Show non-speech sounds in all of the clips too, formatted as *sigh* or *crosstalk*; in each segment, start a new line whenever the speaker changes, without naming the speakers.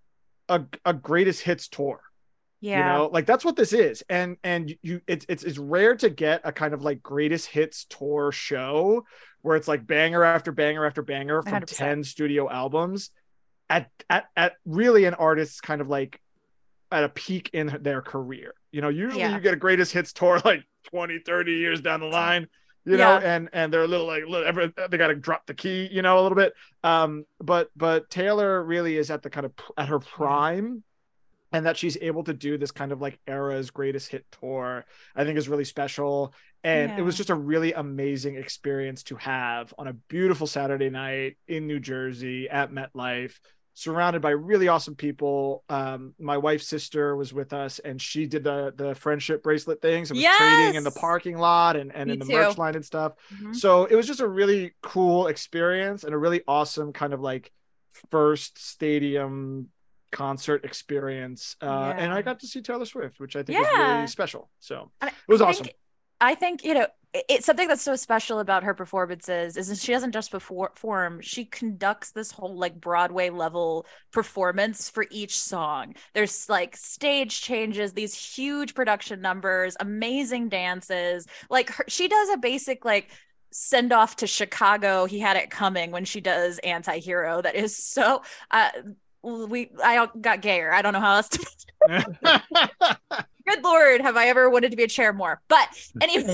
a, a greatest hits tour
Yeah.
you know like that's what this is and and you it's, it's it's rare to get a kind of like greatest hits tour show where it's like banger after banger after banger from
100%.
10 studio albums at at at really an artist's kind of like at a peak in their career you know usually
Yeah.
you get a greatest hits tour like 20 30 years down the line you know and and they're a little like little, every- they got to drop the key you know a little bit um but but taylor really is at the kind of at her
Mm-hmm.
prime and that she's able to do this kind of like era's greatest hit tour i think is really special and it was
Yeah.
just a really amazing experience to have on a beautiful saturday night in new jersey at metlife surrounded by really awesome people um my wife's sister was with us and she did the the friendship bracelet things and was trading in the
Yes!
parking lot and and
Me
in the
too.
merch line and stuff
Mhm.
so it was just a really cool experience and a really awesome kind of like first stadium concert experience. Uh, And
Yeah.
I got to see Taylor Swift, which I think is
Yeah.
really special. So
And
it was
I
awesome.
Think, I think you know it- it's something that's so special about her performances is that she doesn't just perfor- perform; she conducts this whole like Broadway level performance for each song. There's like stage changes, these huge production numbers, amazing dances. Like her, she does a basic like send off to Chicago. He had it coming when she does Anti-Hero. That is so. Uh, we I got gayer. I don't know how else to. *laughs* Good lord, have I ever wanted to be a chair more?
*laughs*
But anyway,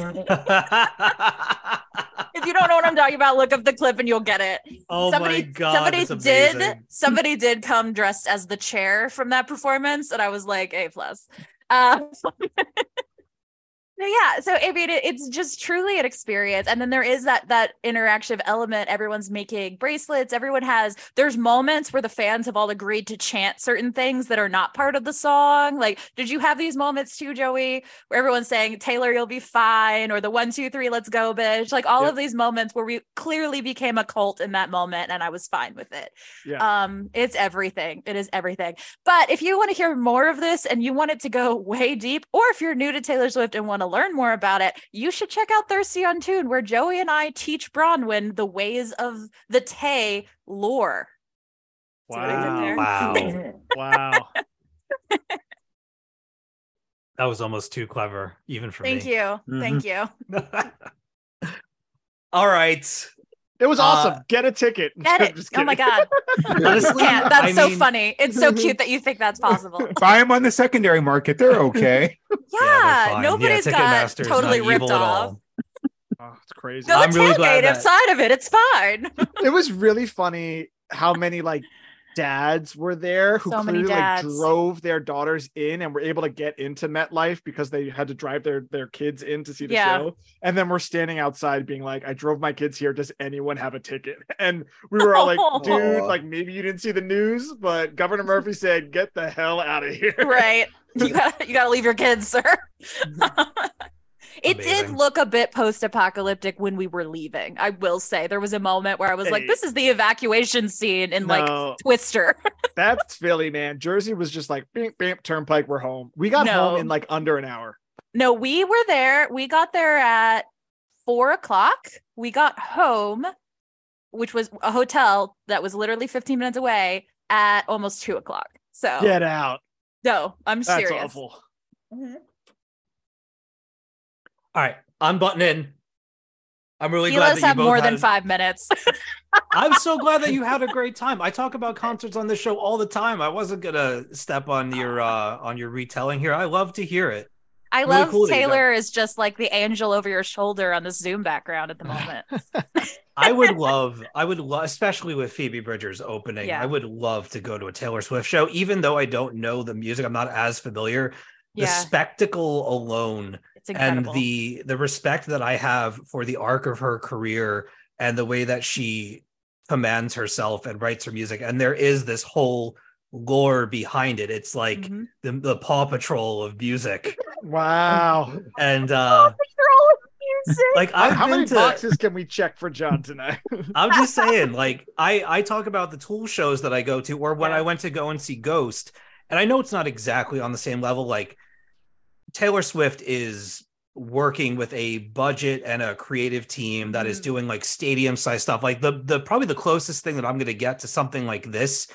if you don't know what I'm talking about, look up the clip and you'll get it.
*laughs* oh my god!
Somebody
that's
did.
amazing.
Somebody did come dressed as the chair from that performance, and I was like, a plus. Uh, so yeah, *laughs* so I mean, it, it's just truly an experience, and then there is that that interactive element. Everyone's making bracelets. Everyone has. There's moments where the fans have all agreed to chant certain things that are not part of the song. Like, did you have these moments too, Joey, where everyone's saying Taylor, you'll be fine, or the one, two, three, let's go, bitch. Like all
Yep.
of these moments where we clearly became a cult in that moment, and I was fine with it.
Yeah.
Um, it's everything. It is everything. But if you want to hear more of this and you want it to go *laughs* way deep, or if you're new to Taylor Swift and want to learn more about it, you should check out Thirsty on Tune, where Joey and I teach Bronwyn the ways of the Tay lore. See what I did
Wow.
there?
Wow,
*laughs*
wow.
*laughs* that was almost too clever, even for
Thank
me.
you.
Mm-hmm. *laughs*
Thank you.
Thank you. *laughs* All right.
*laughs* It was
Uh,
awesome. Get a ticket. *laughs*
Get it.
Just
Oh my
kidding.
God. *laughs*
Honestly,
Can't. That's
I
so
mean-
funny. It's so cute that you think that's
*laughs*
possible.
Buy them on the secondary market. They're
*laughs*
okay.
they're
Yeah.
fine.
Ah, nobody's got
Ticketmaster is not
totally ripped
evil at
off.
all.
Oh, it's crazy.
Go
I'm really glad
tailgate
that-
outside of it.
*laughs*
It's fine.
it was really funny how many like dads were there who
So many
clearly like
dads.
drove their daughters in and were able to get into MetLife because they had to drive their their kids in to see the
Yeah.
show. And then we're standing outside being like, I drove my kids here. Does anyone have a ticket? *laughs* And we were all like,
*laughs* Oh.
dude, like maybe you didn't see the news, but
*laughs*
Governor Murphy said, get the hell out of here.
right you gotta you gotta leave your
*laughs*
kids sir it did
Amazing.
look a bit post-apocalyptic when we were leaving i will say there was a moment where i was like
Hey.
this is the evacuation scene in like
No,
twister
that's Philly, man. Jersey was just like, beep, beep, turnpike, we're home. We got
No.
home in like under an hour.
no we were there we got there at four o'clock we got home which was a hotel that was literally 15 minutes away at almost two o'clock so
Get out.
no i'm
That's
Oh, serious
awful.
All right, I'm button in. I'm really
you
glad
let us
that
have
you both
more
had
than five minutes *laughs*
I'm so glad that you had a great time. I talk about concerts on this show all the time. I wasn't gonna step on
*laughs*
your uh on your retelling here. I love to hear it.
I
Really
love
cool that you got-
Taylor is just like the angel over your shoulder on this Zoom background
*laughs*
at the moment.
I
*laughs*
would love, I would love, especially with Phoebe Bridgers opening,
Yeah.
I would love to go to a Taylor Swift show, even though I don't know the music. I'm not as familiar. The
yeah,
spectacle alone
it's incredible.
and the the respect that I have for the arc of her career and the way that she commands herself and writes her music. And there is this whole lore behind it. It's like uh,
Mhm.
the, the Paw Patrol of
*laughs*
music.
Wow.
And
Oh,
uh
Control of music.
like
How-
I've
How
been
many
to,
boxes can we check for John tonight?
I'm
*laughs*
just saying, like I I talk about the tool shows that I go to, or when
Yeah.
I went to go and see Ghost, and I know it's not exactly on the same level. Like Taylor Swift is working with a budget and a creative team that is
Mhm.
doing like stadium size stuff. Like the the probably the closest thing that I'm gonna get to something like this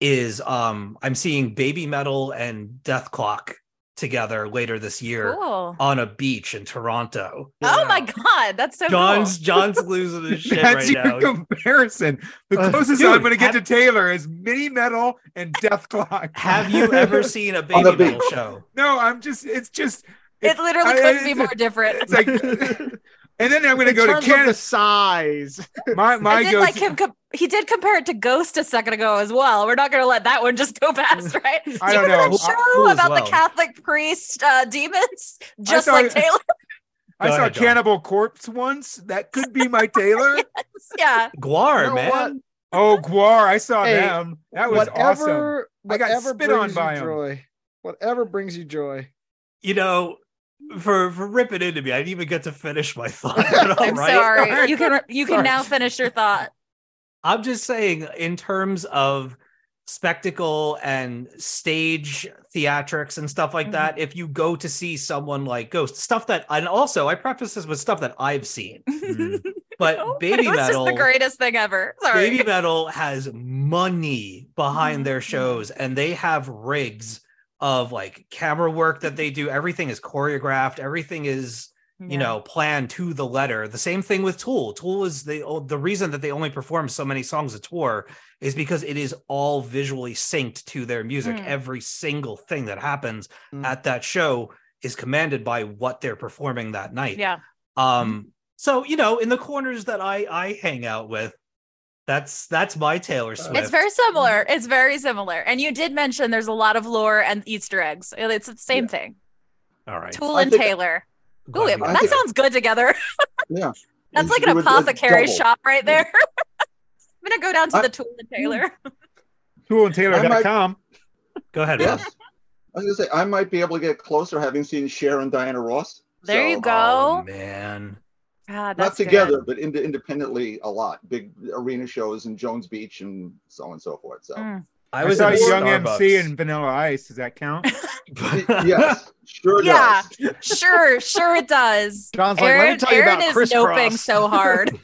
is um I'm seeing Baby Metal and Death Clock together later this year
cool.
on a beach in Toronto.
Oh my god, that's so
John's John's losing
*laughs*
his shit
That's
right now.
your comparison. The
Uh,
closest
dude,
I'm going to get
ha-
to Taylor is mini metal and death clock.
Have you
*laughs*
ever seen a
On the
baby metal
beach.
show?
*laughs* No, I'm just. It's just.
cool. It literally
I-
couldn't
I-
be more
*laughs*
different.
It's like. and then I'm going to
In
go to
terms of the
Canada.
size.
My
I
my
did
go.
like him. Com- he did compare it to Ghost a second ago as well. We're not going to let that one just go *laughs* past, right? Do you
I don't
remember
know.
that
Uh,
show
cool as
about the
well.
Catholic priest uh, demons, just
thought-
like Taylor.
I
Go
saw
ahead, John.
Cannibal Corpse once. That could
*laughs*
be my Taylor.
yeah,
Guar,
You know
man.
what?
oh, Guar! I saw
Hey,
them. That was awesome.
whatever,
I got
whatever
spit on
brings
by
you
'em.
joy. Whatever brings you joy.
You know, for for ripping into me, I didn't even get to finish my *laughs* thought. At all,
I'm
Oh, right?
sorry. You can you can
Sorry.
now finish your thought.
I'm just saying, in terms of spectacle and stage theatrics and stuff like that, if you go to see someone like Ghost, stuff that, and also I preface this with stuff that I've seen, but
No,
*laughs* baby
it
metal.
was just Oh, the greatest thing ever. Sorry.
Baby Metal has money behind their
Mhm.
shows and they have rigs of like camera work that they do. Everything is choreographed, everything is
Yeah.
you know plan to the letter the same thing with tool tool is the oh, the reason that they only perform so many songs a tour is because it is all visually synced to their music
Mm.
every single thing that happens
Mm.
at that show is commanded by what they're performing that night
Yeah.
um so you know in the corners that i i hang out with that's that's my taylor swift
It's very similar. It's very similar. And you did mention there's a lot of lore and Easter eggs. It's the same thing.
all right
Tool
I
and
think-
Taylor. Ooh, it-
Glad we
that
did it.
sounds good together.
Yeah.
That's like
It
an
was- it's
apothecary
double.
shop right there. *laughs* I'm gonna go down to
I-
the Tool and Taylor.
Toolandtaylor.com.
go ahead Rob.
Yes. I was gonna say I might be able to get closer having seen Cher and Diana Ross.
*laughs* There you
So,
go.
Oh, man
God,
Not
that's good.
together, but ind- independently a lot. Big arena shows in Jones Beach and so on and so forth. So
Mm.
I,
was
saw
at
Young
Starbucks.
MC *laughs* and Vanilla Ice. Does that
*laughs*
count?
Y-
*laughs*
yes, sure
Yeah.
does.
*laughs* Sure, sure it does.
*laughs* John's like, let
Aaron,
me tell you
Aaron
about
is
Chris
doping
Cross. *laughs*
so hard.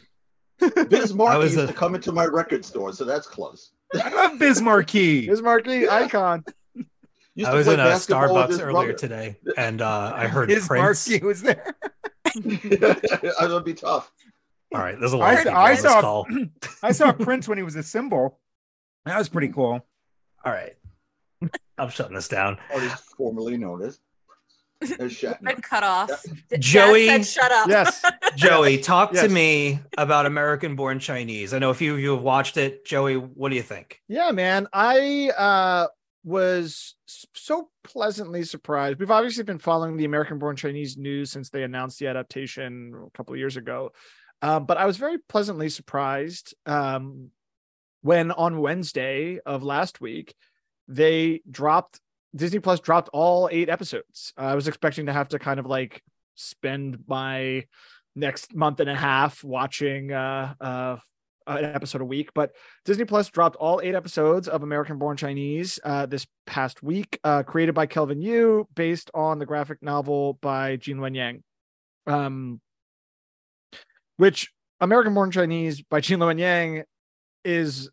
*laughs* I
Bismarck
was
used
a-
to come into my record store, so that's close.
I love Bismarcky.
His marquee icon.
Used
I
to
was
play
in a
basketball with
Starbucks
his
earlier
brother.
today, and uh, I heard Prince.
Bismarcky was there.
*laughs* that would be tough.
All right, there's a lot
I,
of
saw-
people on
I
this
saw
call.
I saw Prince when he was a symbol. That was pretty cool.
All right, I'm shutting this
*laughs*
down.
Artist Oh, formerly known as as Shatner.
*laughs* Red cut off. Dad
Joey-
said, shut up.
Yes.
Joey, talk to
Yes.
me about American-born Chinese. I know a few of you have watched it. Joey, what do you think?
Yeah, man. I uh was s- so pleasantly surprised. We've obviously been following the American born Chinese news since they announced the adaptation a couple of years ago. Um, but I was very pleasantly surprised um, when on Wednesday of last week, they dropped Disney Plus dropped all eight episodes. I was expecting to have to kind of like spend my next month and a half watching uh, uh, an episode a week, but Disney Plus dropped all eight episodes of American Born Chinese uh, this past week, uh, created by Kelvin Yu, based on the graphic novel by Jin Wen Yang. Um, which American Born Chinese by Jin Wen Yang is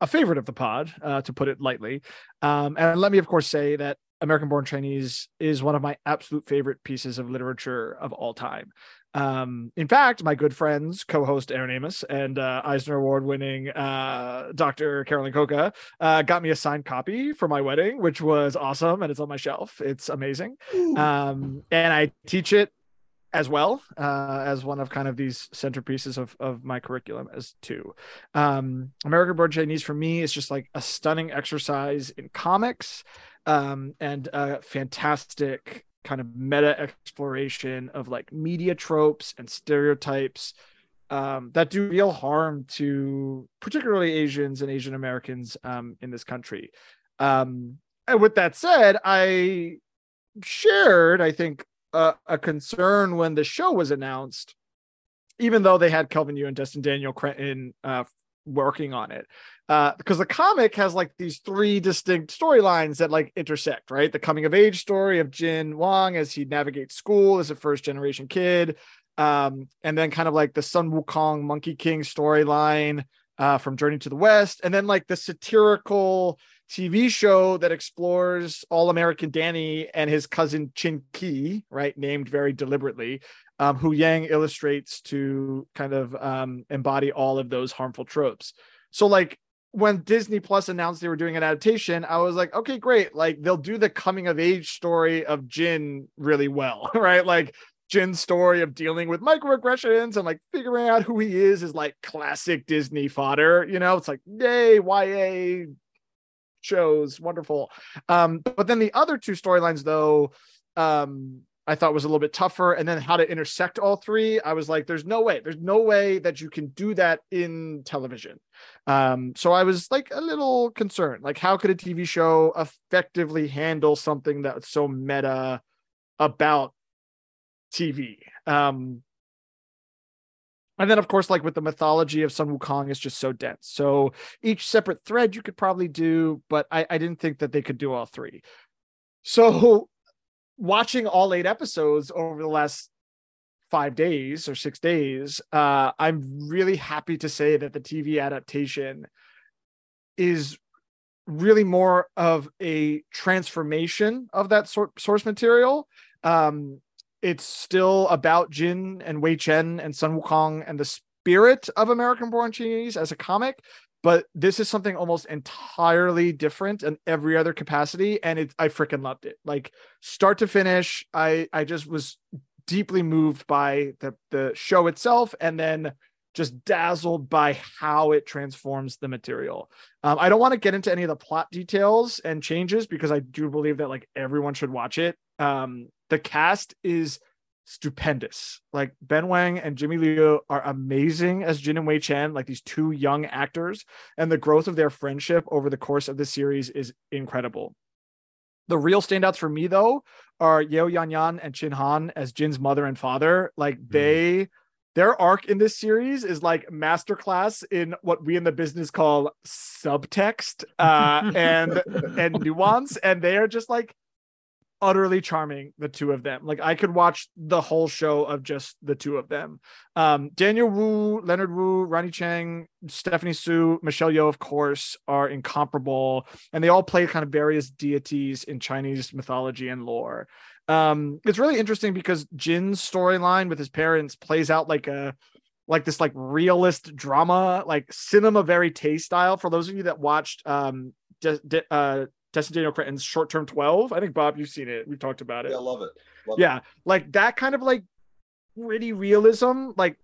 a favorite of the pod, uh, to put it lightly. Um, and let me, of course, say that American Born Chinese is one of my absolute favorite pieces of literature of all time. Um, in fact, my good friends, co-host Aaron Amos and uh, Eisner Award-winning uh, Dr. Carolyn Coca, uh, got me a signed copy for my wedding, which was awesome, and it's on my shelf. It's amazing, um, and I teach it as well uh, as one of kind of these centerpieces of of my curriculum as two. Um, American Born Chinese for me is just like a stunning exercise in comics, um, and a fantastic kind of meta exploration of like media tropes and stereotypes um, that do real harm to particularly Asians and Asian Americans um, in this country. Um, and with that said, I shared, I think, a, a concern when the show was announced, even though they had Kelvin Yu and Destin Daniel Cretton uh, working on it uh because the comic has like these three distinct storylines that like intersect right the coming of age story of jin wang as he navigates school as a first generation kid um and then kind of like the sun wukong monkey king storyline uh from journey to the west and then like the satirical tv show that explores all american danny and his cousin chin ki right named very deliberately um, who yang illustrates to kind of um, embody all of those harmful tropes so like when Disney Plus announced they were doing an adaptation, I was like, okay, great. Like they'll do the coming of age story of Jin really well, *laughs* right? Like Jin's story of dealing with microaggressions and like figuring out who he is is like classic Disney fodder, you know? It's like, yay, YA shows, wonderful. Um, but then the other two storylines though, um, I thought was a little bit tougher. And then how to intersect all three, I was like, there's no way, there's no way that you can do that in television. Um, so I was like a little concerned, like how could a TV show effectively handle something that's so meta about TV? Um, and then of course, like with the mythology of Sun Wukong is just so dense. So each separate thread you could probably do, but I, I didn't think that they could do all three. So *laughs* watching all eight episodes over the last five days or six days, uh, I'm really happy to say that the TV adaptation is really more of a transformation of that sor- source material um, it's still about Jin and Wei Chen and Sun Wukong and the spirit of American born Chinese as a comic. But this is something almost entirely different in every other capacity. And it, I freaking loved it. Like start to finish, I, I just was deeply moved by the, the show itself and then just dazzled by how it transforms the material. Um, I don't want to get into any of the plot details and changes because I do believe that like everyone should watch it. Um, the cast is stupendous. Like Ben Wang and Jimmy Liu are amazing as Jin and Wei Chen, like these two young actors, and the growth of their friendship over the course of the series is incredible. The real standouts for me though are Yeo Yan Yan and Chin Han as Jin's mother and father. Like they their arc in this series is like masterclass in what we in the business call subtext uh, and and nuance, and they are just like utterly charming. The two of them, like I could watch the whole show of just the two of them. Um, Daniel Wu, Leonard Wu, Ronnie Chang, Stephanie Su, Michelle Yeoh, of course, are incomparable, and they all play kind of various deities in Chinese mythology and lore um it's really interesting because jin's storyline with his parents plays out like a like this like realist drama like cinema verite style for those of you that watched um De- De- uh Destin Daniel Cretton's short term 12 I think Bob you've seen it we've talked about it
Yeah, I love it. Love
yeah like that kind of like gritty realism like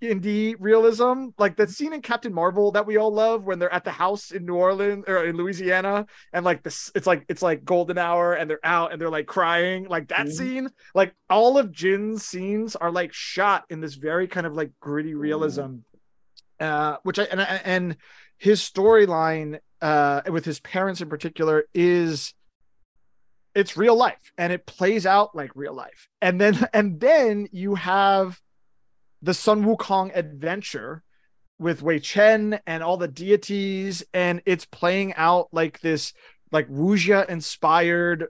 indie realism like that scene in captain marvel that we all love when they're at the house in new orleans or in louisiana and like this it's like it's like golden hour and they're out and they're like crying like that
Mhm.
scene like all of jin's scenes are like shot in this very kind of like gritty realism uh which i and I- and his storyline uh with his parents in particular is it's real life and it plays out like real life. And then *laughs* and then you have the Sun Wukong adventure with Wei Chen and all the deities, and it's playing out like this like Wuxia inspired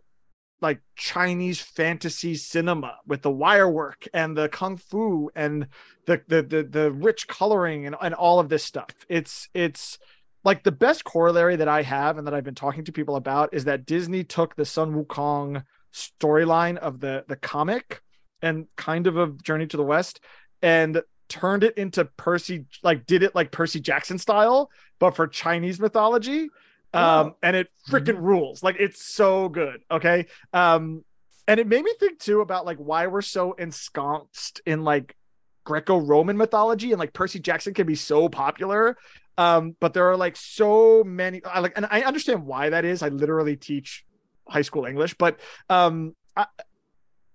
like Chinese fantasy cinema with the wire work and the kung fu and the the the, the rich coloring and, and all of this stuff. It's it's like the best corollary that I have and that I've been talking to people about is that Disney took the Sun Wukong storyline of the the comic and kind of of Journey to the West and turned it into Percy like did it like Percy Jackson style but for Chinese mythology um and it freaking rules like it's so good okay um and it made me think too about like why we're so ensconced in like Greco-Roman mythology and like Percy Jackson can be so popular um but there are like so many I like and I understand why that is I literally teach high school English but um I,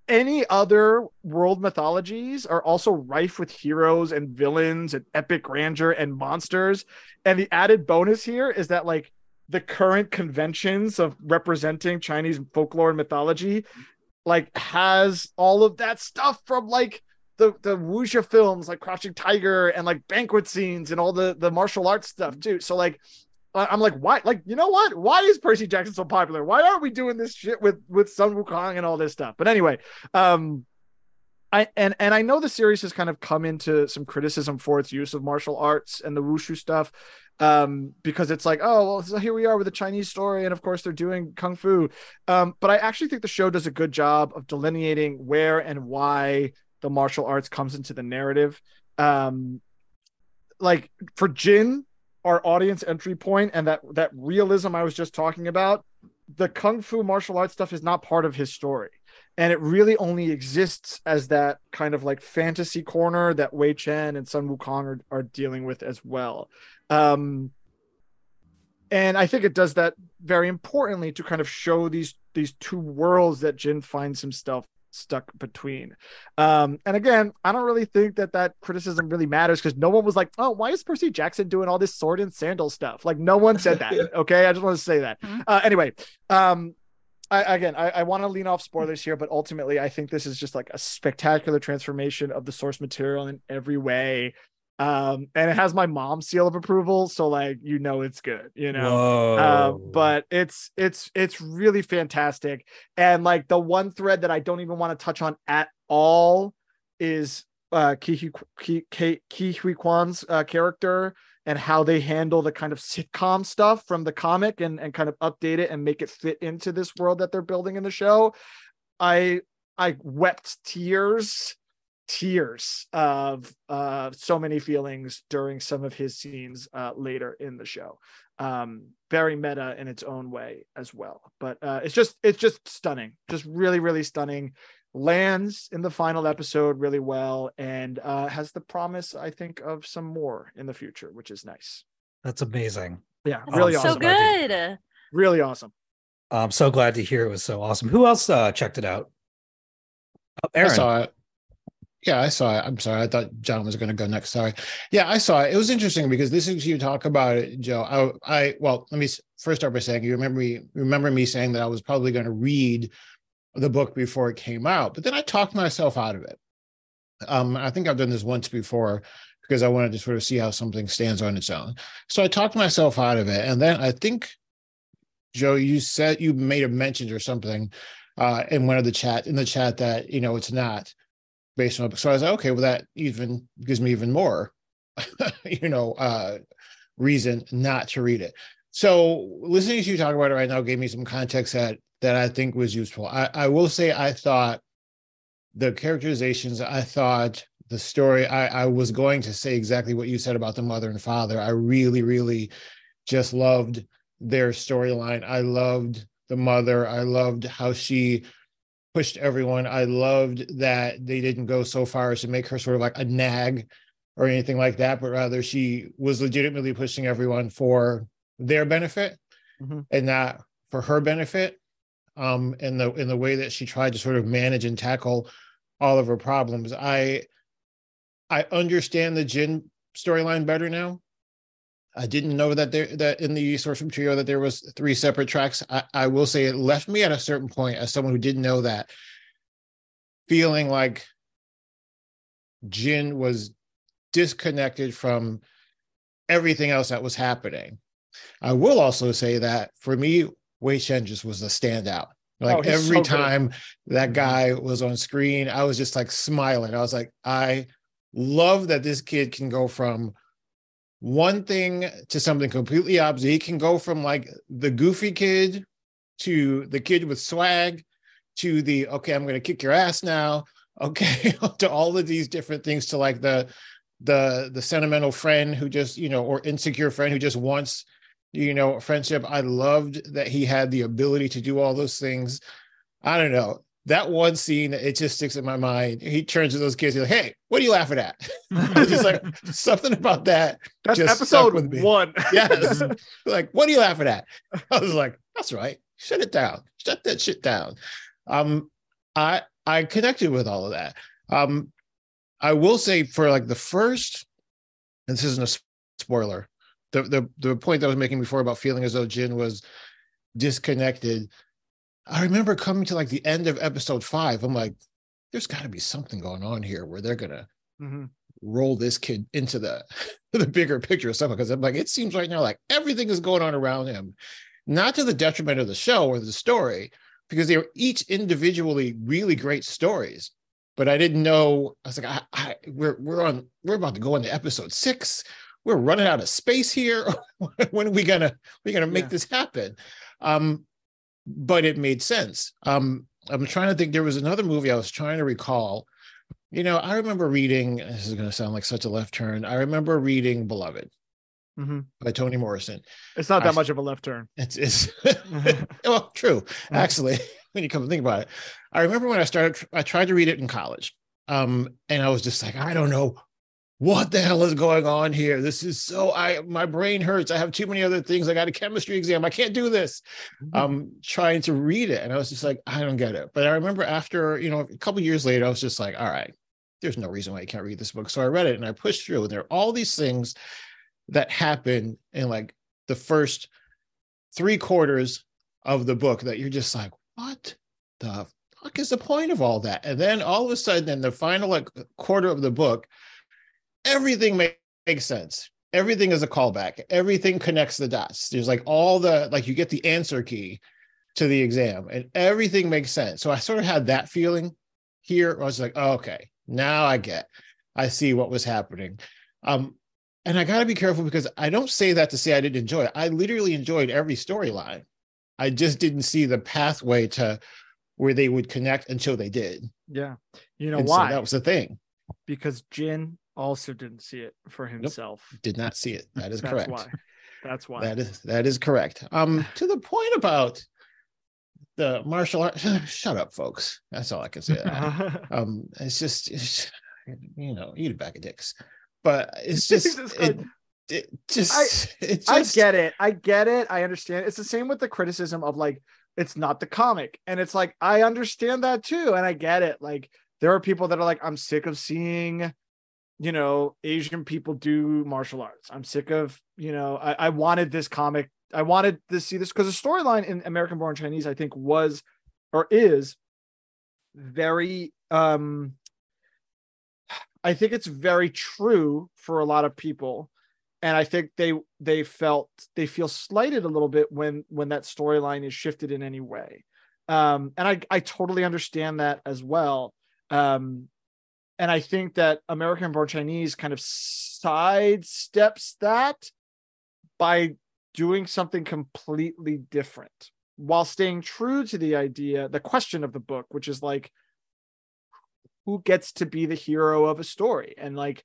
any other world mythologies are also rife with heroes and villains and epic grandeur and monsters and the added bonus here is that like the current conventions of representing Chinese folklore and mythology like has all of that stuff from like the the wuxia films like crouching tiger and like banquet scenes and all the the martial arts stuff too so like I- i'm like why like you know what why is percy jackson so popular why aren't we doing this shit with with sun wukong and all this stuff but anyway um I, and and I know the series has kind of come into some criticism for its use of martial arts and the wushu stuff, um, because it's like, oh well, so here we are with a Chinese story, and of course they're doing kung fu. Um, but I actually think the show does a good job of delineating where and why the martial arts comes into the narrative. Um, like for Jin, our audience entry point, and that that realism I was just talking about, the kung fu martial arts stuff is not part of his story, and it really only exists as that kind of like fantasy corner that Wei Chen and Sun Wukong are, are dealing with as well. Um, and I think it does that very importantly to kind of show these these two worlds that Jin finds himself stuck between. Um, and again, I don't really think that that criticism really matters because no one was like, "Oh, why is Percy Jackson doing all this sword and sandal stuff?" Like, no one said that. okay, I just want to say that.
Mhm.
Uh, anyway, um, I, again, I, I want to lean off spoilers here, but ultimately, I think this is just like a spectacular transformation of the source material in every way. Um, and it has my mom's seal of approval, so like you know it's good, you know. Uh,
Oh.
Whoa.
but it's it's it's really fantastic and like the one thread that i don't even want to touch on at all is uh kihui Ki- Ki- Kihui kwan's uh, character and how they handle the kind of sitcom stuff from the comic and and kind of update it and make it fit into this world that they're building in the show i I wept tears, tears of uh, so many feelings during some of his scenes uh, later in the show. Um, very meta in its own way as well. But uh, it's just it's just stunning, just really really stunning. Lands in the final episode really well and uh, has the promise, I think, of some more in the future, which is nice.
That's amazing.
Yeah,
That's
really
Oh,
so
awesome.
Reggie.
good.
Really awesome.
I'm so glad to hear it was so awesome. Who else uh, checked it out? Oh,
I
Aaron.
saw it. Yeah, I saw it. I'm sorry. I thought John was going to go next. Sorry. Yeah, I saw it. It was interesting because listening to you talk about it, Joe. I, I well, let me s- first start by saying you remember me remember me saying that I was probably going to read the book before it came out, but then I talked myself out of it. Um, I think I've done this once before because I wanted to sort of see how something stands on its own. So I talked myself out of it, and then I think Joe, you said you made a mention or something uh, in one of the chat in the chat that you know it's not based on. So I was like, okay, well that even gives me even more, *laughs* you know, uh, reason not to read it. So listening to you talk about it right now gave me some context that that I think was useful. I, I will say I thought the characterizations, I thought the story, I, I was going to say exactly what you said about the mother and father. I really, really just loved their storyline. I loved the mother. I loved how she pushed everyone. I loved that they didn't go so far as to make her sort of like a nag or anything like that, but rather she was legitimately pushing everyone for their benefit
Mhm.
and not for her benefit. Um, in the in the way that she tried to sort of manage and tackle all of her problems. I I understand the Jin storyline better now. I didn't know that there that in the source material that there was three separate tracks. I, I will say it left me at a certain point as someone who didn't know that, feeling like Jin was disconnected from everything else that was happening. I will also say that for me, Wei Chen just was a standout. Like
Oh, he's
every
so good. Mm-hmm.
time that guy was on screen, I was just like smiling. I was like, I love that this kid can go from one thing to something completely opposite. He can go from like the goofy kid to the kid with swag to the okay, I'm gonna kick your ass now. Okay, *laughs* to all of these different things to like the the the sentimental friend who just you know or insecure friend who just wants you know a friendship. I loved that he had the ability to do all those things. I don't know. That one scene, it just sticks in my mind. He turns to those kids, he's like, Hey, what are you laughing at? *laughs*
*laughs*
I was just like something about that.
That's
Just
episode
stuck with me.
one. *laughs*
*laughs* Yes. like, what are you laughing at? I was like, that's right. Shut it down. Shut that shit down. Um, I I connected with all of that. Um, I will say for like the first, and this isn't a s- spoiler, the the the point that I was making before about feeling as though Jin was disconnected. I remember coming to like the end of episode five. I'm like, there's got to be something going on here where they're gonna
Mhm.
roll this kid into the *laughs* the bigger picture of something because I'm like, it seems right now like everything is going on around him, not to the detriment of the show or the story, because they were each individually really great stories. But I didn't know. I was like, I, I we're we're on we're about to go into episode six. We're running out of space here. *laughs* when are we gonna we gonna make
Yeah.
this happen? Um, but it made sense. Um, I'm trying to think. There was another movie I was trying to recall. You know, I remember reading. This is going to sound like such a left turn. I remember reading *Beloved*
Mhm.
by Toni Morrison.
It's not that
I-
much of a left
*laughs*
turn.
It's, it's *laughs* well, true actually. *laughs* When you come to think about it, I remember when I started. I tried to read it in college, um, and I was just like, I don't know what the hell is going on here. This is so. I my brain hurts. I have too many other things. I got a chemistry exam. I can't do this. Um, trying to read it, and I was just like, I don't get it. But I remember after you know a couple years later, I was just like, all right. There's no reason why you can't read this book. So I read it and I pushed through. And there are all these things that happen in like the first three quarters of the book that you're just like, what the fuck is the point of all that? And then all of a sudden, in the final like quarter of the book, everything ma- makes sense. Everything is a callback. Everything connects the dots. There's like all the like you get the answer key to the exam, and everything makes sense. So I sort of had that feeling here. where I was like, oh, okay, now I get, I see what was happening. Um, and I got to be careful because I don't say that to say I didn't enjoy it. I literally enjoyed every storyline. I just didn't see the pathway to where they would connect until they did.
Yeah. You know
and
why?
So that was the thing.
because Jin also didn't see it for himself.
Did not see it. That is
That's
correct.
why. That's why.
That is that is correct.
*sighs*
Um, to the point about the martial art. *sighs* Shut up, folks. That's all I
*laughs*
can say.
Uh-huh.
um, it's just, it's, you know, eat a bag of dicks. But
*laughs*
it's just,
Jesus
it,
Christ.
it just, it just.
I get it. I get it. I understand. It's the same with the criticism of like it's not the comic, and it's like I understand that too, and I get it. Like there are people that are like, I'm sick of seeing, you know, Asian people do martial arts. I'm sick of, you know, I, I wanted this comic. I wanted to see this because the storyline in American Born Chinese, I think, was or is very um I think it's very true for a lot of people. And I think they they felt they feel slighted a little bit when when that storyline is shifted in any way. Um and I I totally understand that as well. Um and I think that American born Chinese kind of sidesteps that by doing something completely different while staying true to the idea, the question of the book, which is like, who gets to be the hero of a story? And like,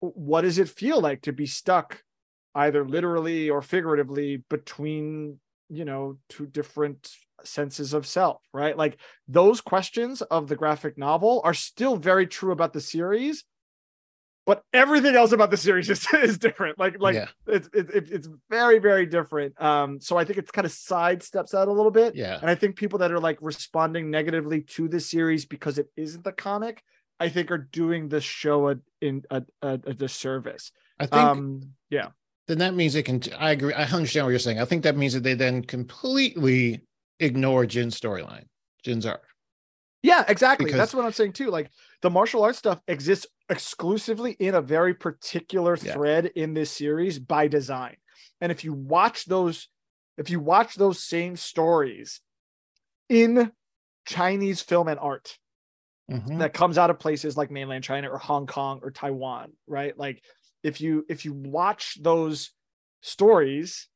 what does it feel like to be stuck either literally or figuratively between, you know, two different senses of self, right? Like, those questions of the graphic novel are still very true about the series. But everything else about the series *laughs* is, is different. Like, like
yeah,
it's it, it, it's very very different um so i think it's kind of sidesteps out a little bit
yeah.
and i think people that are like responding negatively to the series because it isn't the comic i think are doing this show a in a, a, a disservice
I think
um yeah
then that means they can. I agree. I understand what you're saying. I think that means that they then completely ignore Jin's storyline, Jin's arc.
yeah exactly
Because-
that's what i'm saying too like the martial arts stuff exists exclusively in a very particular
Yeah.
thread in this series by design and if you watch those if you watch those same stories in chinese film and art
Mhm.
that comes out of places like mainland China or Hong Kong or Taiwan, right? Like if you if you watch those stories,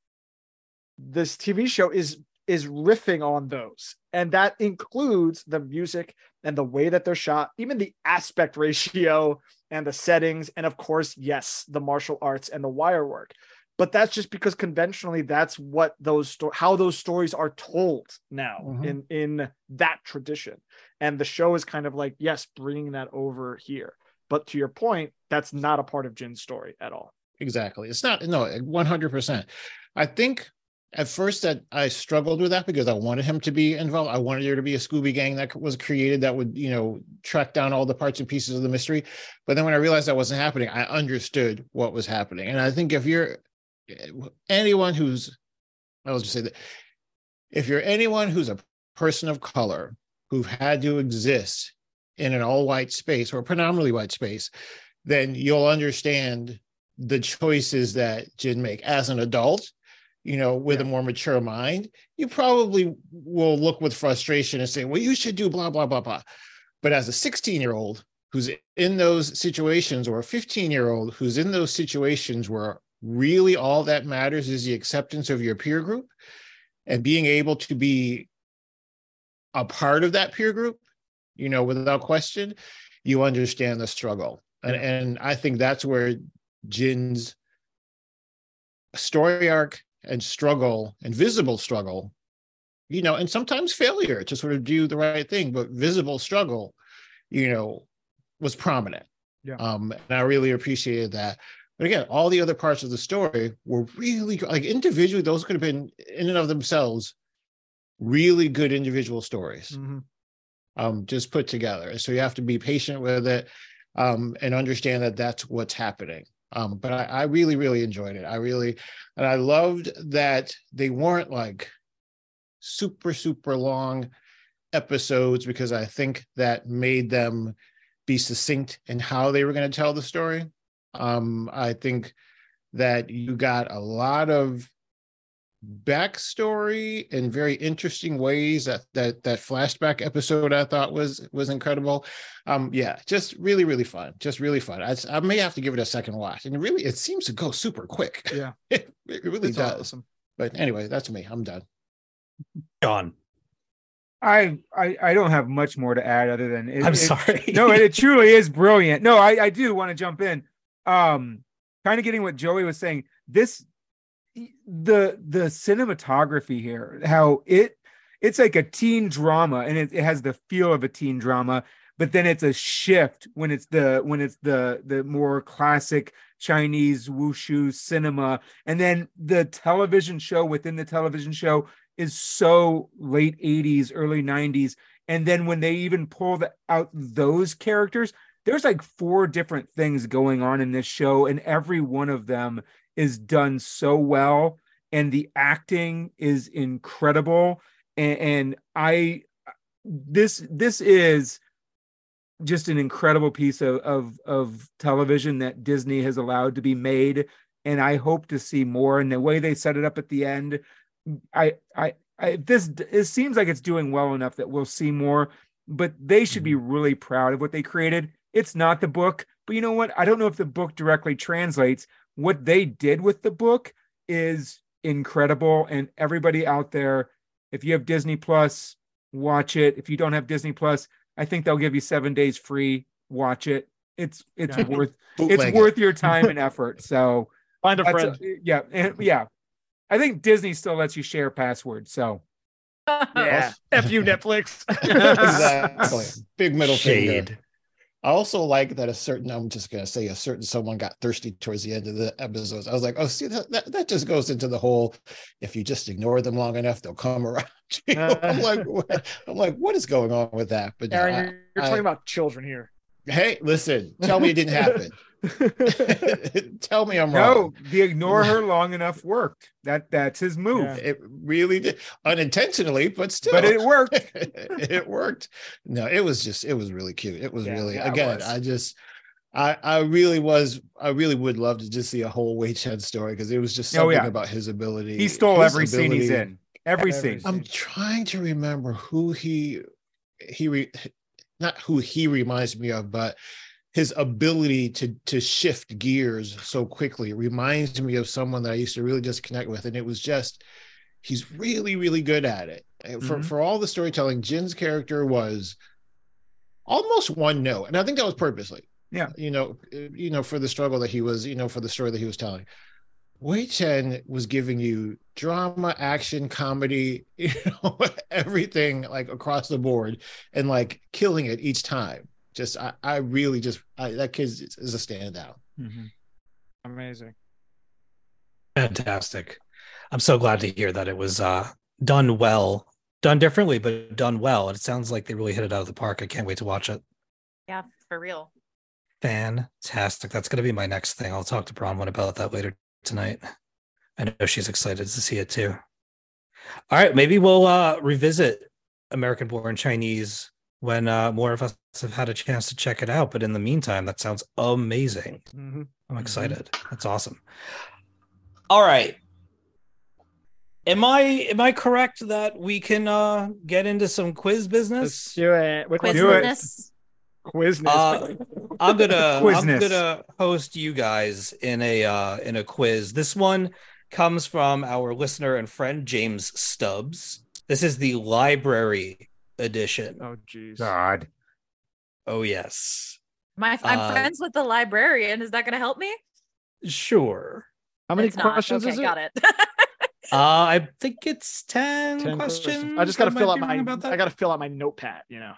this TV show is is riffing on those. And that includes the music and the way that they're shot, even the aspect ratio and the settings, and of course, yes, the martial arts and the wire work. But that's just because conventionally that's what those sto- how those stories are told now
Mhm.
in in that tradition and the show is kind of like yes bringing that over here but to your point that's not a part of jin's story at all
Exactly. It's not no 100%. I think at first that I struggled with that because I wanted him to be involved. I wanted there to be a Scooby gang that was created that would, you know, track down all the parts and pieces of the mystery. But then when I realized that wasn't happening, I understood what was happening. And I think if you're eh, anyone who's I was just say that if you're anyone who's a person of color who've had to exist in an all white space or predominantly white space, then you'll understand the choices that Jin make as an adult, you know, with a more mature mind, you probably will look with frustration and say, well, you should do blah, blah, blah, blah. But as a 16 year old who's in those situations or a 15 year old who's in those situations where really all that matters is the acceptance of your peer group and being able to be a part of that peer group, you know, without question, you understand the struggle. And, and I think that's where Jin's story arc and struggle and visible struggle, you know, and sometimes failure to sort of do the right thing, but visible struggle, you know, was prominent.
Yeah.
Um, and I really appreciated that. But again, all the other parts of the story were really gr- like individually, those could have been in and of themselves really good individual stories um, just put together. So you have to be patient with it um, and understand that that's what's happening. Um, but I, I really, really enjoyed it. I really, and I loved that they weren't like super, super long episodes because I think that made them be succinct in how they were going to tell the story. Um, I think that you got a lot of backstory in very interesting ways that that that flashback episode i thought was was incredible um yeah just really really fun just really fun i, I may have to give it a second watch and really it seems to go super quick
Yeah.
*laughs* it, it really
It's
does
awesome.
but anyway that's me i'm done
John.
I, I I don't have much more to add other than it,
I'm
*laughs*
it-
sorry. *laughs*
no, it, it truly is brilliant. No, I, I do want to jump in. Um, kind of getting what Joey was saying. This e, the the cinematography here, how it it's like a teen drama and it, it has the feel of a teen drama, but then it's a shift when it's the when it's the the more classic Chinese wushu cinema, and then the television show within the television show is so late 80s, early 90s and then when they even pull the, out those characters there's like four different things going on in this show and every one of them is done so well and the acting is incredible and, and i this this is just an incredible piece of, of of television that disney has allowed to be made and i hope to see more and the way they set it up at the end i i I, this it seems like it's doing well enough that we'll see more but they should be
Mm-hmm.
really proud of what they created it's not the book but you know what i don't know if the book directly translates what they did with the book is incredible and everybody out there if you have disney plus watch it if you don't have disney plus i think they'll give you seven days free watch it it's it's
Yeah.
worth
Bootleg
it's
it. *laughs*
worth your time and effort so
Find a
that's
friend.
a- yeah, and- yeah. I think Disney still lets you share passwords. So
*laughs* yeah. F *laughs* you, Netflix. uh,
exactly. *laughs* Big middle
Shade.
finger. I also like that a certain, I'm just going to say a certain someone got thirsty towards the end of the episodes. I was like, oh, see, that, that, that just goes into the whole, if you just ignore them long enough, they'll come around. *laughs* to you. I'm like, what- I'm like, what is going on with that? But no,
Aaron,
I-
you're, you're
I-
talking about children here. *laughs*
hey, listen, tell me it didn't
Mm-hmm.
happen. *laughs* tell me I'm wrong.
no, the ignore her long enough worked. That that's his move.
Yeah.
It really did unintentionally, but still.
But it worked. *laughs*
it worked. No, it was just it was really cute. It was
Yeah,
really
yeah, it
again.
was.
I just I I really was I really would love to just see a whole Wei Chen story because it was just
Oh,
something
yeah.
about his ability.
He stole
his
every scene he's
ability-
in. Every,
Every
scene.
I'm trying to remember who he he re, not who he reminds me of, but his ability to to shift gears so quickly reminds me of someone that I used to really just connect with, and it was just he's really really good at it. And For
Mhm.
for all the storytelling, Jin's character was almost one note, and I think that was purposely.
Yeah.
you know, uh, you know, for the struggle that he was, you know, for the story that he was telling. Wei Chen was giving you drama, action, comedy, *laughs* you know, everything like across the board and like killing it each time. Just, I, I really just, I, that kid is, is a standout.
Amazing.
Fantastic. I'm so glad to hear that it was uh, done well, done differently, but done well. And it sounds like they really hit it out of the park. I can't wait to watch it.
yeah, for real.
Fantastic. That's going to be my next thing. I'll talk to Bronwyn about that later tonight. I know she's excited to see it too. All right, maybe we'll uh, revisit American Born Chinese when uh, more of us have had a chance to check it out. But in the meantime, that sounds amazing. I'm excited. That's awesome. All right. Am I am I correct that we can uh, get into some quiz
Let's
business?
do it. With
Quiz
do it.
this.
Quizness. *laughs*
Uh, I'm gonna I'm
Quizness.
gonna host you guys in a uh, in a quiz. This one comes from our listener and friend James Stubbs. This is the library edition.
oh, jeez.
God.
Oh yes,
My I'm
Uh,
friends with the librarian. Is that gonna help me?
sure.
How many
It's not.
questions
okay,
is it?
Got it. *laughs*
Uh, I think it's ten,
10
questions.
I just got to
might
fill out
be
my.
wrong about that.
I got to fill out my notepad. You know.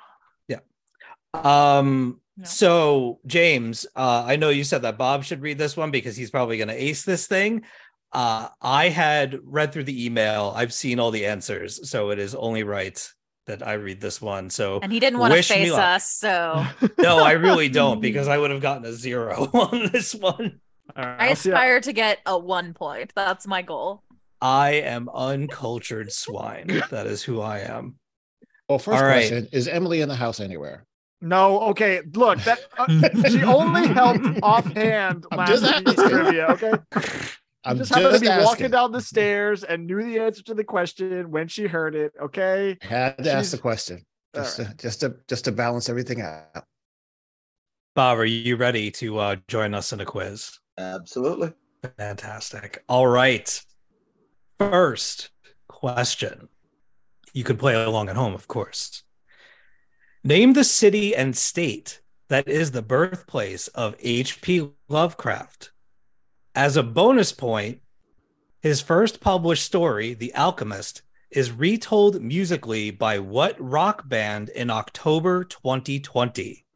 Um,
No.
so James, uh, I know you said that Bob should read this one because he's probably going to ace this thing. Uh, I had read through the email. I've seen all the answers, so it is only right that I read this one.
*laughs*
So
and he didn't want to
Wish me
face
luck.
*laughs*
us, so
no, I really don't because I would have gotten a zero *laughs* on this one.
All right,
I
I'll see how-
aspire to get a one point. That's my goal.
I am uncultured swine. That is who I am.
Well, first
All right.
question is Emily in the house anywhere?
No, okay. Look, that uh,
*laughs*
she only helped offhand
I'm
last
just
week's
asking.
trivia. Okay,
I'm
just
just,
happened to be walking
asking.
down the stairs and knew the answer to the question when she heard it. Okay,
Had to ask
She's-
the question
All
just, to, just to just to balance everything out.
Bob, are you ready to uh, join us in a quiz?
Absolutely.
Fantastic. All right. First question You could play along at home, of course. Name the city and state that is the birthplace of H.P. Lovecraft. As a bonus point, his first published story, The Alchemist, is retold musically by what rock band in October 2020?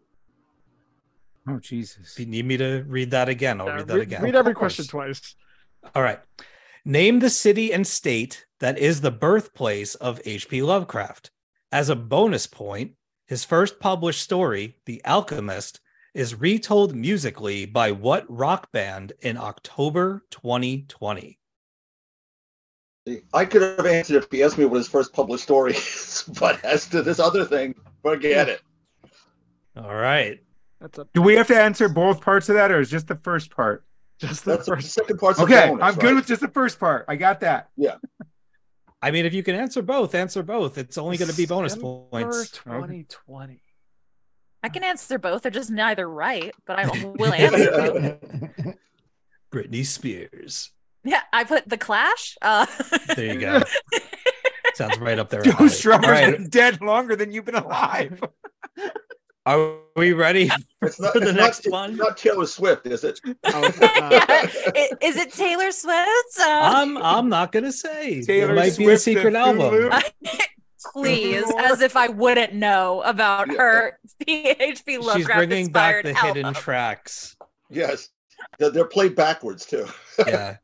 Oh Jesus.
If you need me to read that again, I'll
Uh,
read that
read,
again.
read every question twice.
All right. Name the city and state that is the birthplace of H.P. Lovecraft. As a bonus point, his first published story, The Alchemist, is retold musically by what rock band in October 2020?
I could have answered if he asked me what his first published story *laughs* is, but as to this other thing, forget
*laughs*
it.
All right.
That's a,
Do we have to answer both parts of that or is just the first part?
*laughs* just the
That's the
first.
second part's a
Okay,
bonus,
I'm good
right?
with just the first part. I got that.
I mean, if you can answer both, answer both. It's only going to be bonus points.
Twenty twenty.
I can answer both. They're just neither right, but I will answer both.
Britney Spears.
Yeah, I put the Clash. Uh, *laughs*
There you go. Sounds right up there.
Joe
alley. All
Strummer's
right.
been dead longer than you've been alive.
Are we ready
*laughs* It's not,
for the
it's
next
not,
one?
It's not Taylor Swift, is it?
Oh, it's
yeah.
not.
I- Is it Taylor Swift? Uh,
I'm I'm not gonna say.
Taylor
it might be a
Swift
secret
and Lulu.
album.
please, as if I wouldn't know about
Yeah.
her *laughs* PHP Lovecraft
She's bringing back
inspired
the
album.
hidden tracks.
Yes. They're, they're played backwards, too.
Yeah,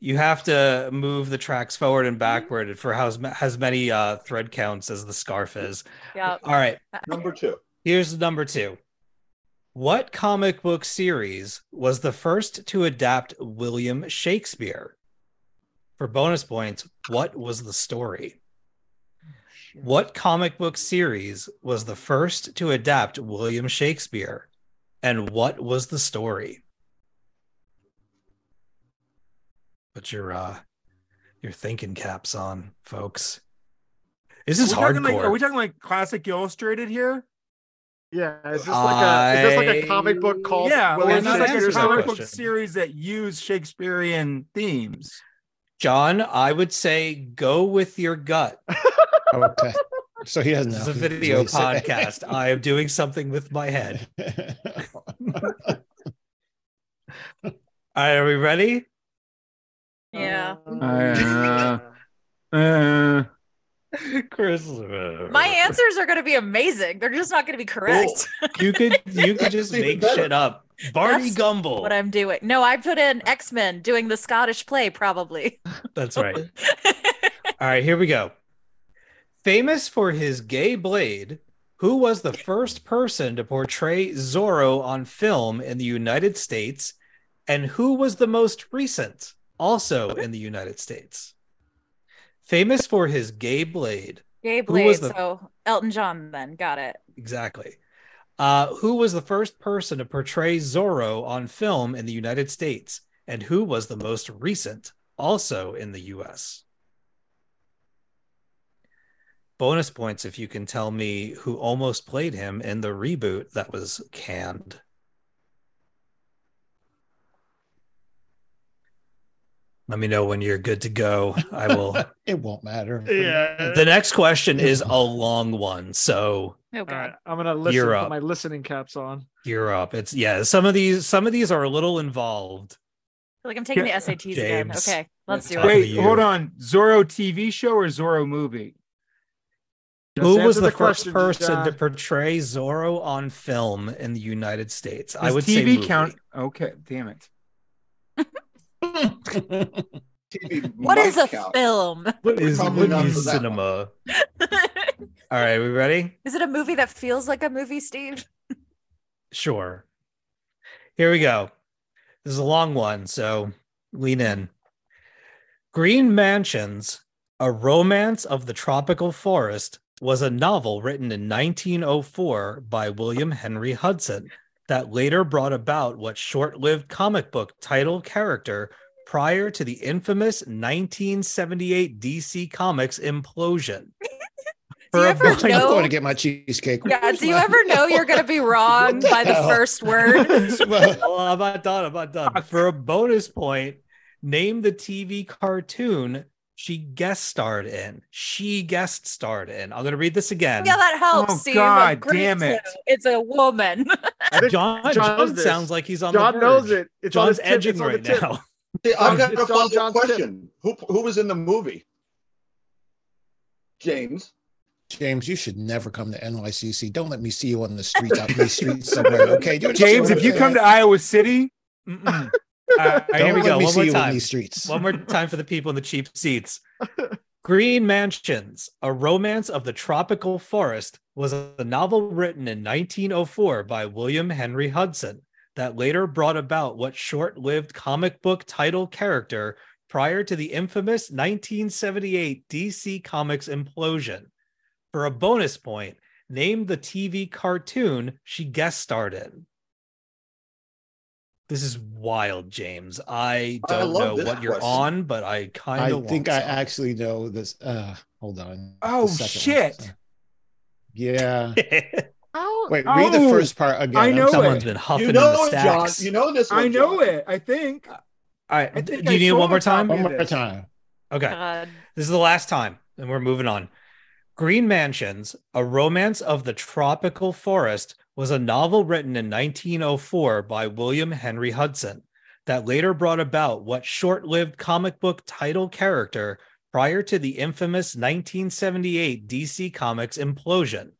you have to move the tracks forward and backward for how as many uh, thread counts as the scarf is.
Yep.
All right,
Number two.
here's number two. What comic book series was the first to adapt William Shakespeare? For bonus points, what was the story? What comic book series was the first to adapt William Shakespeare? And what was the story? Put your uh your thinking caps on, folks. *laughs* This is
We're talking
hardcore.
like- are we talking like classic illustrated here?
Yeah, is this like a is this like
I-
a comic book called
yeah,
Well,
or
William
is this
not
like
answer
a
Shakespeare's
that
comic
Hour?
book
question.
series that use Shakespearean themes?
John, I would say go with your gut.
*laughs* okay. So he doesn't
This is
know.
a video
*laughs*
podcast. I am doing something with my head. All right, are we ready?
Yeah.
*laughs* Uh, Uh,
Chris.
My answers are going to be amazing. They're just not going to be correct.
You could you could just
*laughs* That's even
make
better.
shit up. Barney
That's
Gumble.
What I'm doing. No, I put in X Men doing the Scottish play, probably. *laughs*
That's right. All right, here we go. Famous for his gay blade, who was the first person to portray Zorro on film in the United States, and who was the most recent, also in the United States? Famous for his gay blade,
Gay
Who was
Blade.
the-
So Elton John, then. Got it.
exactly. Uh, who was the first person to portray Zorro on film in the United States, and who was the most recent, also in the U.S. bonus points if you can tell me who almost played him in the reboot that was canned. Let me know when you're good to go. I will.
*laughs* It won't matter.
Yeah.
*laughs*
*laughs* the next question is a long one, so
Oh,
All right,
God.
I'm gonna listen.
You're
Put
up.
my listening caps on.
you're up. It's yeah. Some of these, some of these are a little involved.
I feel like I'm taking the SATs again.
James.
Okay, let's do
Talk
it.
to
wait,
you.
hold on. Zorro TV show or Zorro movie?
Just
Who
answer
was the, first
question,
person
John.
to portray Zorro on film in the United States? I
Does
would say
TV
movie.
count. Okay, damn it.
TV might
What is a
count.
film? *laughs*
What is,
Probably
what
not
is
for that
cinema? All right, we ready?
Is it a movie that feels like a movie, Steve?
Sure. Here we go. This is a long one, so lean in. Green Mansions, A Romance of the Tropical Forest, was a novel written in 1904 by William Henry Hudson that later brought about what short lived comic book title character prior to the infamous 1978 DC Comics implosion.
Do you
*laughs*
For a
ever
blind-
I'm
know-
going to get my cheesecake.
Yeah.
Where's
Do you
my-
ever know you're going to be wrong
What the
*laughs*
by the
hell? *laughs*
first word?
Well,
well, Oh, I'm not done. I'm not done. For a bonus point, name the TV cartoon she guest starred in. She guest starred in. I'm gonna read this again.
Yeah, that helps.
Oh,
Steve. You
God
agreed
damn
to.
it.
It's a woman.
I think
John,
John knows
John
this.
sounds like he's on
John
the verge.
knows it. It's on
John's
his tip. It's
edging
on the
right
tip.
now. *laughs*
See,
Um,
I've got
it's
a
on
follow-up
John's tip.
question. Who who was in the movie? James.
James, you should never come to NYCC. Don't let me see you on the streets out in these streets somewhere. Okay, Do it
James,
somewhere
if you
else.
come to Iowa City,
*laughs*
mm-mm.
All right,
don't
here we
let
go.
me
One
see
more
you in
time.
these streets.
One more time for the people in the cheap seats. Green Mansions, a romance of the tropical forest, was a novel written in 1904 by William Henry Hudson that later brought about what short lived comic book title character prior to the infamous 1978 DC Comics implosion. For a bonus point, name the TV cartoon she guest starred in. This is wild, James. I
I
don't know
love this
what you're
question.
on, but I kind
I
of
think I actually know this. Uh, hold on.
Oh,
The second
shit.
so- Yeah.
*laughs*
oh,
Wait, read the
Oh,
first part again.
I
I'm
know
sorry.
Someone's been huffing
you
in the
know it, John.
stacks.
You know this one.
I know
John.
it. I think.
All right.
I
Do
think
you
I
need it
saw
one more
a copy.
time?
One
Look at
more
this.
time.
*laughs*
Okay.
God.
This is the last time, and we're moving on. Green Mansions, A Romance of the Tropical Forest, was a novel written in 1904 by William Henry Hudson that later brought about what short lived comic book title character prior to the infamous 1978 DC Comics implosion.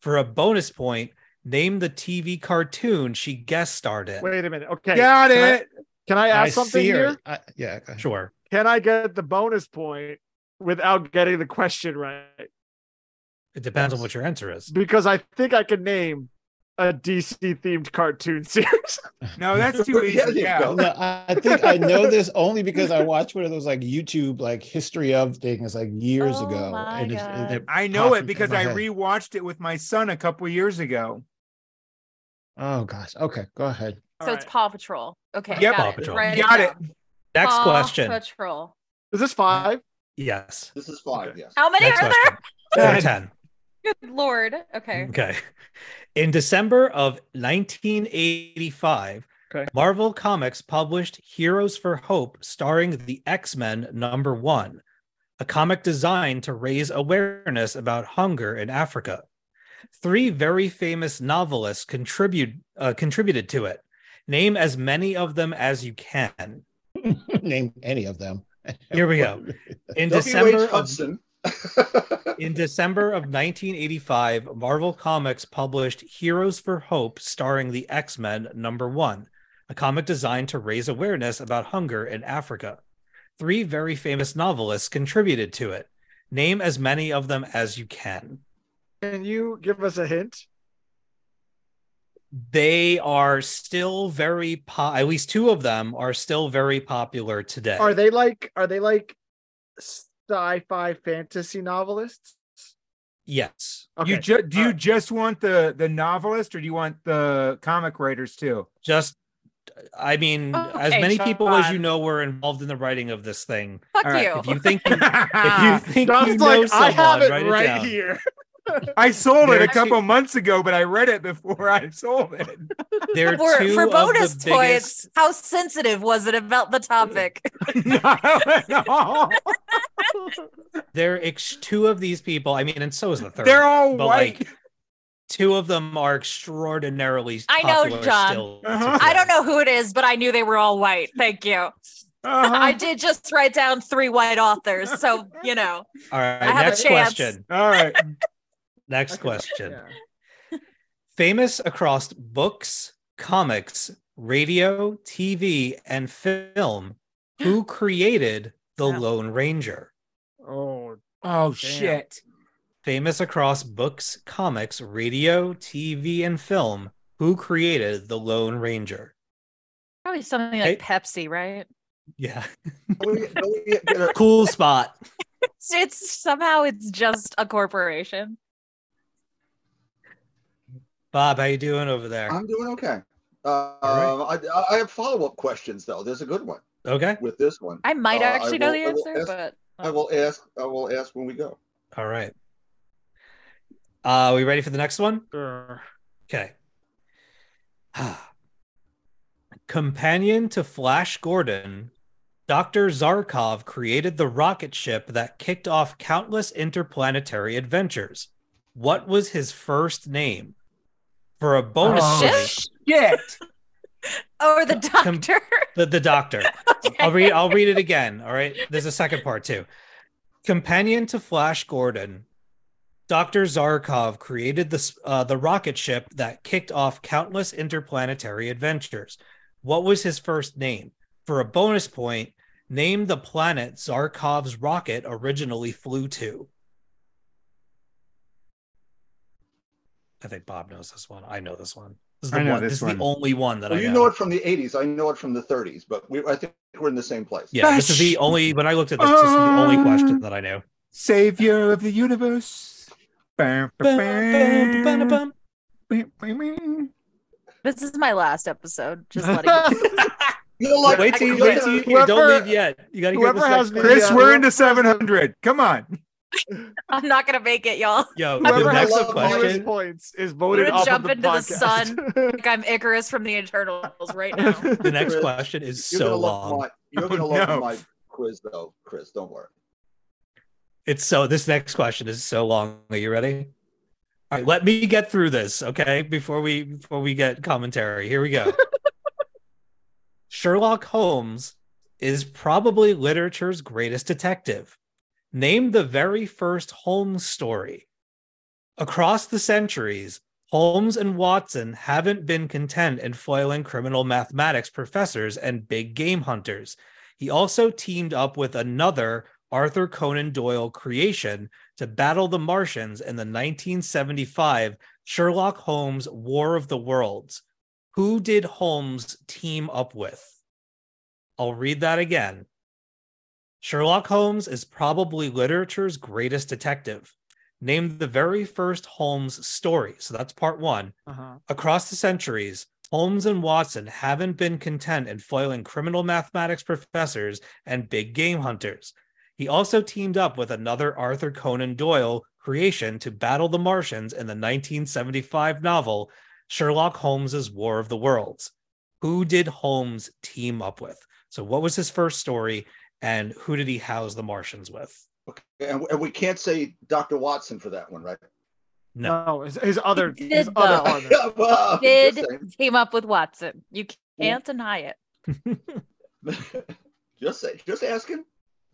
For a bonus point, name the TV cartoon she guest starred in.
Wait a minute. Okay.
Got
Can I-
it.
Can I ask something
see her.
here?
I- yeah. go ahead.
Sure.
Can I get the bonus point without getting the question right?
It depends on what your answer is.
Because I think I can name a DC themed cartoon *laughs* series.
No, that's *laughs* too easy.
Yeah, you
Yeah.
go.
No, I I think I know this only because I watched one of those like YouTube like history of things like years
Oh
ago.
my
it-
God.
it
I know
popped
it
in
because
my
I
head.
rewatched it with my son a couple years ago.
Oh gosh. Okay, go ahead. *laughs*
So
All
it's
right.
Paw Patrol. Okay.
Yep.
got
Paw
it.
Patrol.
Write
Got it.
down.
Next
Paw
question.
Patrol.
Is this five?
Yes.
This is five.
Okay.
Yes.
How many
Next
are there?
question. Mm-hmm. There are 10.
Good lord. Okay.
Okay. In December of 1985,
Okay.
Marvel Comics published Heroes for Hope, starring the X Men number one, a comic designed to raise awareness about hunger in Africa. Three very famous novelists contribute, uh, contributed to it. Name as many of them as you can.
Name any of them.
Here we go. In
W.
December
H.
of
Hudson. *laughs*
In December of 1985, Marvel Comics published Heroes for Hope, starring the X Men number one, a comic designed to raise awareness about hunger in Africa. Three very famous novelists contributed to it. Name as many of them as you can.
Can you give us a hint?
They are still very, po- at least two of them are still very popular today.
Are they like are they like sci-fi fantasy novelists?
Yes.
Okay.
You ju- do you
Alright.
just want the the novelist or do you want the comic writers too?
Just, I mean,
Oh,
as
Okay,
many people as
Sean.
you know were involved in the writing of this thing.
Fuck
All right,
you.
If you think
*laughs*
you
I
if you think you
John's
know
like,
someone,
I have it
write
right
down.
here.
sold it
They're
a couple months ago, but I read it before I sold it. *laughs*
They're
for,
two
for
of
bonus
the biggest-
points, how sensitive was it about the topic?
Not at all.
They're ex- two of these people. I mean, and so is the third.
They're all
But,
white.
like, two of them are extraordinarily.
I know,
popular
John.
Still
Uh-huh.
I don't know who it is, but I knew they were all white. Thank you.
Uh-huh.
I did just write down three white authors. *laughs* So, you know,
All right,
have a
next
chance.
question.
All right.
Next question. Famous across books, comics, radio, TV, and film.
*gasps*
Who created the
Yeah.
Lone Ranger?
Oh,
Oh shit.
Famous across books, comics, radio, TV, and film. Who created the Lone Ranger?
probably something
like Hey.
Pepsi, right?
Yeah.
Don't we- don't we get a-
Cool spot.
It's, it's somehow it's just a corporation.
Bob, how you doing over there?
I'm doing okay.
All
Uh, I, I- I have follow-up questions though. There's a good one
okay.
with this one.
I might
Uh, I
actually
will-
know the
I will
answer,
ask-
but uh,
I will ask. I will ask when we go.
All right. Uh, we ready for the next one?
sure.
Okay. *sighs* Companion to Flash Gordon, Dr. Zarkov created the rocket ship that kicked off countless interplanetary adventures. What was his first name? For a bonus,
Oh,
point,
Shit.
Oh, the
Com-
doctor. *laughs*
the, the doctor. I'll read I'll read it again. All right. There's a second part too. Companion to Flash Gordon, Dr. Zarkov created the s- uh, the rocket ship that kicked off countless interplanetary adventures. What was his first name? For a bonus point, name the planet Zarkov's rocket originally flew to. I think Bob knows this one. I know this one. This is the
I know
one.
this
This, is
one.
the only one that
Well,
I
you
know.
know it from the 80s. I know it from the 30s, but we, I think we're in the same place.
Yeah, this is the only. When I looked at this, this is the
Uh,
only question that I knew.
Savior of the universe. Bam, bam, bam, bam, bam, bam.
This is my last episode. Just letting
*laughs*
you
You'll like,
Wait till you,
you'll
wait till you,
Whoever-
don't leave yet. You gotta hear
whoever
this
has
has
me-
Chris,
Yeah.
we're
uh,
into 700. Come on.
I'm not gonna make
*laughs*
it, y'all.
Yo, the
Whoever has
next
the
love
fewest
question.
points is voted
gonna
off
jump
of the
into the
*laughs*
*laughs*
podcast.
Like I'm Icarus from the Eternals right now.
*laughs*
The next
Chris,
question is
you're
so
gonna love
long.
my you're gonna
Oh,
love
no.
my quiz though, Chris. Don't worry.
It's so. This next question is so long. Are you ready? All right, let me get through this, okay? Before we before we get commentary. Here we go. Sherlock Holmes is probably literature's greatest detective. Name the very first Holmes story. Across the centuries, Holmes and Watson haven't been content in foiling criminal mathematics professors and big game hunters. He also teamed up with another Arthur Conan Doyle creation to battle the Martians in the 1975 Sherlock Holmes War of the Worlds. Who did Holmes team up with? I'll read that again. Sherlock Holmes is probably literature's greatest detective. Name the very first Holmes story. So that's part one.
Uh-huh.
Across the centuries, Holmes and Watson haven't been content in foiling criminal mathematics professors and big game hunters. He also teamed up with another Arthur Conan Doyle creation to battle the Martians in the 1975 novel Sherlock Holmes's War of the Worlds. Who did Holmes team up with? So, what was his first story, and who did he house the Martians with?
And, and we can't say Dr. Watson for that one, right?
No.
No, his, his other,
He
his
did,
other
though.
*laughs*
one.
Well, I'm just
Did
saying.
team up with Watson. You can't deny it.
*laughs* just say, just asking.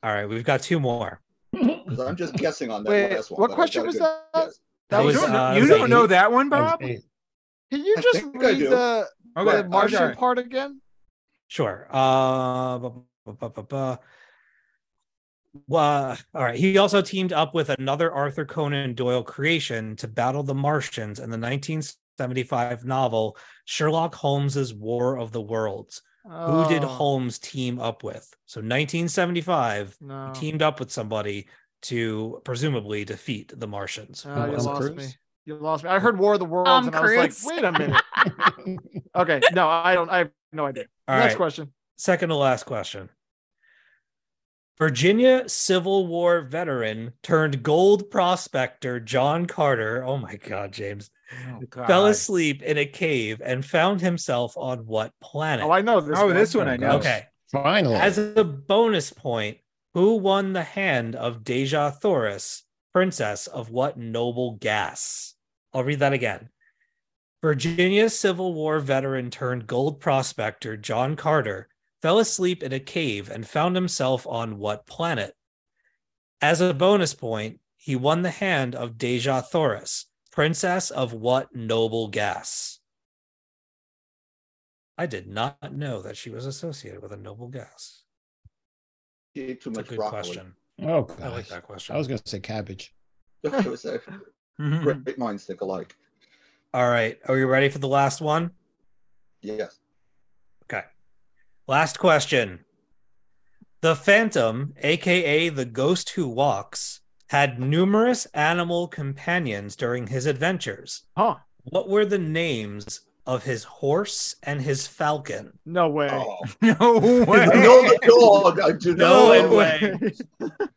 All right, we've got two more.
'cause I'm just guessing on that
Wait,
last one.
what
but I've
question
got a
was
good
that?
guess.
That
you
was, uh,
don't, know, you
was
don't
eight.
know that one, Bob?
Eight.
Can you
I
just
think I
read
do.
the,
Okay,
the Martian
okay.
part again?
Sure. Uh, bu- bu- bu- bu- bu- Wha- all right. He also teamed up with another Arthur Conan Doyle creation to battle the Martians in the 1975 novel Sherlock Holmes's War of the Worlds. Who did
Oh,
Holmes team up with? So 1975,
No. Uh,
he teamed up with somebody to presumably defeat the Martians. Who
Oh, you
was it?
Tom
lost me.
Cruise?
You lost me. I heard War of the Worlds,
Tom
and I was
Cruise.
like, wait a
*laughs*
minute. okay, no, I don't. I have no idea.
All
Next
right.
question.
Second to last question. Virginia Civil War veteran turned gold prospector John Carter. Oh my God, James.
Oh, God.
Fell asleep in a cave and found himself on what planet?
Oh, I know this.
Oh,
one.
this one I know.
okay.
*laughs* Finally.
As a bonus point, who won the hand of Dejah Thoris, princess of what noble gas? I'll read that again. Virginia Civil War veteran turned gold prospector John Carter fell asleep in a cave and found himself on what planet? As a bonus point, he won the hand of Dejah Thoris, princess of what noble gas? I did not know that she was associated with a noble gas.
He ate too
That's a
much
good
broccoli.
question.
oh, gosh.
I like that question.
I was going to say cabbage.
It was a
Mm-hmm.
Mhm.
great minds think alike.
All right. Are you ready for the last one?
Yes.
Last question. The Phantom, aka the Ghost Who Walks, had numerous animal companions during his adventures.
Huh?
What were the names of his horse and his falcon?
No way.
*laughs*
Oh.
No way.
no, the dog. I do
No
not-
way.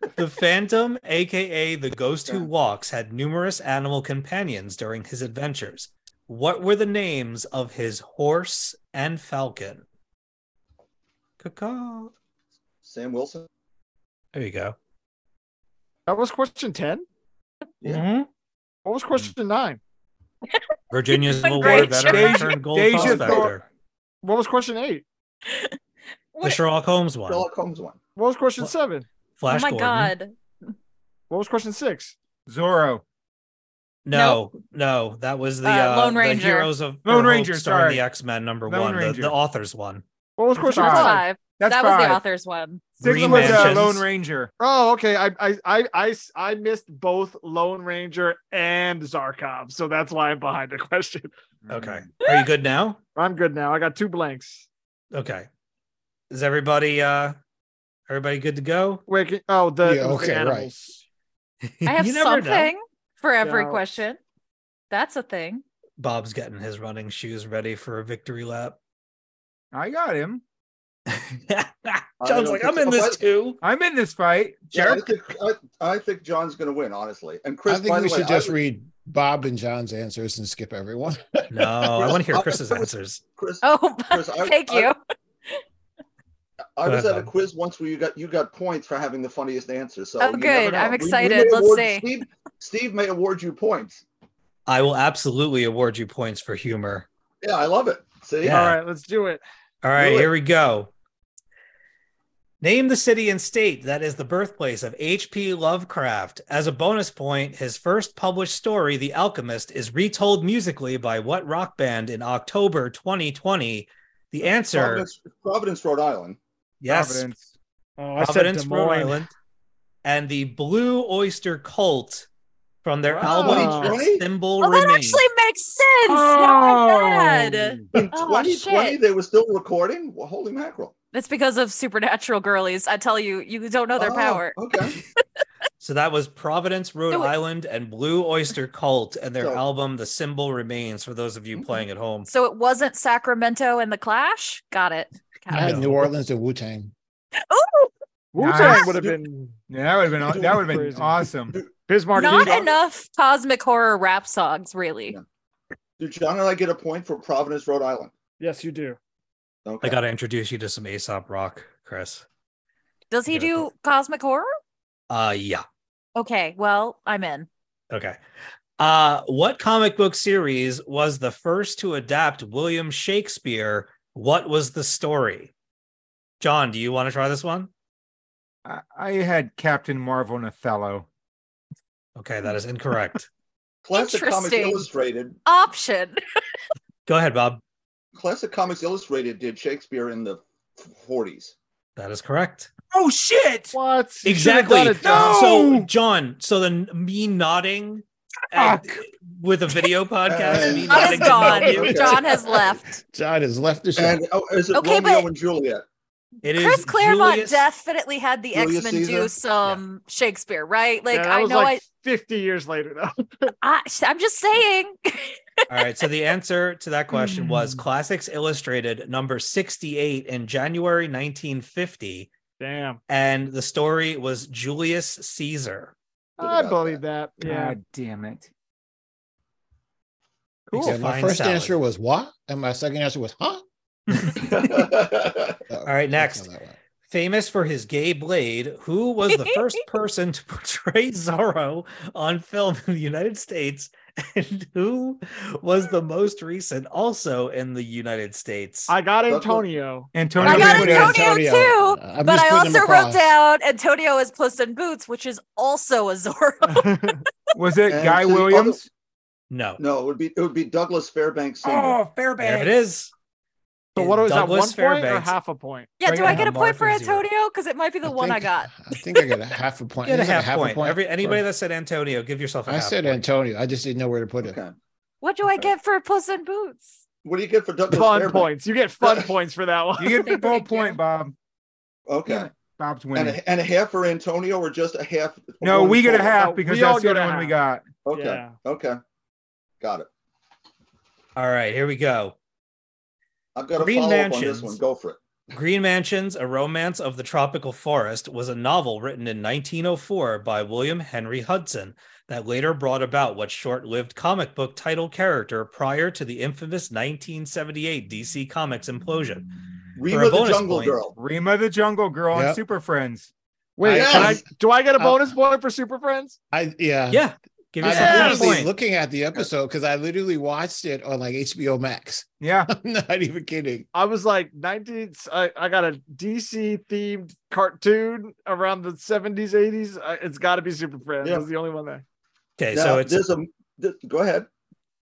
*laughs*
The Phantom, aka the Ghost Who Walks, had numerous animal companions during his adventures. What were the names of his horse and falcon? Caw-caw.
Sam Wilson.
There you go.
That was question 10.
Yeah.
Mm-hmm.
Mhm.
What was question nine?
Virginia's
You're doing
Civil War
great,
veteran
Deja-
turned gold
Deja
prospector.
What was question eight?
The
What-
Sherlock Holmes one.
Sherlock Holmes one.
What was question
What?
seven?
oh
Flash
my
Gordon.
god.
What was question six?
Zorro.
No, no, that was the
Uh,
uh,
Lone
the
Ranger.
Heroes of
Lone
Her Hope
Ranger,
starring
sorry.
the X Men number
Lone
one, the,
Ranger.
the authors one.
What was
That's
question
That's
Five.
five?
five.
That's
that was
five.
the author's one.
Six
Green
was uh,
Mansions.
Lone Ranger.
Oh, okay. I, I I I I missed both Lone Ranger and Zarkov, so that's why I'm behind the *laughs* question.
Okay. Are you good now?
I'm good now. I got two blanks.
Okay. Is everybody uh everybody good to go?
Wait, can- oh the,
Yeah,
it was the
okay, right.
animals.
*laughs*
I have
You never know.
something for every
Yeah.
question. That's a thing.
Bob's getting his running shoes ready for a victory
*laughs*
lap.
I got him.
don't
John's like,
think
I'm in
so.
this
What?
too.
I'm in this fight.
Yeah, I think I, I think John's going to win, honestly. And Chris,
I
by
think we
the way,
should
I
just
would-
read Bob and John's answers and skip
*laughs*
everyone.
No, I want to
*laughs*
hear
I-
Chris's answers.
Chris,
Oh, *laughs*
Chris, I-
thank
I-
you.
I
Go
was
ahead,
at a
Bob.
quiz once where you got you got points for having the funniest answer. So
Oh,
you never
good. I'm
know. We- we may
excited. Let's
award-
see.
Steve, Steve may award you points.
I will absolutely award you points for humor.
Yeah, I love it. See,
Yeah.
All right, let's do it.
All right,
Do it.
here we go. Name the city and state that is the birthplace of H.P. Lovecraft. As a bonus point, his first published story, The Alchemist, is retold musically by what rock band in October 2020? The answer,
Providence, Providence, Rhode Island.
yes,
Providence.
Oh, I said
Providence,
Des
Rhode
Moines.
Island, and the Blue Oyster Cult from their
Wow.
Oh,
album
Really?
"A Symbol
Well, that
Remains.
actually makes sense. Not bad.
Oh.
In
Oh,
2020,
shit.
they were still recording. Well, holy mackerel!
That's because of supernatural girlies. I tell you, you don't know their
Oh,
power.
Okay.
So that was Providence, Rhode
So it-
Island, and Blue Oyster Cult, and their
So-
album "The Symbol Remains." For those of you
Mhm.
playing at home,
So it wasn't Sacramento and the Clash. Got it.
I
Got it.
had New Orleans and Wu Tang.
Ooh,
Wu-Tang
Nice.
would have been
Yeah, that would have been that would have been
Crazy.
awesome.
Bismarck.
not
Eagle.
enough cosmic horror rap songs, really.
Yeah. Did John and I get a point for Providence, Rhode Island?
Yes, you do.
Okay.
I got to introduce you to some Aesop Rock, Chris.
Does he
Yeah,
do cosmic horror?
Uh, yeah.
Okay, well, I'm in.
Okay. Uh, what comic book series was the first to adapt William Shakespeare? What was the story? John, do you want to try this one?
I, I had Captain Marvel and Othello.
Okay, that is incorrect.
Classic Comics
Interesting.
Illustrated. *laughs*
Option.
Go ahead, Bob.
Classic Comics Illustrated did Shakespeare in the 40s.
That is correct.
Oh shit!
What You should've
Exactly.
done it, John.
No!
So, John, so then me nodding at-
Fuck.
with a video podcast,
Uh,
me
John
nodding
is
didn't help
gone.
you.
Okay.
John has left.
John has left the show.
And oh, is it
Okay,
Romeo
but-
and Juliet? *laughs*
It is
Chris Claremont
Julius-
definitely had the
Julius
X Men do
Caesar?
some Shakespeare, right? Like
Yeah, that
I
was
know
like 50 years later though. *laughs*
I, I I'm just saying. *laughs*
All right. So the answer to that question was
Hmm.
Classics Illustrated number 68 in January 1950.
Damn.
And the story was Julius Caesar.
I believe that. Yeah.
God damn it.
Cool.
Yeah, my
Fine
first
salad.
answer was what? And my second answer was huh? All
right, next. Famous for his gay blade, who was the
*laughs*
first person to portray Zorro on film in the United States? And who was the most recent also in the United States?
I got
That's what- *laughs*
Antonio.
Antonio
I got
Banderas.
Antonio too, but I also wrote down Antonio as Puss in Boots, which is also a Zorro. *laughs*
Was it
And
Guy
to the other-
Williams?
no.
No, it would be it would be Douglas Fairbanks Sr.
Oh,
There it
Fairbanks.
is.
So what was that? One
Douglas
point or
Fairbanks.
half a point?
yeah,
Bring
do
it
I
on,
get a point
Mark
for
is zero.
Antonio? Because it might be the one I got.
I think I got a half a point.
Get
I
a
think I got
half, point. Every anybody that said Antonio, give yourself a
I
half
said
point.
Antonio. I just didn't know where to put it.
Okay.
What do I get for Puss in Boots?
What do you get for Douglas
Fun
Fairbanks?
points. You get
*laughs*
fun points for that one.
You get the
Thank
full
you.
point, Bob. Damn
Okay.
it. Bob's
And
winning.
a, and a half for Antonio or just a half?
No,
one
we get a
for-
No,
half because
we all
that's the
get a
only one we
half.
got.
Okay.
Yeah.
Okay. Got it.
All right, here we go.
I've got a
Green
follow up on
Mansions.
this one. Go for it.
Green Mansions, A Romance of the Tropical Forest was a novel written in 1904 by William Henry Hudson that later brought about what short lived comic book title character prior to the infamous 1978 DC Comics implosion. For a
Reba the
bonus
Jungle
point.
Girl.
Rima the Jungle Girl on
Yep.
Super Friends.
Wait,
I-
can I, do I get a
Uh,
bonus point for Super Friends?
I yeah.
Yeah, give
I
yourself
Yeah.
a bonus
was
point.
literally looking at the episode because I literally watched it on like HBO Max. *laughs*
Yeah.
I'm not even kidding.
I was like 19. I, I got a DC themed cartoon around the 70s, 80s. I, it's got to be Super Friends.
Yeah.
That's the only one there.
okay,
Now,
so it's
there's a. th- go ahead.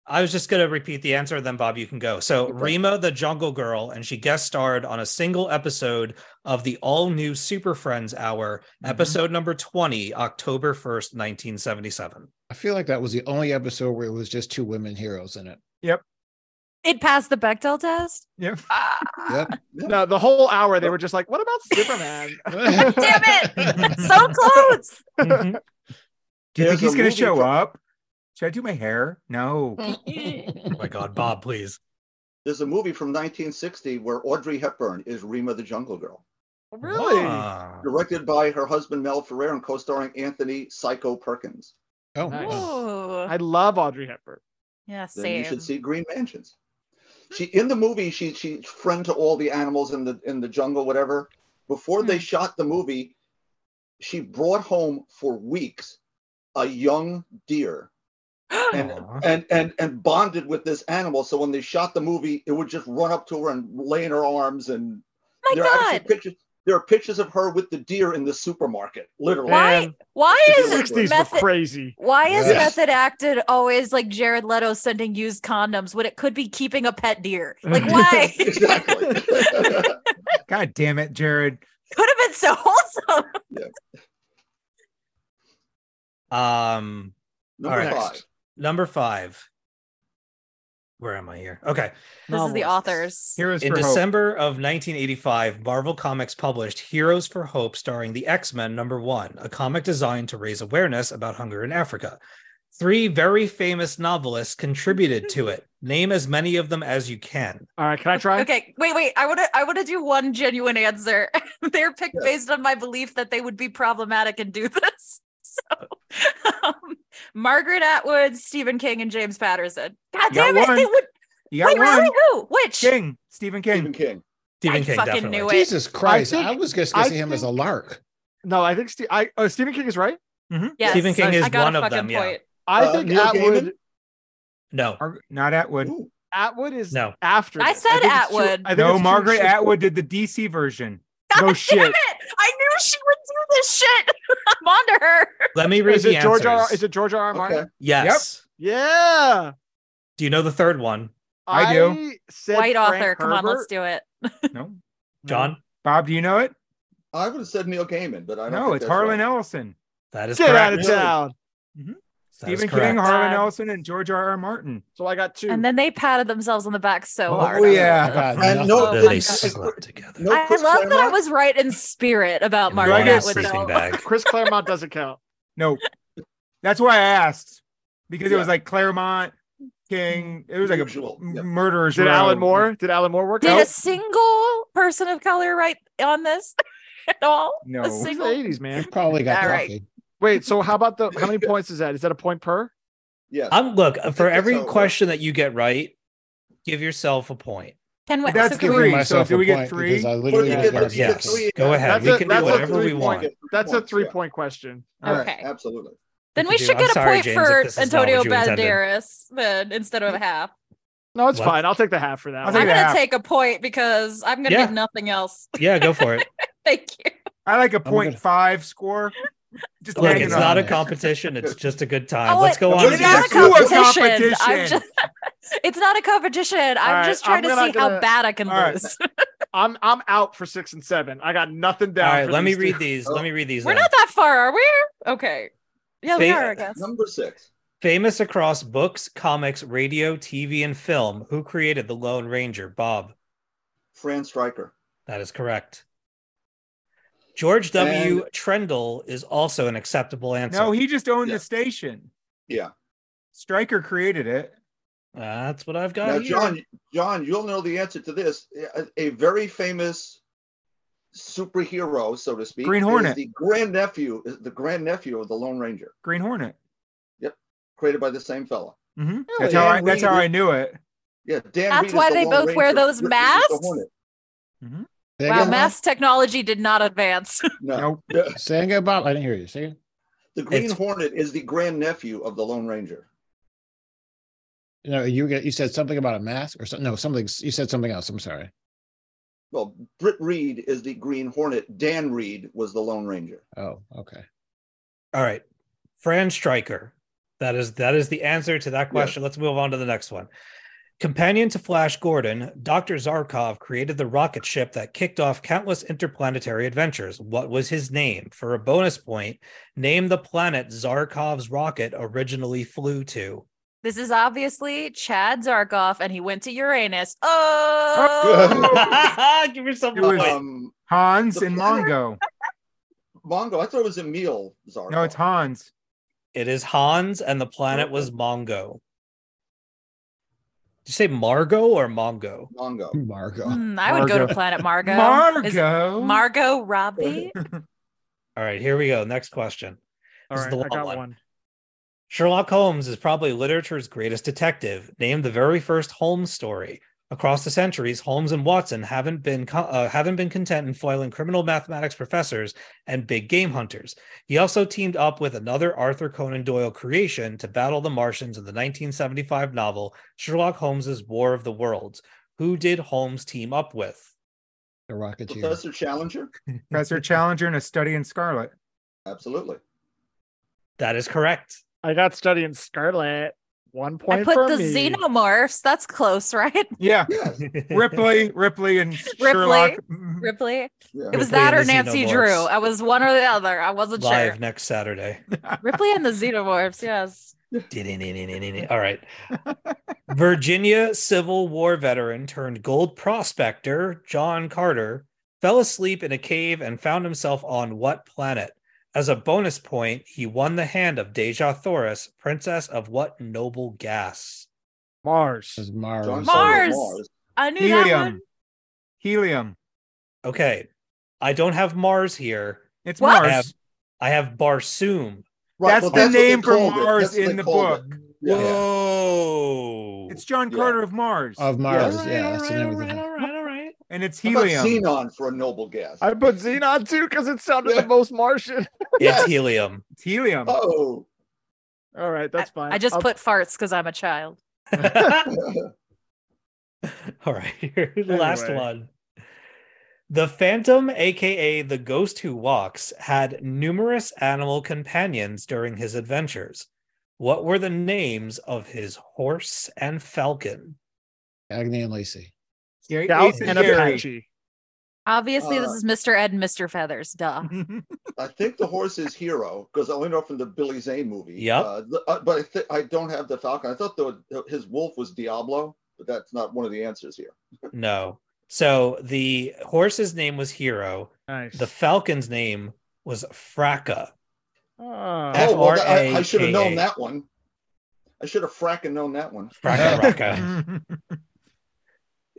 I was just going to repeat the answer, then Bob, you can go. So,
Okay.
Rima the Jungle Girl, and she guest starred on a single episode of the all new Super Friends Hour, episode number 20, October 1st, 1977.
I feel like that was the only episode where it was just two women heroes *laughs* in it.
It passed the Bechdel test.
Yeah.
Ah,
No, the whole hour they were just like, what about Superman? *laughs*
Damn *laughs*
it! so close.
Mhm.
Do you think
There's
he's
a
gonna
movie
show
co-
up? Should I do my hair? No.
oh my God, Bob, please.
There's a movie from 1960 where Audrey Hepburn is Rima the Jungle Girl,
really?
Ah.
directed by her husband Mel Ferrer and co-starring Anthony Psycho Perkins.
Oh,
Nice.
wow.
Ooh.
I love Audrey Hepburn.
Yeah,
Then you
same. *gasps*
should see Green Mansions. She in the movie she she's friend to all the animals in the in the jungle whatever. Before they
Hmm.
shot the movie, she brought home for weeks a young deer
Oh
and
Aw.
and and and bonded with this animal. So when they shot the movie, it would just run up to her and lay in her arms. And
My
there are actually
God,
pictures. There are pictures of her with the deer in the supermarket, literally.
Why
Man,
why
The
the
is
60s were
method?
crazy.
Why is
Yes.
method acted always like Jared Leto sending used condoms when it could be keeping a pet deer? Like why? *laughs*
*laughs*
*laughs*
could
Exactly.
God damn it, Jared.
have been so wholesome.
Um,
Number
All right.
five.
number five. Where am I here? Okay.
This is the authors.
Here is
In
for hope.
December of 1985, Marvel Comics published Heroes for Hope, starring the X Men number one, a comic designed to raise awareness about hunger in Africa. Three very famous novelists contributed to it. Name as many of them as you can.
All right, can I try?
Okay, wait, wait. I want to. I want to do one genuine answer. *laughs* They're picked
Yeah.
based on my belief that they would be problematic and do *laughs* this. So, um, Margaret Atwood, Stephen King, and James Patterson. God
You got
damn it! They
one.
would.
You got
Wait,
one.
really? Who? Which?
King. Stephen King.
Stephen King.
Stephen
I
King,
fucking
definitely.
knew it.
Jesus Christ. I,
think-
was just gonna
I
see him as a
think-
lark.
No, I think Steve, I, oh, Stephen King is right.
Yes,
Stephen King
I-
is
I got
one
a
of
fucking
them, yeah.
point.
I
Uh,
think
Neil
Atwood
Gaiman?
No,
Or- not Atwood.
Ooh,
Atwood is
no.
after.
I
this.
said
think it's two-
Atwood.
I think it's
No,
two
Margaret
short-
Atwood did the DC version.
God
No
damn
shit.
it! I knew she would do this shit. *laughs* I'm onto her.
Let me read
Is
the
it George R.
answers.
Is it George R. R. Martin?
Okay.
yes.
Yeah,
Do you know the third one,
I do.
said
White
Frank
author. Come on, let's
Herbert.
do it.
No.
John?
Bob, do you know it?
I would have said Neil Gaiman, but I don't.
No,
think
it's
that's
Harlan
Right.
Ellison.
That is
Get out
correct.
of town.
That is
Stephen
correct.
King, Harlan
Um,
Ellison, and George R. R. Martin.
So I got two.
And then they patted themselves on the back so
Oh,
hard.
yeah.
Uh,
I love this.
And no-
Oh
Then
my
they
God.
slept together.
No
I
Chris
love that I
Claremont?
was right in spirit about
in
Margaret
one
Right, Atwood,
Atwood.
sleeping
though.
bag.
Chris Claremont doesn't count.
No. That's why I asked. Because it was
Yeah.
like Claremont, King. It was like a
Usual,
m-
yeah.
*laughs*
murderer's
Did
row.
Alan Moore? Did Alan Moore work
Did
out?
a single person of color write on this *laughs* at all?
No.
A
It's the
single.
80s, man.
Probably got
All right.
coffee.
*laughs* Wait, so how about the how many points is that? Is that a point per?
Yes.
I'm look for
that's
every
how it works.
question that you get right, give yourself a point.
Can we,
That's
so can
Giving
we-
three.
myself
So do
a
we get
point
three?
because I literally
But
just
if
got
it's
yes.
six.
three-
Go ahead.
That's
we
a-
can
that's
do
a
whatever we
three-point
want.
Get three
That's a
points,
three
yeah.
point question.
All right.
Okay.
Absolutely.
then
could
we
do-
should
I'm
get a
sorry,
point
James,
for
if this is not
Antonio
what you intended.
Banderas then instead of a half.
No, it's
What?
fine. I'll take the half for that.
I'll
one.
I'm
take
gonna
a half.
take a point because I'm gonna
Yeah.
get nothing else. *laughs*
Yeah, go for it.
Thank you.
I like a
good.
point five score.
*laughs*
Just
Look,
hanging
it's
on
not a *laughs*
there.
competition. It's just a good time.
Oh,
Let's go
it-
on. to
It's
the
not
next
a
one.
Let's do a
competition. I'm
competition.
just, it's not a competition. I'm
right,
just trying
I'm
to
not
see how
gonna-
bad I can
All right.
lose.
I'm I'm out for six and seven. I got nothing
All
down.
right,
for
let me
these
read
two.
these. Let me read these.
We're
then.
not that far, are we? Okay. Yeah, we
They-
are, I guess.
Number six.
Famous across books, comics, radio, TV, and film. Who created the Lone Ranger? Bob.
Fran Stryker.
That is correct. George W.
And-
Trendle is also an acceptable answer.
No, he just owned
Yeah.
the station.
Yeah.
Stryker created it.
That's what I've got.
Now,
here.
John, John, you'll know the answer to this. A, a very famous superhero, so to speak,
Green
is
Hornet.
the grand nephew, is the grand nephew of the Lone Ranger,
Green Hornet.
created by the same fella.
hmm
Really?
That's how I,
Dan
that's how
Reed-
I knew it.
Yeah, Dan.
That's
Reed is
why
the
they
Lone
both wear
Ranger. Rick
those
is the
masks?
Hornet.
Mhm.
Say
Wow,
again,
mass technology did not advance. *laughs*
No,
Nope.
Bob? Say again, Bob. I didn't hear you. Say again.
the Green
It's-
Hornet is the grandnephew of the Lone Ranger.
No, you get- you said something about a mask or something. No, something. You said something else. I'm sorry.
Well, Britt Reed is the Green Hornet. Dan Reed was the Lone
*laughs*
Ranger.
Oh, okay.
All right. Fran Stryker. That is that is the answer to that question. Let's move on to the next one. Companion to Flash Gordon, Dr. Zarkov created the rocket ship that kicked off countless interplanetary adventures. What was his name? For a bonus point, name the planet Zarkov's rocket originally flew to. *laughs*
this is obviously Chad Zarkov, and he went to Uranus. Oh,
Give yourself a
It was-
point.
Um,
Hans
The
and
planet?
Mongo.
Mongo, I thought it was Emil Zarkov.
No, it's Hans.
It is Hans, and the planet was Mongo. Did you say Margo or Mongo?
Mongo.
*laughs* Margo.
Hmm, I would go to
Margo.
planet Margo. Is it
Margo.
Margo Robbie.
All right, here we go. Next question.
All
This is
right,
the
I
long
got
one.
one.
Sherlock Holmes is probably literature's greatest detective, named the very first Holmes story. Across the centuries, Holmes and Watson haven't been co- uh, haven't been content in foiling criminal mathematics professors and big game hunters. He also teamed up with another Arthur Conan Doyle creation to battle the Martians in the 1975 novel Sherlock Holmes's War of the Worlds. Who did Holmes team up with?
The Rocketeer.
Professor Challenger?
Professor Challenger and a study in Scarlet.
Absolutely.
That is correct.
I got studying Scarlet. One point
I put
for
the
me.
xenomorphs. That's close, *laughs* right?
Yeah. Ripley, Ripley,
*laughs*
and Sherlock.
Ripley.
Yeah.
It was
Ripley
that
and
or
the
Nancy
Xenomorphs.
Drew. I was one or the other. I
*laughs*
wasn't
Live
sure.
next Saturday.
Ripley and the xenomorphs. Yes.
All right. Virginia Civil War veteran turned gold prospector John Carter fell asleep in a cave and found himself on what planet? As a bonus point, he won the hand of Dejah Thoris, princess of what noble gas?
Mars.
This is Mars.
John
Mars.
Carter Mars.
I knew that one.
Helium. Helium.
Okay. I don't have Mars here.
It's
What?
Mars.
I have, I have Barsoom.
Right,
That's
well,
the
what they
name for
called it.
Mars
That's what
in
they
the
called
book.
it. Yeah.
Whoa.
It's John
Yeah.
Carter of Mars.
Of
all
Mars.
right,
yeah,
all
that's the
right,
name
all
of the
right, all right, all right.
and it's
How about
helium.
xenon for a noble gas?
I put Xenon too because it sounded
Yeah.
the most Martian.
It's helium.
It's helium.
Oh,
*laughs* All right, that's fine.
I just
I'll-
put farts because I'm a child.
*laughs* All right, here's the last
Anyway.
one. The Phantom, aka the Ghost Who Walks, had numerous animal companions during his adventures. What were the names of his horse and falcon?
Agni and Lacey.
Gary-
Scout
Ace
and
Gary.
Apache.
Obviously, this
Uh,
is Mr. Ed and Mr. Feathers. Duh.
I think the horse is Hero because I only know from the Billy Zane movie.
Yep.
Uh, the- uh, but I, th- I don't have the Falcon. I thought the, his wolf was Diablo, but that's not one of the answers here.
No. So the horse's name was Hero.
Nice.
The falcon's name was Fracca.
Ah.
F-
oh, well, that- I, I
F-R-A-K-A.
should have known that one. I should have fracking known that one. *laughs*
Fracca Rocca.
*laughs*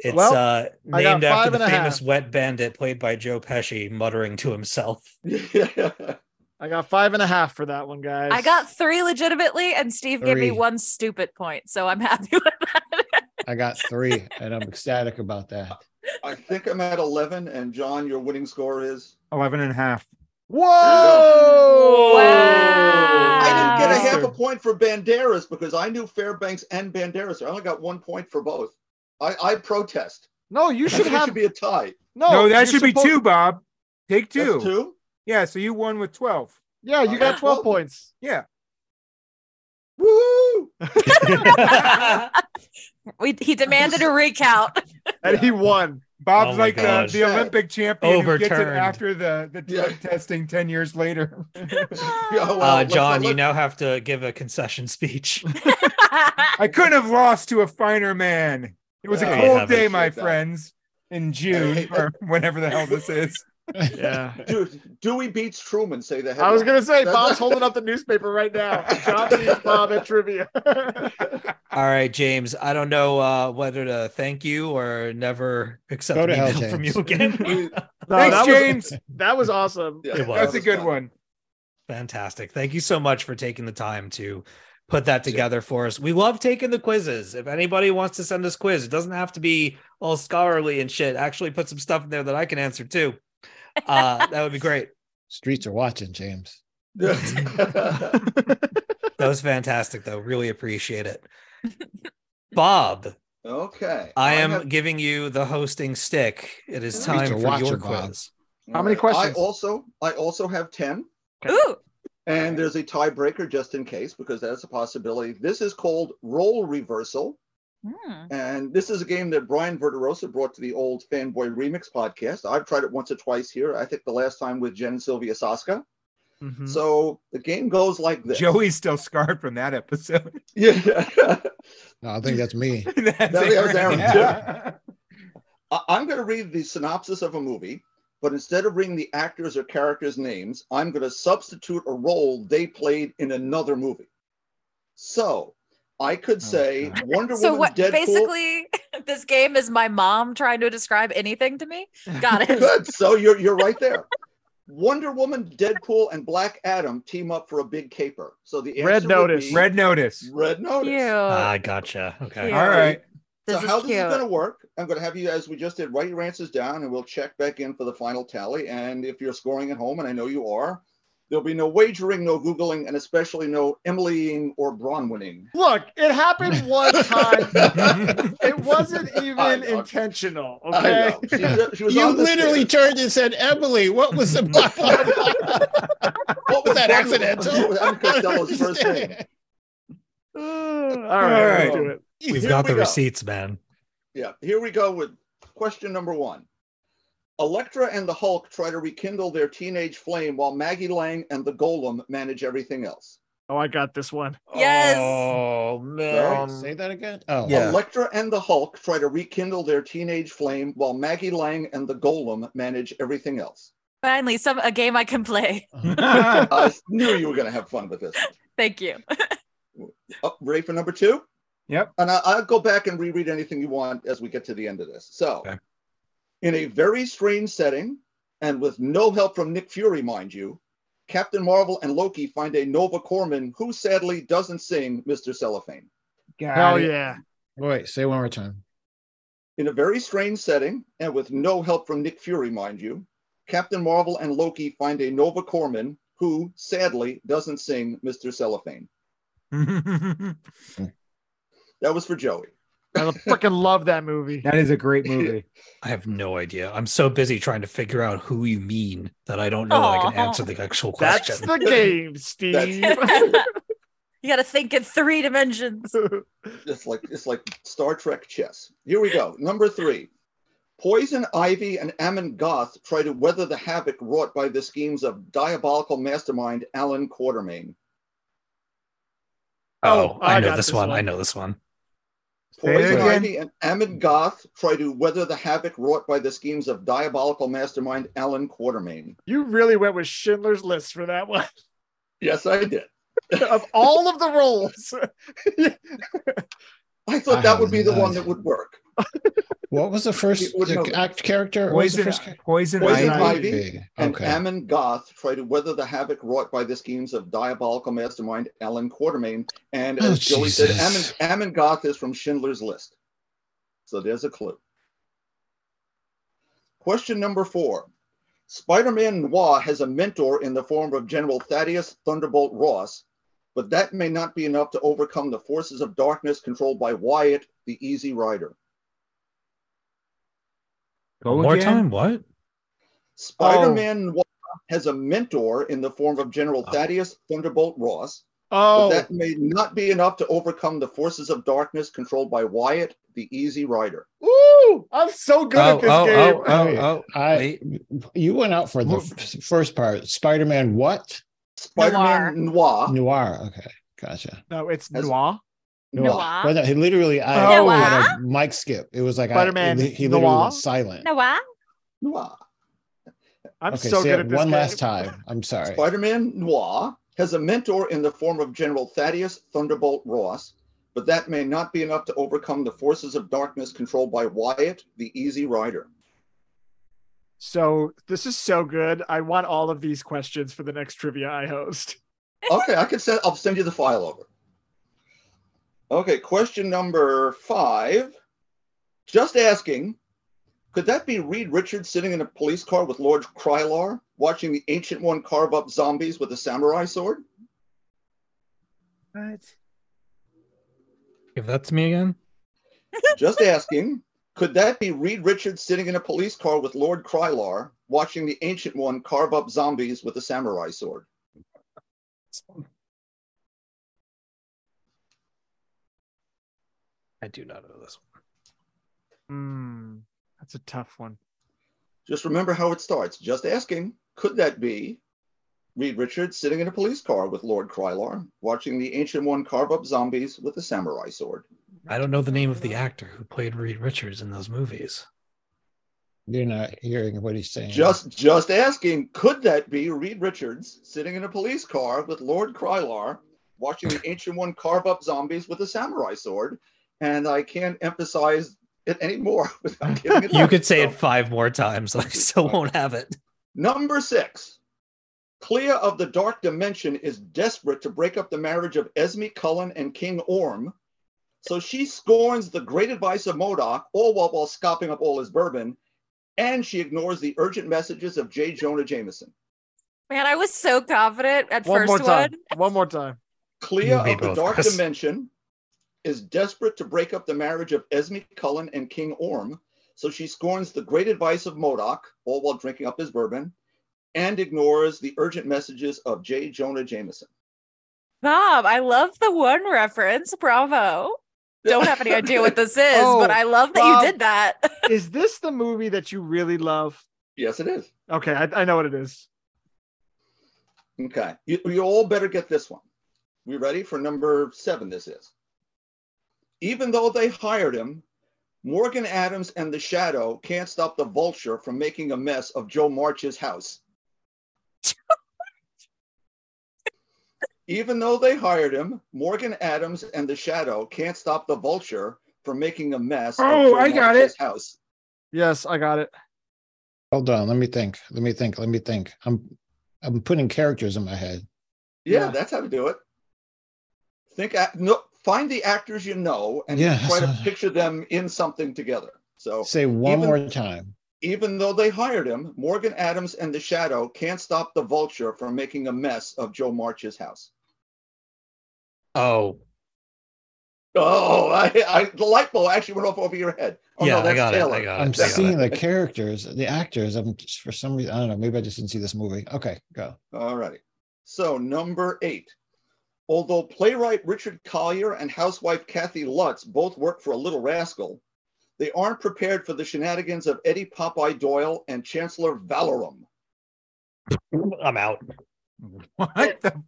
It's
Well,
uh,
I got
named
five
after the
and a
famous
half.
wet bandit played by Joe Pesci, muttering to
*laughs*
himself.
I got five and a half for that one, guys.
I got three legitimately, and Steve gave me
Three.
one stupid point. So I'm happy with that.
I got three, and I'm ecstatic about that.
I think I'm at 11, and John, your winning score is?
11 and a half.
Whoa!
Ah.
I didn't get a
Wow.
half a point for Banderas because I knew Fairbanks and Banderas. I only got one point for both. I, I protest.
No, you
I
should
think it
have.
should be a tie.
no,
no, that
you're
should be
supposed-
two, Bob. Take two.
Oh, That's two? *laughs*
Yeah, so you won with 12.
Yeah, you got
*laughs*
twelve points.
Yeah.
Woo!
We, he demanded a recount.
and he won.
Bob's
Oh my
like the,
gosh.
the Olympic champion who gets it
Overturned.
after the, the
Yeah.
drug testing 10 years later.
uh, John, you now have to give a concession speech.
I couldn't have lost to a finer man. It was
Yeah,
a
I
cold
haven't
day, my
appreciate that.
friends, in June or *laughs* whenever the hell this is.
Yeah.
Dude, Dewey beats Truman, say the headline.
I was gonna say
That's-
Bob's holding up the newspaper
*laughs*
right now. John sees Bob at trivia. *laughs*
All right, James. I don't know uh, whether to thank you or never accept
Go
an
to hell,
email from you
*laughs*
James.
again.
No,
Thanks,
that
James.
Was, that was awesome.
Yeah,
It
that
was.
That's a
was
good
fun.
one.
Fantastic. Thank you so much for taking the time to put that together for us. We love taking the quizzes. If anybody wants to send us quiz, it doesn't have to be all scholarly and shit. Actually, put some stuff in there that I can answer too. Uh, that would be great.
*laughs* Streets are watching, James.
That was fantastic, though. Really appreciate it. Bob,
*laughs* okay.
I am
have-
giving you the hosting stick. It is
Speak
time
to
for
Watcher
your
Bob.
quiz.
How many
All right.
questions?
I also I also have ten.
*laughs* Ooh,
And there's a tiebreaker just in case, because that's a possibility. This is called role reversal.
Hmm.
And this is a game that Brian Verderosa brought to the old Fanboy Remix podcast. I've tried it once or twice here. I think the last time with Jen Sylvia Saska. So the game goes like this.
Joey's still scarred from that episode.
*laughs*
*laughs*
Yeah.
No, I think
*laughs*
that's me.
That's
that was Aaron,
Yeah.
I- I'm going to read the synopsis of a movie, but instead of reading the actors or characters' names, I'm going to substitute a role they played in another movie. So I could say Wonder
So
Woman,
what?
Deadpool.
Basically, *laughs* this game is my mom trying to describe anything to me.
*laughs*
Got it.
Good. So you're you're right there. Wonder Woman, Deadpool, and Black Adam team up for a big caper. So the answer
Red
would
Notice.
be
*laughs* Red Notice.
Red Notice.
*laughs* Cute.
Ah, gotcha. Okay.
Cute.
All right.
This
so how
is
this is
cute.
going to work? I'm going to have you, as we just did, write your answers down, and we'll check back in for the final tally. And if you're scoring at home, and I know you are, there'll be no wagering, no googling, and especially no Emilying or Bronwinning.
Look,
*laughs*
it happened one
*laughs*
time. it wasn't
I
even
know.
intentional.
I
Okay.
know. She, ju- she was
You
on the
literally
stairs.
turned and said, Emily, what
*laughs*
was the
What
was that
Bronwin- *laughs*
accidental?
what was Adam Costello's first name.
Uh, *sighs* all right, let's do it.
We've
Here
got
we
the
go.
receipts, man.
Yeah, here we go with question number one. Electra and the Hulk try to rekindle their teenage flame while Maggie Lang and the Golem manage everything else.
Oh, I got this one.
Yes.
Oh man.
Sorry,
Say that again. Oh,
Yeah.
Electra and the Hulk try to rekindle their teenage flame while Maggie Lang and the Golem manage everything else.
Finally, some a game I can play. *laughs*
Uh-huh.
*laughs* I knew you were going to have fun with this.
Thank you.
Up, Oh, ready for number two?
Yep.
And I, I'll go back and reread anything you want as we get to the end of this. So,
Okay.
in a very strange setting, and with no help from Nick Fury, mind you, Captain Marvel and Loki find a Nova Corman who sadly doesn't sing Mr. Cellophane.
Got
Hell
it.
yeah.
Wait, say one more time.
In a very strange setting, and with no help from Nick Fury, mind you, Captain Marvel and Loki find a Nova Corman who sadly doesn't sing Mr. Cellophane. That was for Joey.
I freaking love that movie.
*laughs* that is a great
*laughs*
movie.
I have no idea. I'm so busy trying to figure out who you mean that I don't know that I can
Aw.
answer the actual question.
That's the game, Steve. *laughs*
you got to think in three dimensions.
It's like it's like Star Trek chess. Here we go. Number three. Poison Ivy and Ammon Goth try to weather the havoc wrought by the schemes of diabolical mastermind Alan Quatermain.
oh,
Oh,
I,
I
know
got
this
this
one.
one.
I know this one.
Say it
Poison
again.
Ivy and Ammon Goth try to weather the havoc wrought by the schemes of diabolical mastermind Alan Quatermain.
you really went with Schindler's List for that one. *laughs*
Yes, I did.
of all of the roles,
I thought
I
that would
haven't
be the
done
one
it.
that would work.
What was the first
It would
the
know.
act character? What was the
Poison,
first
poison,
character?
Poison
Ivy.
Ivy. And
Okay.
Ammon Goth try to weather the havoc wrought by the schemes of diabolical mastermind Alan Quatermain. And
Oh,
as Joey said, Ammon,
Jesus.
Ammon Goth is from Schindler's List. So there's a clue. Question number four Spider Man Noir has a mentor in the form of General Thaddeus Thunderbolt Ross, but that may not be enough to overcome the forces of darkness controlled by Wyatt, the Easy Rider.
Go
One More
again.
time? What?
Spider-Man Noir has a mentor in the form of General Thaddeus Thunderbolt Ross, but
*laughs* oh,
that may not be enough to overcome the forces of darkness controlled by Wyatt, the Easy Rider.
ooh, I'm so good
Oh,
Oh,
at this game.
I-
wait.
You went out for the
Who-
f- first part. Spider Man what?
Spider-Man Noir.
Noir. Okay. Gotcha.
No, it's
That's-
noir.
Noir.
Right now, he literally, I
Oh.
had a mic skip. It was like I-
Spider-Man
he, he literally
Noir?
was silent.
No, why?
Noir.
I'm
okay,
so
say
good
it
at this
one
game.
last time. I'm sorry.
Spider-Man Noir has a mentor in the form of General Thaddeus Thunderbolt Ross, but that may not be enough to overcome the forces of darkness controlled by Wyatt, the Easy Rider.
So this is so good. I want all of these questions for the next trivia I host.
Okay, I can send. I'll send you the file over. Okay, question number five. Just asking, could that be Reed Richards sitting in a police car with Lord Krylar, watching the Ancient One carve up zombies with a samurai sword?
What?
Give that to me again.
Just asking, could that be Reed Richards sitting in a police car with Lord Krylar, watching the Ancient One carve up zombies with a samurai sword?
I do not know this one.
Hmm, that's a tough one.
Just remember how it starts. Just asking, could that be Reed Richards sitting in a police car with Lord Krylar, watching the Ancient One carve up zombies with a samurai sword?
I don't know the name of the actor who played Reed Richards in those movies.
You're not hearing what he's saying.
Just just asking, could that be Reed Richards sitting in a police car with Lord Krylar, watching the Ancient One carve up zombies with a samurai sword? And I can't emphasize it anymore *laughs* without giving it.
You
up.
could say it
So,
five more times, and I still won't have it.
Number six. Clea of the Dark Dimension is desperate to break up the marriage of Esme Cullen and King Orm. So she scorns the great advice of Modoc, all while, while scopping up all his bourbon, and she ignores the urgent messages of J. Jonah Jameson.
Man, I was so confident at
One
first
more time.
one.
One more time.
Clea
You beat
of the
both
Dark
of us.
Dimension is desperate to break up the marriage of Esme Cullen and King Orm, so she scorns the great advice of Modoc, all while drinking up his bourbon, and ignores the urgent messages of J. Jonah Jameson.
Bob, I love the one reference. Bravo. Don't have any idea what this is,
Oh,
but I love that
Bob.
you did that.
Is this the movie that you really love?
yes, it is.
Okay, I, I know what it is.
Okay. You, you all better get this one. We ready for number seven? This is. Even though they hired him, Morgan Adams and the Shadow can't stop the vulture from making a mess of Joe March's house.
*laughs*
Even though they hired him, Morgan Adams and the Shadow can't stop the vulture from making a mess
Oh,
of Joe
I got
March's
it.
house.
Yes, I got it.
Hold on. Let me think. Let me think. Let me think. I'm I'm putting characters in my head.
Yeah,
Yeah.
that's how to do it. Think, a- no, find the actors you know and
Yeah,
try to
so-
picture them in something together. So
Say one
Oh. Even-
more time.
even though they hired him, Morgan Adams and the Shadow can't stop the Vulture from making a mess of Joe March's house.
Oh,
Oh, I, I, the light bulb actually went off over your head. Oh,
yeah,
no,
I
that's
got
Taylor.
it. I got it.
I'm
I got it.
seeing the characters, the actors. I'm just, for some reason I don't know. Maybe I just didn't see this movie. Okay, go.
All righty. So, number eight. Although playwright Richard Collier and housewife Kathy Lutz both work for a little rascal, they aren't prepared for the shenanigans of Eddie Popeye Doyle and Chancellor Valorum.
I'm out.
What *laughs* the?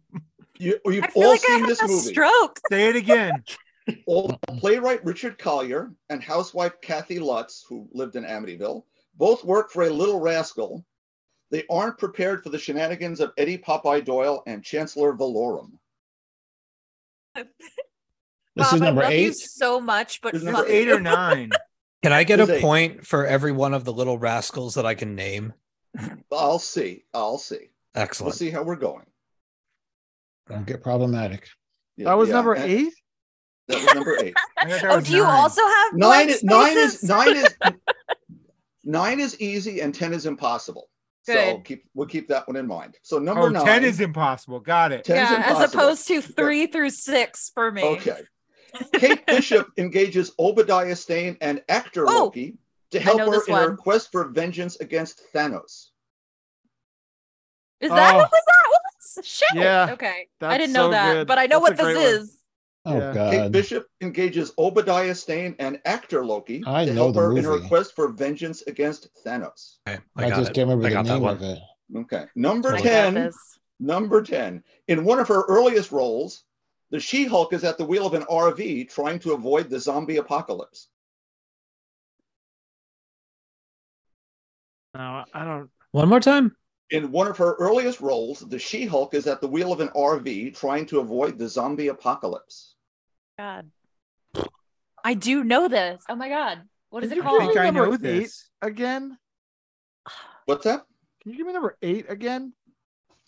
You,
I
you've
feel
all
like I
seen
had
this
a
movie.
stroke.
Say it again.
Although playwright Richard Collier and housewife Kathy Lutz, who lived in Amityville, both work for a little rascal, they aren't prepared for the shenanigans of Eddie Popeye Doyle and Chancellor Valorum.
This
Bob,
is number
I love you
eight.
so much, but
This is
fuck
number
It's eight
you.
or nine.
Can I get
Who's
a
eight?
point for every one of the little rascals that I can name?
I'll see. I'll see. We'll
Excellent.
see how we're going.
Don't get problematic.
Yeah,
*laughs* That was
yeah,
number
and
eight.
That was number
*laughs*
eight.
I thought that
Oh,
was
do you
nine.
also have
Nine
blank
is nine is
spaces?
nine
*laughs*
is nine is easy and ten is impossible. So
Good.
keep we'll keep that one in mind. So number
Oh,
nine.
10 is impossible. Got it.
10 is
yeah, as
impossible.
opposed to three through six for me.
Okay.
*laughs*
Kate Bishop engages Obadiah Stane and actor
Oh,
Loki to
know
help her
this
in her
one.
quest for vengeance against Thanos.
Is that
Oh.
what was that was? Shit.
Yeah,
Okay.
that's
I didn't
so
know that,
good.
but I know
That's a great
what this
one.
is.
Oh
Yeah.
Kate
god.
Bishop engages Obadiah Stane and actor Loki
I
to
know
help
the
her in her
movie.
quest for vengeance against Thanos.
Okay,
I,
I, got
just
it.
can't remember
I
the
got that
name
one.
of it.
Okay. Number
I got
10.
this.
Number 10. In one of her earliest roles, the She Hulk is at the wheel of an RV trying to avoid the zombie apocalypse.
No, I don't.
One more time.
In one of her earliest roles, the She Hulk is at the wheel of an RV trying to avoid the zombie apocalypse.
God. I do know this. Oh my god. What is
Did you
it
I
called?
think I
Number
know
eight.
this.
Again?
What's that?
Can you give me number eight again?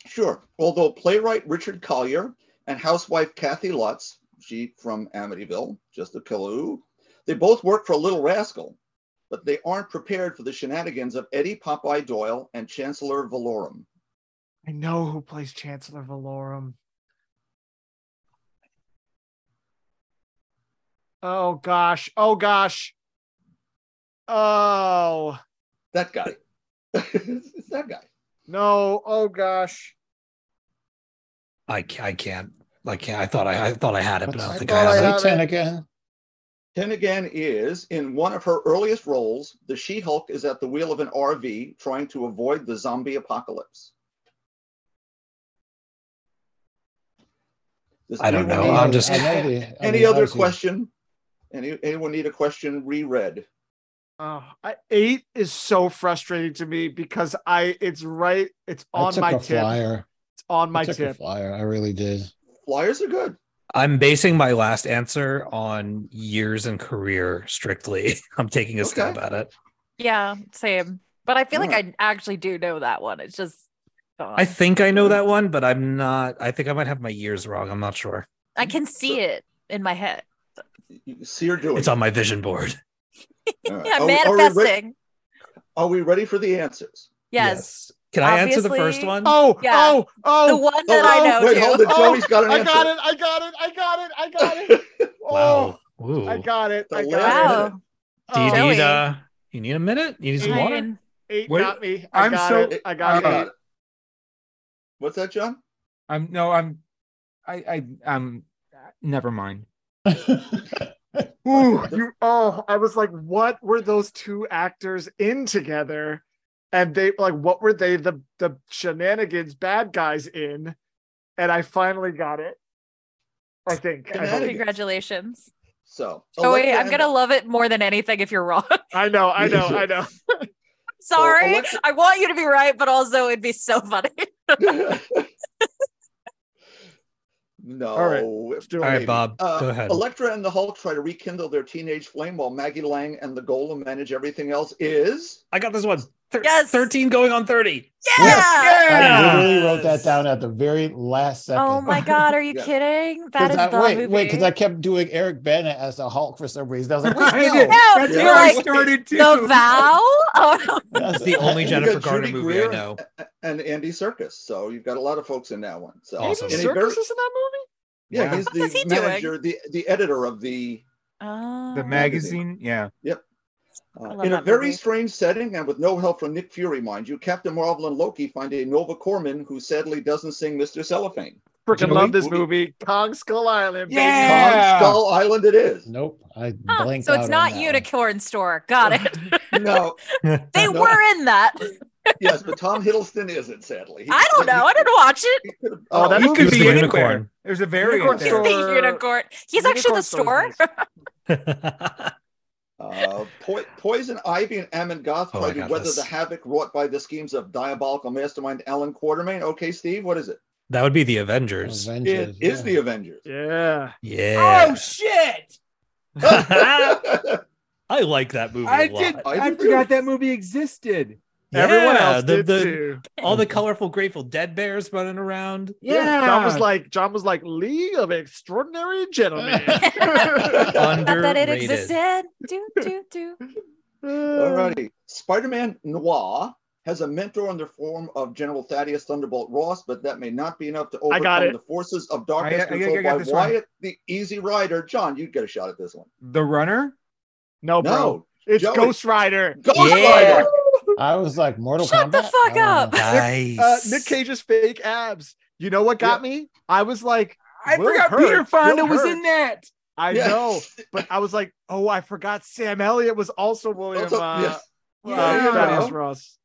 Sure. Although playwright Richard Collier and housewife Kathy Lutz she from Amityville, just a Kalu. They both work for Little Rascal, but they aren't prepared for the shenanigans of Eddie Popeye Doyle and Chancellor Valorum.
I know who plays Chancellor Valorum. Oh gosh. Oh gosh. Oh
That guy. *laughs* it's that guy.
no. Oh gosh.
I, ca- I can't. I can't. I thought I, I thought I had it, but I don't
What's
think
that
I have
thought I
it.
had-
guy's name again?
Tennigan is in one of her earliest roles. The She Hulk is at the wheel of an RV trying to avoid the zombie apocalypse. Does
I don't
anyone
know.
need-
I'm just-
I know the- I
Any
mean,
other
obviously-
question? Any anyone need a question reread?
Oh, I, eight is so frustrating to me because I it's right it's
I
on
took
my
a
tip
flyer.
it's on
I
my
took a
tip
flyer. I really did. *laughs*
Flyers are good.
I'm basing my last answer on years and career strictly. *laughs* I'm taking a stab
Okay.
at it.
Yeah, same. But I feel like
Alright.
I actually do know that one. It's just gone.
I think I know that one, but I'm not. I think I might have my years wrong. I'm not sure.
I can see it in my head.
You see her doing.
It's on my vision board.
All right.
Yeah,
Are we- are we re-
manifesting.
are we ready for the answers?
*laughs* yes.
Can I answer the first
Obviously-
one?
oh
Yeah.
oh oh
The one that
oh,
I know
wait,
too.
hold it. Joey's got an
I
answer.
got it I got it I got it I got it
*laughs* wow.
oh
Ooh.
I got it
*laughs*
I
The
got
last
it
Wow.
minute.
Do you
Oh,
Joey.
need uh you need a minute? You need some
Eight.
water?
Mine.
eight
Wait,
got me I
I'm
got
so-
it I got
uh,
it
it. What's that, John?
I'm no, I'm I I I'm never mind.
*laughs*
*laughs*
Ooh, you, oh I was like what were those two actors in together and they like what were they the the shenanigans bad guys in and I finally got it I think I hope.
Shenanigans.
Congratulations.
So
Joey,
Alexa
Oh, I'm
and-
gonna love it more than anything if you're wrong. *laughs*
I know, I know, I know.
Sorry.
Alexa-
I want you to be right, but also it'd be so funny. *laughs*
*laughs* no.
All right,
*laughs*
do it.
All right,
maybe.
Bob,
Uh,
go ahead.
Electra and the Hulk try to rekindle their teenage flame while Maggie Lang and the Golem manage everything else. Is
I got this one. Thir-
Yes.
13 going on 30.
yeah!
I literally
Yes.
wrote that down at the very last second.
Oh my god, are you
Yeah.
kidding? That
'Cause
is
I,
the
wait,
movie.
wait, because I kept doing Eric Bana as the Hulk for some reason. I was
*laughs*
like, wait,
I did.
no.
No,
That's
you're
where I
like,
started too.
the vow? Oh no.
That's
It's the only
*laughs*
You
Jennifer
got
Garner
Judy
movie
Greer
I know.
and Andy Circus. So you've got a lot of folks in that one. So
Awesome.
Andy
Any
And he very-
Serkis is in that movie?
yeah,
Wow.
he's
What is
the
he doing?
manager, the the editor of the
*laughs* Oh,
The magazine, yeah.
Uh,
love
in a
that
very
movie.
strange setting and with no help from Nick Fury, mind you, Captain Marvel and Loki find a Nova Corman who sadly doesn't sing Mr. Cellophane.
Freaking
Joey?
love this movie. Kong Skull Island. baby.
Yeah.
Kong Skull Island it
*laughs*
is.
Nope. I
Huh,
blanked
Oh, so
out
it's
on
not
that
unicorn store. Got it.
No,
they
No.
were in that.
yes, but Tom Hiddleston isn't, sadly. He- uh,
I don't know. I didn't watch it.
he could've-
Oh, that
He
movie
could
was
be
the
anywhere.
unicorn.
There's a variant
Unicorn
there.
He's *laughs* the
Store.
unicorn. He's
Unicorn
actually the store.
stories.
Uh, po- Poison Ivy and Ammon Goth
Oh,
try
I
to
got
weather
this.
the havoc wrought by the schemes of diabolical mastermind Alan Quartermain. Okay, Steve, what is it?
*laughs* that would be the
one.
Avengers.
Avengers,
It is
yeah.
the Avengers.
Yeah.
Yeah.
shit!
*laughs*
*laughs*
*laughs*
I like that movie
I
a lot.
did.
I
I
do
forgot
too.
that movie existed.
Everyone
Yeah,
else
the-
did
the-
too.
All the colorful Grateful Dead bears running around.
Yeah,
John was like, John was like, League of Extraordinary
*laughs*
Gentlemen.
*laughs* Not *laughs* that it
Underrated.
existed. Do do do.
Uh,
Alrighty. Spider-Man Noir has a mentor in the form of General Thaddeus Thunderbolt Ross, but that may not be enough to
I
overcome
got it.
the forces of darkness
I- I- I
controlled
got
by
this one.
Wyatt, the Easy Rider. John, you'd get a shot at this one.
the runner.
No, Oh, bro.
No,
it's
Joey.
Ghost Rider.
Ghost
Yeah.
Rider.
*laughs* I was like, Mortal
Shut the
Kombat.
fuck
I don't Um,
up.
know.
Nice.
Uh, Nick Cage's fake abs. You know what got me? I was like,
I
Will
forgot
Hurt.
Peter Fonda
Will
was
Hurt.
in that.
I
Yes. *laughs*
know, but I was like, oh, I forgot Sam Elliott was also William
Also-
uh,
yes.
uh,
Yeah.
Thaddeus Ross.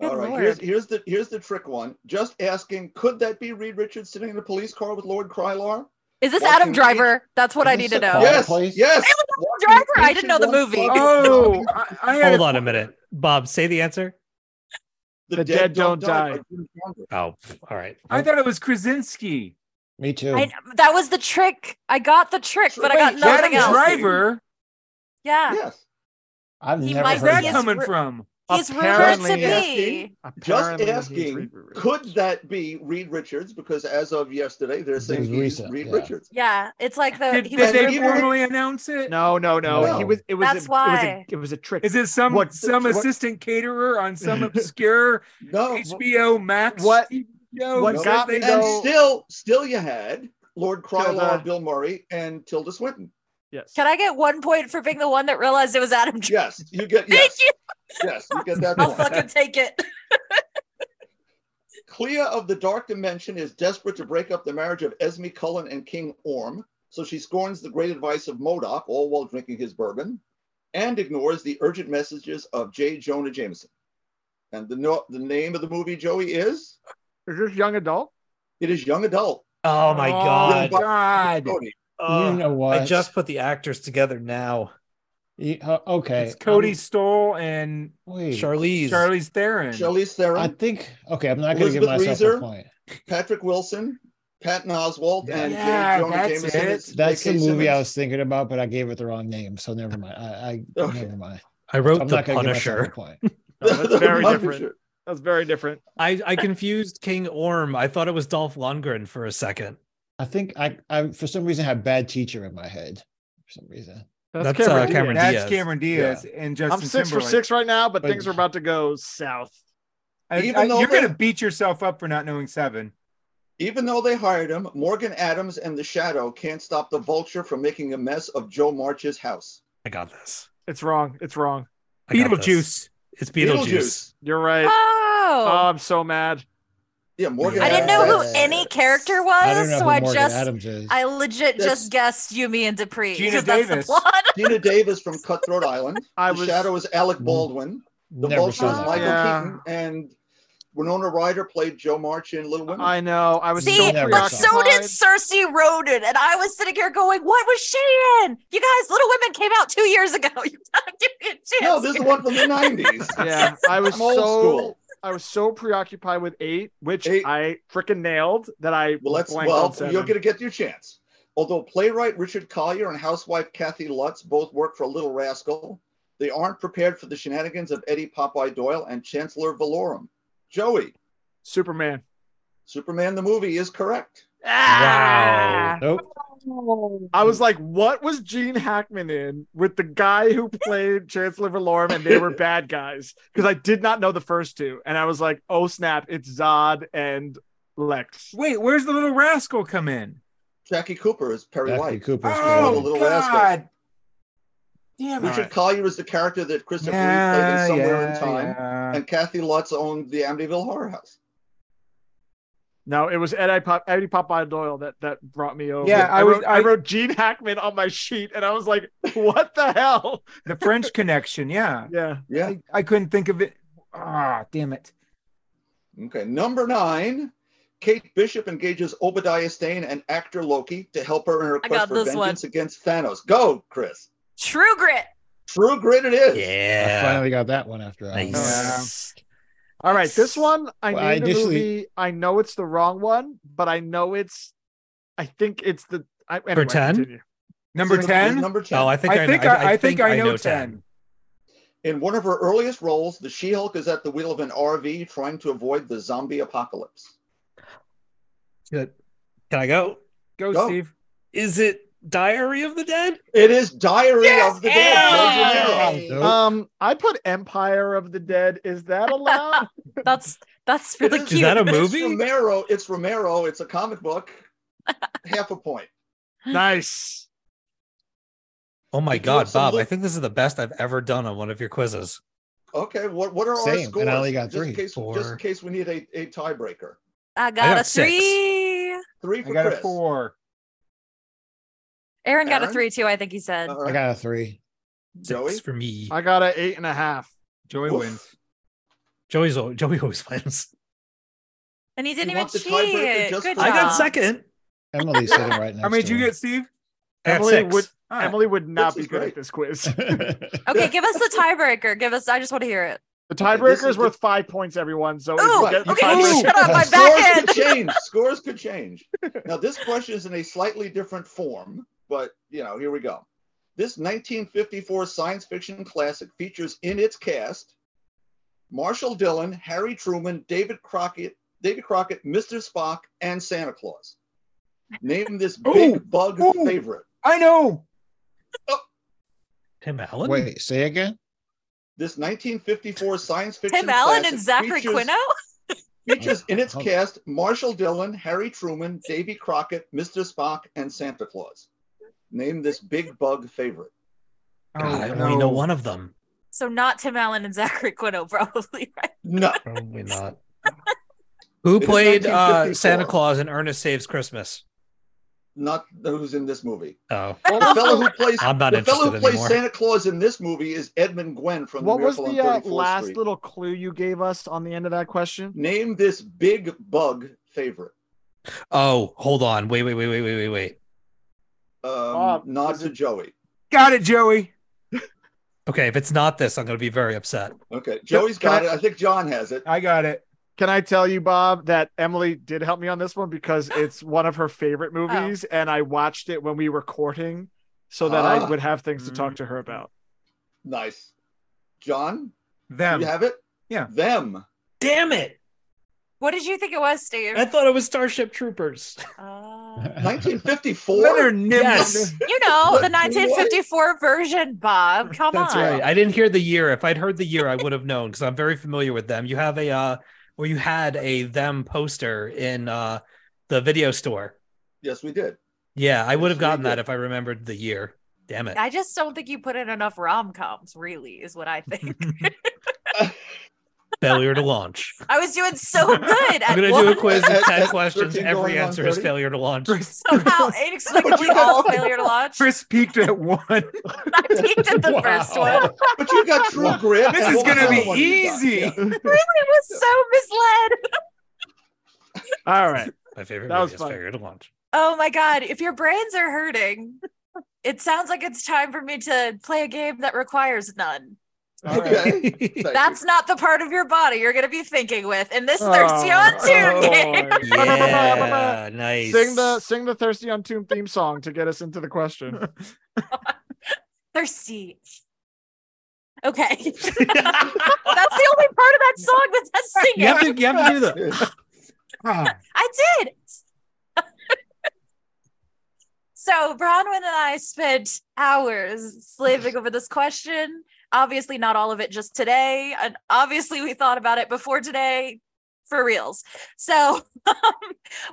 Good
All right.
lord.
Here's here's the here's the trick one. Just asking, could that be Reed Richards sitting in a police car with Lord Krylar?
Is this
Walking
Adam
Phoenix-
Driver? That's what I
Is
need
this
to
a
know.
car?
Yes.
Place?
Yes.
It Adam
Walking
Driver? I didn't know the
Phoenix
movie.
walking-
Oh, I, I had
Hold
a-
on a minute. Bob, say the answer.
The,
The
dead, don't, die. by Jim Cameron.
Oh, pff, all right.
I thought it was Krasinski.
Me too.
I, that was the trick. I got the trick, but I got
Wait,
nothing
Adam
else.
Driver?
Driver.
Yeah.
Yes.
I've
He
never
might
heard
Where's that
be a
that.
coming
Yes, we're-
from?
He's rumored to
Apparently-
be.
Apparently, he's
asking,
Reed Richards.
Could that be Reed Rechards? Because as of yesterday, they're saying
was
he's
recent,
Reed
yeah.
Richards.
Yeah, it's like the
Did,
uh, he
did
was
they
rumored-
formally announce it?
No, no, no.
No.
He was. It was.
That's
a,
why.
It was a, it was a trick.
Is it some
What-
some
what-
assistant caterer
*laughs*
on some obscure
No.
HBO Max
what-
TV show?
what
who said
got
they
me,
And
though-
know?
still, still you had Lord
uh,
Krylar,
Tilda.
Bill Murray, and Tilda Swinton.
*laughs*
yes.
Can I get one point for being the one that realized it was
*laughs*
Adam Driver?
Yes, you get
Thank
yes,
you.
yes, you get that
I'll
point.
fucking take it.
Clea of the Dark Dimension is desperate to break up the marriage of Esme Cullen and King Orm, so she scorns the great advice of Modoc, all while drinking his bourbon, and ignores the urgent messages of J. Jonah Jameson. And the, no- the name of the movie, Joey, is?
Is this young adult?
It is Young Adult.
Oh my
Oh,
god.
God.
Cody.
Ugh,
you know what?
Uh, I just put the actors together now.
You- uh, okay.
It's Cody Stoll and
Um, wait.
Charlize.
Charlize Theron.
Charlize Theron,
I think okay. I'm not going to give
Elizabeth
myself
Reeser?
a point.
Patrick Wilson, Patton Oswald, and
Yeah,
J. Jonah
that's
Jameson.
it.
is
That's the
J.K.
movie I
Simmons.
*laughs*
was thinking about, but I gave it the wrong name, so never mind. I, I
Okay.
never mind.
I wrote
I'm
the
not going to give myself a
Punisher.
point.
No, Oh,
*laughs*
that's very
Punisher.
different. That's very different.
I, I confused King Orm. I thought it was Dolph Lundgren for a second.
I think I, I for some reason had bad teacher in my head. For some reason,
That's, uh,
Diaz.
Cameron
That's
Diaz.
Cameron Diaz and Justin
I'm six for
Timberlake.
six right now, but
But-
things are about to go south.
I- I-
Even though
you're
they-
going to beat yourself up for not knowing seven.
Even though they hired him, Morgan Adams and the Shadow can't stop the vulture from making a mess of Joe March's house.
I got this.
It's wrong. It's wrong.
I got this.
Beetlejuice.
It's Beetlejuice.
You're right. Oh,
Oh,
Um,
I'm so mad.
Yeah, Morgan
I didn't know who
Adams.
any character was,
I don't know
so
who
I
Morgan
just
Adams is.
I legit
That's-
just guessed Yumi and Dupree.
Gina
'cause *laughs* that's the
Davis.
plot.
Gina Davis from Cutthroat Island.
I
the
was-
Shadow is Alec Baldwin. The
Mm. never
vulture
saw
is
that.
Michael
Yeah.
Keaton. And Winona Ryder played Joe March in Little Women.
I know. I was
See,
so
but so
preoccupied.
did Cersei Roden, and I was sitting here going, "What was she in?" You guys, Little Women came out two years ago. *laughs* You gotta give me a chance.
no, this is
here.
one from the
*laughs*
90s.
Yeah, I
*laughs*
was
I'm old
so
school.
I was so preoccupied with eight, which
Eight.
I freaking nailed that I
Well, let's,
blanked
well,
on seven.
you're going to get your chance. Although playwright Richard Collier and housewife Kathy Lutz both work for Little Rascal, they aren't prepared for the shenanigans of Eddie Popeye Doyle and Chancellor Valorum. Joey,
Superman.
Superman the movie is correct.
Wow.
Nope.
I was like, what was Gene Hackman in with the guy who played Chancellor Valorum and they were bad guys? Because I did not know the first two. And I was like, oh snap, it's Zod and Lex.
Wait, where's the little rascal come in?
Jackie Cooper is Perry
Jackie
White.
Cooper's
Oh,
good.
Little
God. Damn
Richard
it.
Collier is the character that Christopher
Yeah,
Reeve played in Somewhere
yeah,
in Time,
yeah.
and Kathy Lutz owned the Amityville Horror House.
No, it was Eddie, Pop- Eddie Popeye Doyle that, that brought me over.
Yeah, I was-
wrote,
I-
I wrote Gene Hackman on my sheet and I was like, what the hell?
The French Connection. Yeah.
Yeah.
*laughs* Yeah.
I, I couldn't think of it. Ah, damn it.
Okay. Number nine, Kate Bishop engages Obadiah Stane and actor Loki to help her in her
I
quest
got
for
this
vengeance against Thanos. Go, Chris.
True Grit.
True grit it is.
I
Yeah.
finally got that one after. I was like,
Nice.
All right, this one I
Well,
named
I
the
initially-
movie. I know it's the wrong one, but I know it's. I think it's the. I, anyway,
Pretend?
continue.
Number
It's
10?
Number 10.
Oh, I think I, think I, I think I know 10.
In one of her earliest roles, the She Hulk is at the wheel of an RV trying to avoid the zombie apocalypse.
Good. Can I go?
Go,
Go.
Steve.
Is it Diary of the Dead?
It is Diary of the Dead. George Romero.
"Oh, nope."
Uh,
Um, I put Empire of the Dead. Is that
*laughs*
allowed?
That's that's really
It
cute.
that a
but
movie?
It's Romero. It's Romero. It's a comic
*laughs*
book. Half a point.
nice.
Oh my
Did you have
god,
some
Bob! I
look-
think this is the best I've ever done on one of your quizzes.
Okay. What What are our
Same,
scores?
and I only got
just
three.
In case, Just
Four.
in case we need a, a tiebreaker.
I got a
got six.
three.
Three for
I got
Chris.
a four.
Aaron got a
Aaron? Uh,
three too. I think he said.
Uh-huh.
All
I
right.
got a three.
Six
Joey.
for me.
I got an eight and a half.
Joey
Oof.
wins.
Joey's al- Joey always wins.
and he didn't
You
even
want the
cheat.
tiebreaker just
Good
for-
I got
job.
second.
Emily's sitting right next.
How many did
to
you get, Steve?
I got
Emily
six.
would
All right.
Emily would not
This
be
is
good
great.
at this quiz. *laughs*
get?
Okay, give us the tiebreaker. Give us. I just want
*laughs*
to hear it.
The
this
tiebreaker
is
is worth five points, everyone. So if you
Ooh,
get the
Oh, okay,
tiebreaker-
shut up.
*laughs*
My
Scores
back end.
could change. Scores could change.
*laughs*
Now, this question is in a slightly different form, but you know, here we go. This 1954 science fiction classic features in its cast Marshall Dillon, Harry Truman, David Crockett, David Crockett, Mr. Spock, and Santa Claus. Name
*laughs*
this big
Ooh,
bug
ooh.
favorite.
I know.
Tim Allen.
*laughs* Wait, say again.
This 1954 science fiction
Tim Allen
classic
and Zachary
features,
Quinto?
features in its
Oh.
cast Marshall Dillon, Harry Truman, Davy Crockett, Mr. Spock, and Santa Claus. Name this big bug favorite.
God, I
Oh,
only know
no.
one of them.
So not Tim Allen and Zachary Quinto, *laughs* probably, right?
No,
Probably not. *laughs* Who
It is
played uh,
1954.
Santa Claus in Ernest Saves Christmas?
not who's in this movie.
Oh,
The fellow who plays
I'm not
the
interested
fellow who plays
anymore.
Santa Claus in this movie is Edmund Gwen from
What
the
was
Miracle
the
on
uh,
34th
last
Street.
little clue you gave us on the end of that question?
Name this big bug favorite.
oh, hold on. Wait, wait, wait, wait, wait, wait, wait.
Um,
Bob,
nod
was
to
Ah, it-
Joey.
Got it, Joey.
Okay, if it's not this, I'm going to be very upset.
Okay, Joey's
can
got
I-
it. I think John has it.
I got it.
Can I tell you, Bob, that Emily did help me on this one
*laughs*
because it's one of her favorite
Oh.
movies, and I watched it when we were courting, so that I
Ah.
would have things to talk to her about.
Nice. John,
Them.
you have it.
Yeah.
*laughs*
Them.
Damn it!
What did you think it was, Steve?
I thought it was Starship Troopers.
Uh,
1954.
Leonard Nimoy.
Yes.
you know, the
What?
1954 version, Bob. Come
That's
on.
right. I didn't hear the year. If I'd heard the year, I would have known because I'm very familiar with them. You have a uh, or you had a them poster in uh the video store.
Yes, we did.
Yeah, I would
Yes,
have
we
gotten that
did.
if I remembered the year. Damn it.
I just don't think you put in enough rom coms, really, is what I think.
failure to launch.
I was doing so
*laughs*
good
I'm
at
gonna
one.
do
*laughs*
a quiz
At-
of ten
at
questions.
13
Every
going on
answer is
30?
failure to launch.
somehow inexplicably all failure to
*laughs*
launch. *laughs*
Chris peaked at
*laughs*
one.
I peeked at the first
Wow.
one.
But you got True Grit.
This
and
is
what was
gonna
the
be
other one you got?
easy.
Yeah.
Really was so misled.
All
*laughs*
right.
My favorite
That was
movie is
fun.
failure to launch.
Oh my god, if your brains are hurting, it sounds like it's time for me to play a game that requires none.
All right.
Okay. Thank you.
That's not the part of your body you're going to be thinking with in this
Oh,
thirsty on tune game.
Lord. *laughs*
Yeah, nice.
Sing the sing the thirsty on tomb theme song to get us into the
*laughs*
question.
Thirsty. Okay. *laughs* that's
*laughs*
the only part of that song that's not singing.
you have to you have to do the
*laughs*
*laughs*
Ah,
I did. *laughs* so Bronwyn and I spent hours slaving over this question. Obviously, not all of it just today. And obviously, we thought about it before today for reals. So *laughs* um,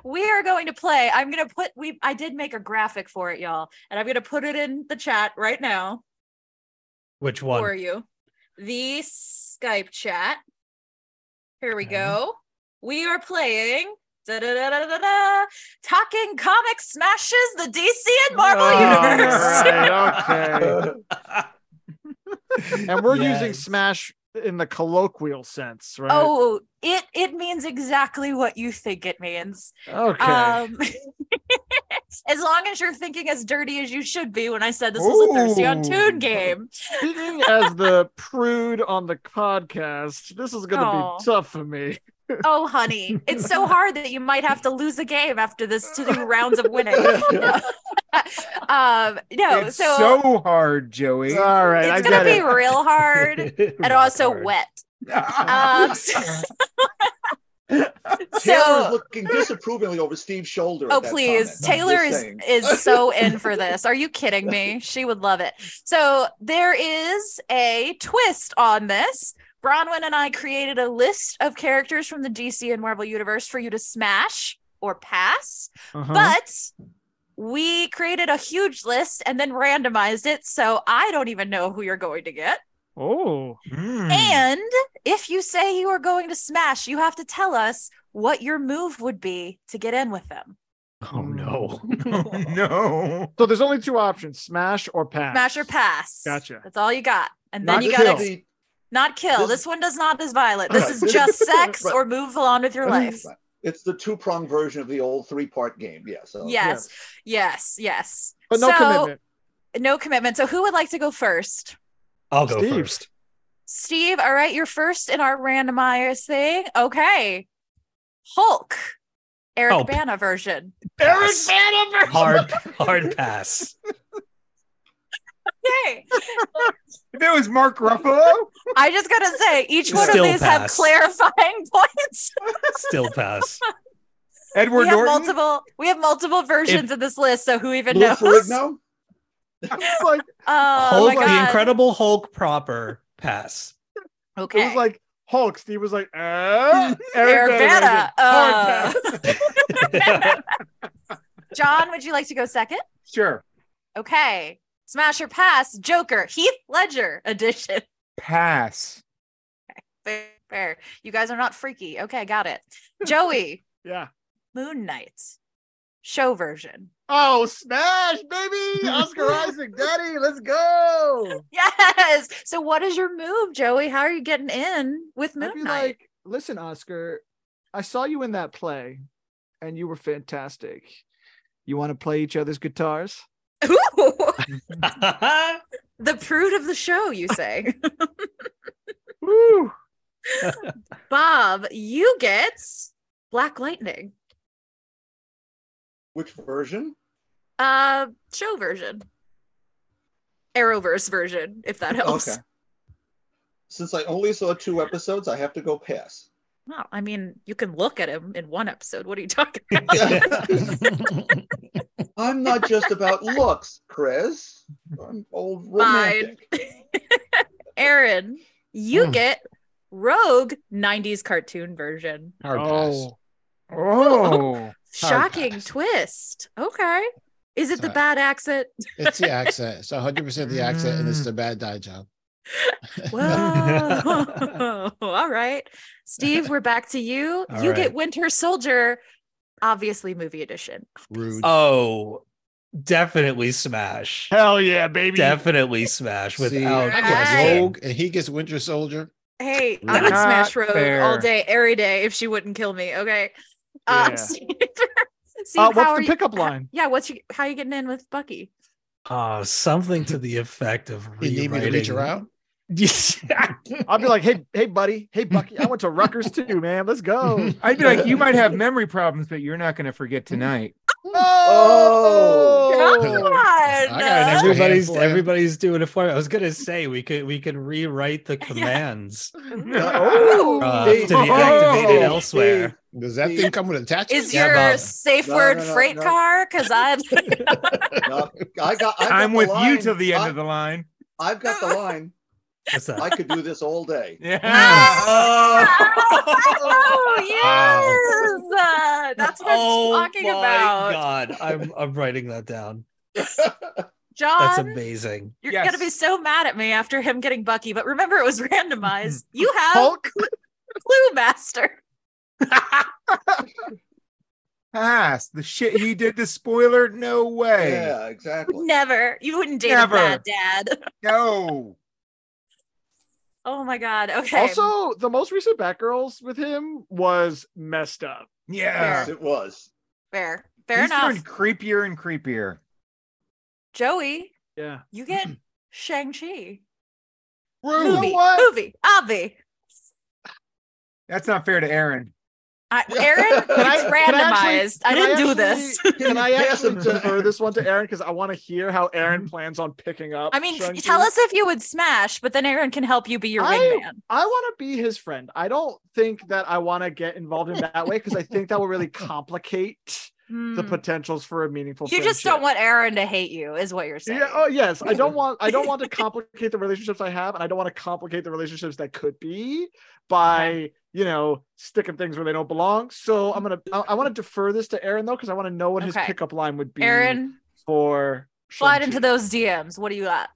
we are going to play. I'm going to put, we, I did make a graphic for it, y'all, and I'm going to put it in the chat right now
which one? *laughs*
for you. The Skype chat. Here we
Okay.
go. We are playing. da-da-da-da-da-da, Talking Comic Smashes the DC and Marvel
All
Universe.
right, okay. And we're using
Yes.
smash in the colloquial sense, right?
*laughs* Oh, it it means exactly what you think it means.
okay.
Um, *laughs* as long as you're thinking as dirty as you should be when I said this was a Thirsty on
Ooh.
Tune game.
Speaking as the prude on the podcast, this is going to
Aw.
be tough for me.
Oh, honey, it's so hard that you might have to lose a game after this two rounds of winning. *laughs* um, no,
it's
so,
so, hard, Joey.
Uh,
*laughs*
All right, I
it's
get
gonna be
it.
real
*laughs*
hard and also
Rock hard.
wet.
Ah.
Um, so,
Taylor is
so-
looking disapprovingly over Steve's shoulder. at
oh
that comment.
please,
I'm
Taylor
just
is
saying. *laughs*
is so in for this. Are you kidding me? She would love it. So there is a twist on this. Bronwyn and I created a list of characters from the DC and Marvel universe for you to smash or pass.
Uh-huh.
But we created a huge list and then randomized it. So I don't even know who you're going to get.
oh,
*laughs*
Hmm,
Hmm.
Mm.
And if you say you are going to smash, you have to tell us what your move would be to get in with them.
Oh no.
Oh, no.
so there's only two options: smash or pass.
Smash or pass.
Gotcha.
That's all you got. And
Not
then you
This
got
is
to
the-
not kill.
this-
This one does not is violent. This
Right.
is just sex
Right.
or move along with your life.
Right. It's the two prong version of the old three part game. Yeah. So
Yes. Yes. Yes.
but no
so,
commitment.
No commitment. So who would like to go first?
I'll go
Steve.
first.
Steve, all right, you're first in our randomizer thing. Okay. Hulk, Eric
Oh, p-
Bana version.
Eric Hard hard pass.
Okay.
If it was Mark Ruffalo,
I just gotta say, each one
Still
of these have
pass.
clarifying *laughs* points.
Still pass.
Edward
we have
Norton.
multiple. We have multiple versions of this list, so who even
Lou
*laughs* knows?
Ferrigno?
It's like
*laughs* Oh
Hulk,
my god!
the Incredible Hulk proper
*laughs*
pass.
okay.
it was like Hulk. Steve was like, uh,
Eric Bana,
Hard
uh, Oh. *laughs* John, would you like to go second?
Sure.
Okay. Smash or pass, Joker, Heath Ledger *laughs* edition.
Pass.
Fair, fair. You guys are not freaky. Okay, got it. Joey,
yeah.
Moon Knight, show version.
Oh, smash,
*laughs*
baby! Oscar Isaac, daddy, let's go.
Yes. So, what is your move, Joey? How are you getting in with
I'd be
Moon Knight?
like, listen, Oscar, I saw you in that play, and you were fantastic. You want to play each other's guitars?
*laughs* Ooh,
That's
the prude of the show, you say.
Woo!
*laughs* Bob, you get Black Lightning,
Which version?
uh, show version, Arrowverse version, if that helps.
Okay. Since I only saw two episodes, I have to go
*laughs*
pass.
Well, I mean, you can look at him in one episode. What are you talking about? *laughs*
I'm not just about looks, Chris. I'm old romantic.
Aaron, you
Hmm.
get Rogue 90s cartoon version.
*laughs* Hard pass.
Oh,
Oh,
Shocking
pass.
twist. Okay. Is it the
Sorry.
bad accent?
It's the accent. It's 100% the accent, and it's the bad dye job.
Whoa. *laughs* All right. Steve, we're back to you.
All
you
right.
get Winter Soldier, obviously movie edition.
Rude.
oh, definitely smash.
hell yeah, baby!
Definitely smash
See,
without
I
Hey.
get
question.
Rogue, and he gets Winter Soldier.
Hey, I
Not
would smash Rogue
fair.
all day, every day if she wouldn't kill me. Okay. Uh,
Yeah.
*laughs* Steve, Steve,
Uh,
how
what's
are
the
you- *laughs*
pickup line?
Yeah, what's your how you getting in with Bucky?
Oh, something to the effect of
You need me to reach around?
rewriting.
I'll be like, hey, hey, buddy, hey, Bucky, I went to Rutgers
*laughs*
too, man. Let's go.
I'd be like, you might have memory problems, but you're not going
*laughs*
to forget tonight.
Oh.
Come on.
I got an extra
everybody's
hand for ya.
everybody's doing it for me. I was gonna say we could we could rewrite
*laughs*
the commands
Oh.
uh,
Steve.
to be activated
Oh.
elsewhere.
Does that thing come with attachments?
Is
Yeah,
your
Bob.
safe
No,
word
no, no,
freight
no.
car? Because I *laughs*
No, I got. I got
I'm
the
with you
line.
till the end
I,
of the line.
I've got the line.
What's that?
I could do this all day.
*laughs*
Yeah.
Ah.
*laughs*
*laughs*
oh yes, Uh, that's what
oh
I'm talking
my
about,
god! I'm I'm writing that down.
*laughs*
That's
John.
amazing.
You're
Yes.
gonna be so mad at me after him getting Bucky, but remember
*laughs*
it was randomized. You have
Hulk.
Clue Master.
Pass. The shit he did to spoiler. No way.
Yeah, exactly.
Never. You wouldn't date
Never.
a bad dad. *laughs*
No.
Oh my god. Okay.
Also, the most recent Batgirls with him was messed up.
Yeah.
Yes, it was.
fair. Fair
He's
enough.
turned creepier and creepier.
Joey,
Yeah.
you
*clears throat*
get Shang Chi
Rude.
movie.
what?
Movie. Obvi.
That's not fair to
*laughs*
Aaron.
I, Aaron,
Can
I- *laughs*
it's
can I actually-
randomized. I
can I
didn't do
actually-
this. *laughs*
Can I
Pass
actually
him to-
defer this one to Aaron because I want to hear how Aaron plans on picking up?
Mm-hmm. I mean,
Shang-Chi.
tell us if you would smash, but then Aaron can help you be your
I-
wingman.
I want to be his friend. I don't think that I want to get involved in that way because I think that will *laughs* really complicate the
Hmm.
potentials for a meaningful.
You just don't
friendship.
want Aaron to hate you, is what you're saying.
Yeah. Oh, yes. I don't want. I don't
*laughs*
want to complicate the relationships I have, and I don't want to complicate the relationships that could be by you know sticking things where they don't belong. So I'm gonna. I, want to defer this to Aaron though, because I want to know what his
Okay.
pickup line would be.
Aaron,
for
slide
Shang-Chi.
into those DMs. What do you got?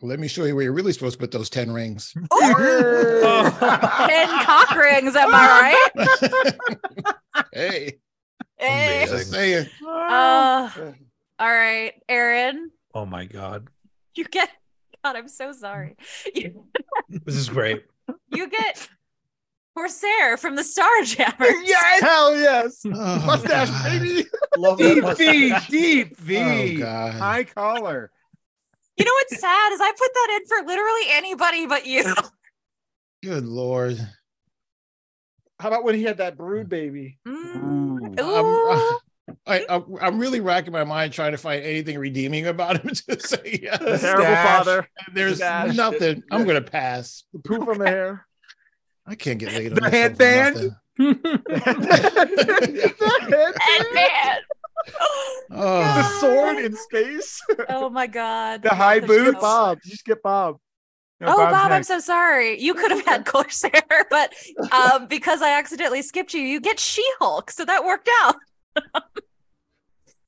Let me show you where you're really supposed to put those
*laughs*
10 rings. *laughs*
Ten cock rings, am I right?
hey,
Hey.
Amazing.
just saying.
Ah,
Uh, all right, Aaron,
Oh my god,
you get. God, I'm so sorry. You,
this is great.
you get Corsair from the
*laughs*
Starjammers.
yes.
Hell yes.
Oh,
Mustache,
God.
*laughs* baby.
*laughs* Love that
*laughs* Deep V.
mustache.
Deep
Oh,
V.
God.
High collar.
You know what's sad is I put that in for literally anybody but you.
Good Lord.
How about when he had that brood baby?
Mm.
Ooh.
I'm- uh,
Ooh.
I, I, I'm really racking my mind trying to find anything redeeming about him *laughs* to say yes.
Terrible
Stash.
father.
There's
Stash.
nothing. I'm gonna pass.
The poo from the hair.
I can't get laid. on this
The
one for
headband?
nothing.
*laughs*
Ant-Man.
the
Oh,
sword in space.
oh my god.
The high
That's
boots?
so-
Bob, you skip Bob.
Oh, Bob, I'm so sorry. You could have had Corsair, *laughs* but um, because I accidentally skipped you, you get She Hulk. So that worked out.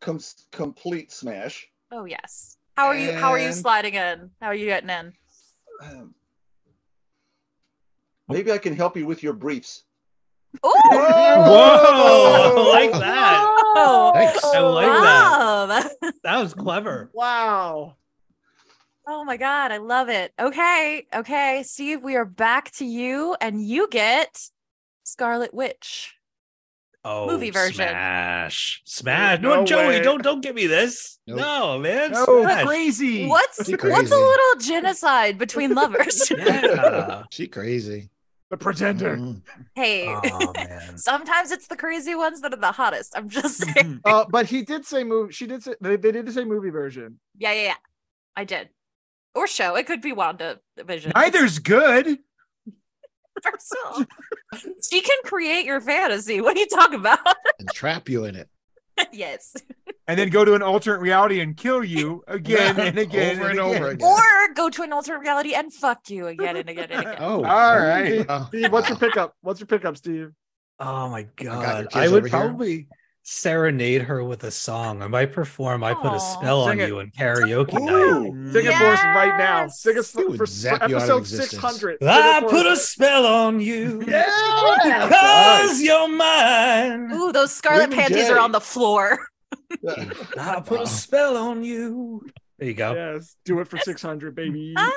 Com- complete smash.
Oh yes. How are you? How are you
And-
sliding in? How are you getting in?
Um, maybe I can help you with your briefs.
*laughs* Oh,
Whoa! Oh, I like that.
Oh,
Thanks.
I like that.
Bob.
That was clever.
Wow.
Oh my God, I love it. Okay, okay, Steve, we are back to you, and you get Scarlet Witch.
Oh,
Movie version.
Smash, smash! No,
No
Joey,
way.
don't don't give me this.
Nope.
No, man.
no,
smash.
Oh, crazy. *laughs*
What's
Be
what's
crazy.
a little genocide between lovers?
*laughs*
*laughs*
Yeah.
she crazy.
The pretender.
Mm.
hey,
oh man.
sometimes it's the crazy ones that are the hottest. I'm just saying.
Mhm.
Uh, but he did say movie. She did say they, they did say movie version.
Yeah, yeah, yeah. I did. Or show. It could be Wanda Vision.
Neither's good.
First of all, she can create your fantasy. What are you talking about? *laughs*
And trap you in it
yes.
And then go to an alternate reality and kill you
*laughs*
again and again
over and, over again.
Or go to an alternate reality and fuck you again and again and again.
*laughs*
Oh,
All right.
wow.
Steve, what's your pickup? What's your pickup, Steve?
Oh my
your
god.
kids
I, would
over here.
probably serenade her with a song. I might perform. I put
Aw.
a spell
Sing
on
it.
you in karaoke night.
Ooh,
Sing it for us right now.
Yes!
Sing us
It
for,
would
for
zap you out of
episode
existence.
six hundred.
I Ah, put a spell on you.
yeah.
Because you're mine.
Ooh, those scarlet
Raymond
panties
J.
are on the floor.
I put
Wow.
a spell on you. There you go.
Yes, do it for six hundred,
*laughs*
baby.
Ah.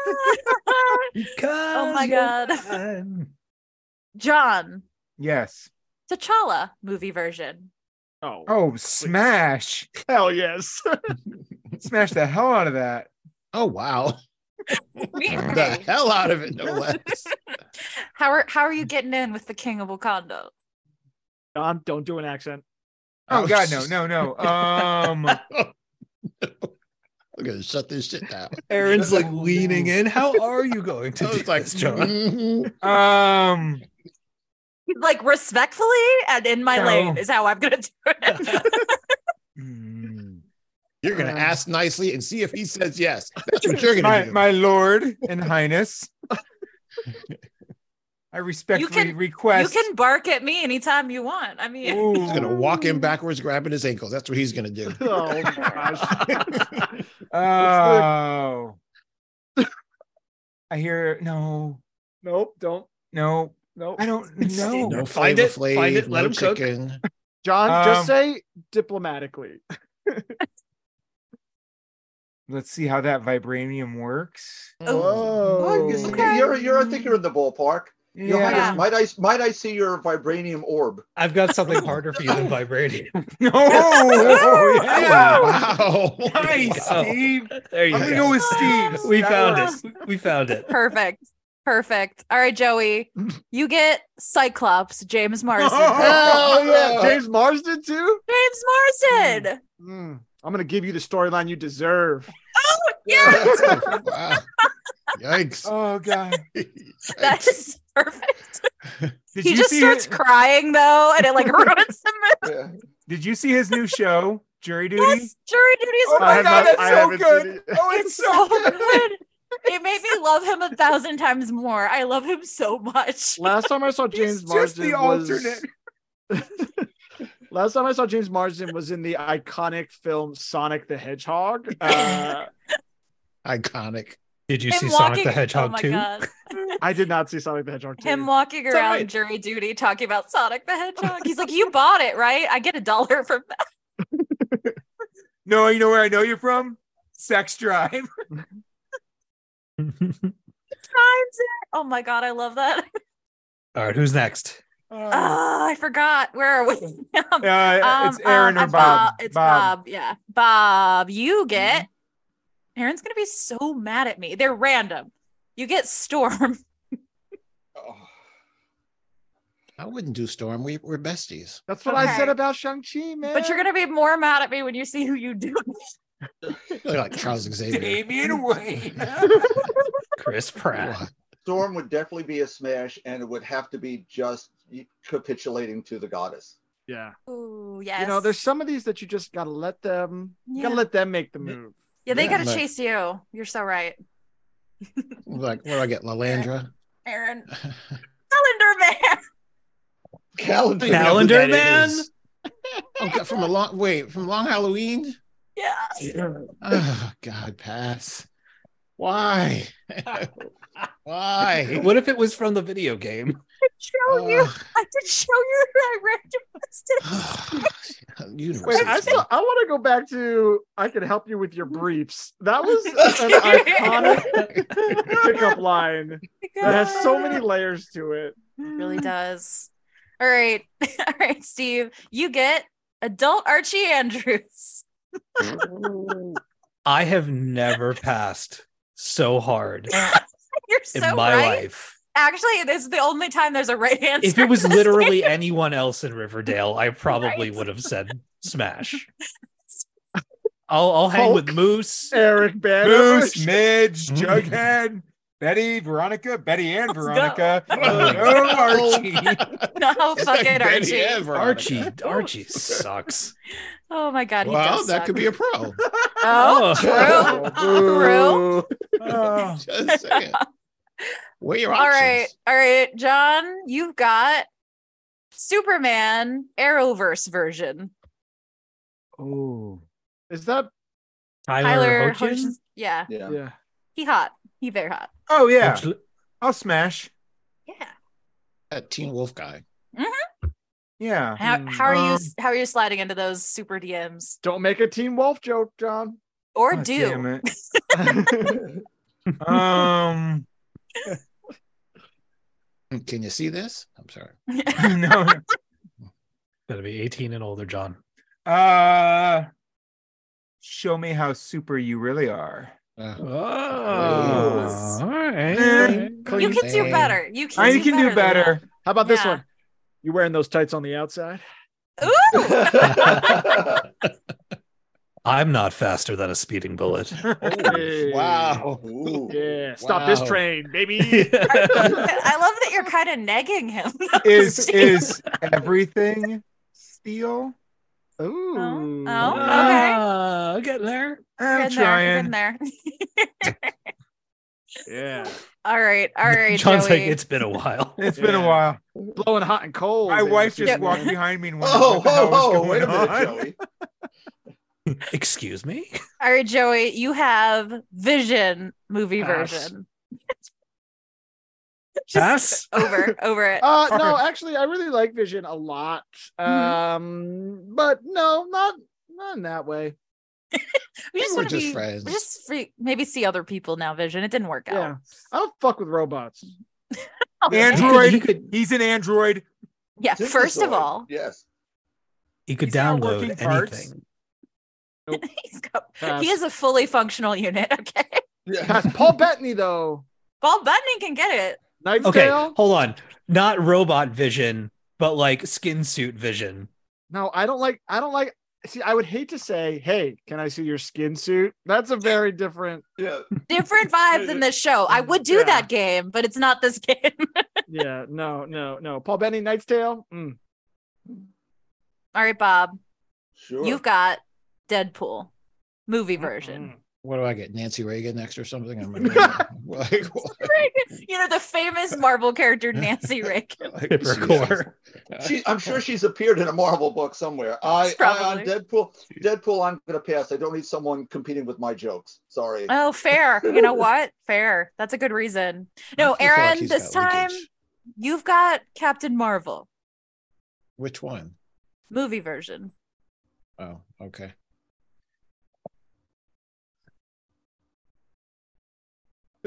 Because
Oh my
you're
God. *laughs*
mine.
*laughs* John,
Yes.
T'Challa movie
*laughs*
version.
Oh,
Oh, smash.
hell yes. *laughs*
Smash the hell out of that.
Oh wow. The
How
hell out of it,
*laughs*
no less.
are how are you getting in with the King of Wakanda?
Don, don't do an accent.
Oh god, no, no, no. Um
I'm gonna shut this shit
*laughs*
down.
Aaron's
That's
like leaning in. *laughs* How are you going to
So
do
it's like,
this, John?
mhm.
um
Like respectfully and in my
No.
lane is how I'm gonna do
*laughs*
it.
mm,
*laughs* you're gonna
Um,
ask nicely and see if he says yes. That's what you're gonna
my,
do.
my lord and highness. I respectfully
can- you
request
can bark at me anytime you want. I mean,
He's gonna walk in backwards, grabbing his ankles. That's what he's gonna do.
*laughs* Oh my gosh.
Oh. I hear no,
*laughs* nope, don't.
no,
Nope.
I don't know.
No
Find
flavor
it, find it,
Flav,
let
no
him cook.
chicken.
John,
Um,
just say diplomatically.
Let's see how that vibranium works.
Oh,
It's okay. You're, you're, I think you're in the ballpark. Your
Yeah.
Highness, might I, might I see your vibranium orb?
*laughs* I've got something harder for you *laughs* than vibrating.
No.
*laughs*
Oh, yeah.
Wow.
Nice,
Wow.
Steve.
There you
I'm gonna
go.
go
Oh.
with Steve.
we
That
found
works.
it. We found it.
perfect. Perfect. All right,
*laughs*
Joey. You get Cyclops, James Marsden.
Hell *laughs* yeah,
Uh,
James Marsden too.
James
*laughs*
Marsden.
Mm, I'm gonna give you the storyline you deserve.
Oh yes.
Wow. Yikes.
Oh god.
That is perfect.
Did
he
you
just
see
starts
it?
crying though, and it
*laughs*
like ruins the movie.
Yeah.
Did you see his new show, Jury Duty?
Yes, jury duty is
Oh
I
my
have
god,
not-
that's
I
so
haven't seen
good.
it.
Oh, it's,
It's
so
so
good.
good. It made me love him a thousand times more. I love him so much.
Last time I *laughs* saw
He's
James
just
Marsden
the
was.
alternate.
*laughs* Last time I saw James Marsden was in the iconic film Sonic the Hedgehog. *laughs* Uh,
Iconic.
Did you
Him
see Sonic the
walking- oh
Hedgehog
my
too?
God.
I did not see Sonic the Hedgehog. 2.
Him walking
all
around
right.
jury duty talking about Sonic the Hedgehog. He's like, You bought it, right? I get a dollar from
*laughs*
that.
*laughs* No, you know where I know you from? Sex
*laughs*
Drive.
Times it. Oh my God, I love that.
*laughs* All right, who's next?
Uh,
Ah, I forgot. Where are we? *laughs* Um,
uh,
um,
it's Aaron or
I'm
Bob.
It's Bob. Yeah. Bob, you get. Aaron's going to be so mad at me. They're random. You get Storm.
Oh.
I wouldn't do Storm. We, we're besties.
That's what I said
Okay.
about Shang-Chi, man.
*laughs* But you're gonna be more mad at me when you see who you do. *laughs*
You're like Charles Xavier.
*laughs* Damian Wayne.
Chris Pratt.
What?
Storm would definitely be a smash, and it would have to be just capitulating to the goddess.
yeah.
Ooh, yes.
You know, there's some of these that you just gotta let them you
Yeah.
gotta let them make the move.
yeah, they
Yeah,
gotta
but-
chase you. You're so right,
Like, what do I get? Lalandra?
Aaron. Calendar man. *laughs*
Calendar.
Calendar
That
Man?
is- Oh, God, from a long wait, from Long Halloween?
Yeah.
Oh God, pass. Why? Why?
What if it was from the video game?
I showed you.
Uh,
I did show you who I randomized it. *laughs*
Universe
Wait,
is
I, still,
like-
I want to go back to I can help you with your briefs. That was
*laughs*
an iconic
*laughs*
pickup line that has so many layers to it.
It really does. All right. *laughs* All right, Steve. You get adult Archie Andrews. *laughs*
I have never passed so
*laughs*
hard
You're
in
so
my
right.
life.
Actually, this is the only time there's a right answer.
If it
*laughs*
was
to this
literally anyone else in Riverdale, I probably
Right.
would have said
*laughs*
smash. I'll, I'll hang with
*laughs*
Moose.
Eric Banner. *laughs*
Moose, Midge, Jughead, Betty, Veronica, Betty and
*laughs* Let's go.
Veronica.
Uh,
Oh.
Oh,
*laughs*
Archie.
game. no,
It's *laughs*
fuck
like
it,
Betty
Archie.
and Veronica.
Archie, Archie sucks.
Oh my god, he
Well,
does
that
suck.
could be a pro.
Oh,
Oh.
True.
Oh.
Just
*laughs*
saying. Where are your
all
options?
right, all right, John. You've got Superman Arrowverse version.
Oh.
Is that
Tyler, Hoechlin?
Hoechlin- Yeah,
*laughs* Yeah.
yeah?
he hot. He very hot.
Oh yeah.
Hoechlin-
I'll smash.
Yeah.
That Teen Wolf guy.
Yeah.
How,
Hmm.
how are you?
Um,
how are you sliding into those super DMs?
Don't make a Teen Wolf joke, John.
Or
Oh,
God
do?
Oh, damn
*laughs*
it. um *laughs*
Can you see this? I'm sorry.
no.
Gotta be 18 and older, John.
Uh show me how super you really are.
Uh,
Oh,
Yes.
all right.
*laughs*
Eh,
You
clean
can do
thing.
better. You can.
I
do
Oh, can do
than that.
better.
How about this
Yeah.
one? You wearing those tights on the
*laughs*
outside?
Ooh,
I'm not faster than a speeding bullet.
Hey.
Wow.
Ooh.
Yeah. Stop this
Wow.
train,
*laughs*
baby.
I
I love that you're kind of negging him. *laughs*
is is everything steel?
Ooh.
Oh,
Ah, getting there.
I'm
Good there.
trying.
Good there.
Yeah.
All right.
*laughs*
All right.
John's
Joey.
like, it's been a while. *laughs*
It's been
Yeah.
a while.
Blowing hot and cold.
My
baby.
wife just
Yeah.
walked behind me and wondered
Oh,
what the
ho,
hell was
ho,
going
wait a minute,
on.
Joey.
Excuse me.
All right, Joey. You have Vision movie
Pass.
version. *laughs*
Pass.
Just over, over it.
Uh, no,
Sorry.
actually, I really like Vision a lot. Um, but no, not not in that way.
we just
We're
want to
just
be,
friends.
we just free, maybe see other people now. Vision. It didn't work
Yeah,
out.
I don't fuck with robots.
Okay.
Android.
He could-
He's an android.
Yeah. First of
Synthesoid,
all, *laughs*
Yes.
He could
He's got working
download
parts.
anything.
he's got-
Pass.
he is a fully functional unit. *laughs* Okay.
Yeah.
Pass. *laughs* Paul Bettany though.
Paul Bettany can get it.
Night's
Okay,
Tale?
hold on. Not robot vision, but like skin suit vision.
No, I don't like. I don't like. See, I would hate to say, "Hey, can I see your skin suit?" That's a very different.
yeah.
Different vibe than this show. I would do
Yeah.
that game, but it's not this *laughs* game.
Yeah, no, no, no. Paul Bettany, Night's Tale. Mm.
All right, Bob.
Sure.
You've got Deadpool movie version. *laughs*
What do I get? Nancy Reagan next or something? I'm gonna- like, *laughs* what?
You know, the famous
*laughs*
Marvel character Nancy Reagan.
Like,
Ripcord.
She, I'm sure she's appeared in a Marvel book somewhere. I, I on
Probably.
Deadpool. Deadpool, I'm gonna pass. I don't need someone competing with my jokes. Sorry.
Oh, fair. You know what? Fair. That's a good reason. *laughs* No,
I feel like
Aaron,
he's
this
got
time
leakage.
you've got Captain Marvel
Which one?
movie version.
Oh, okay.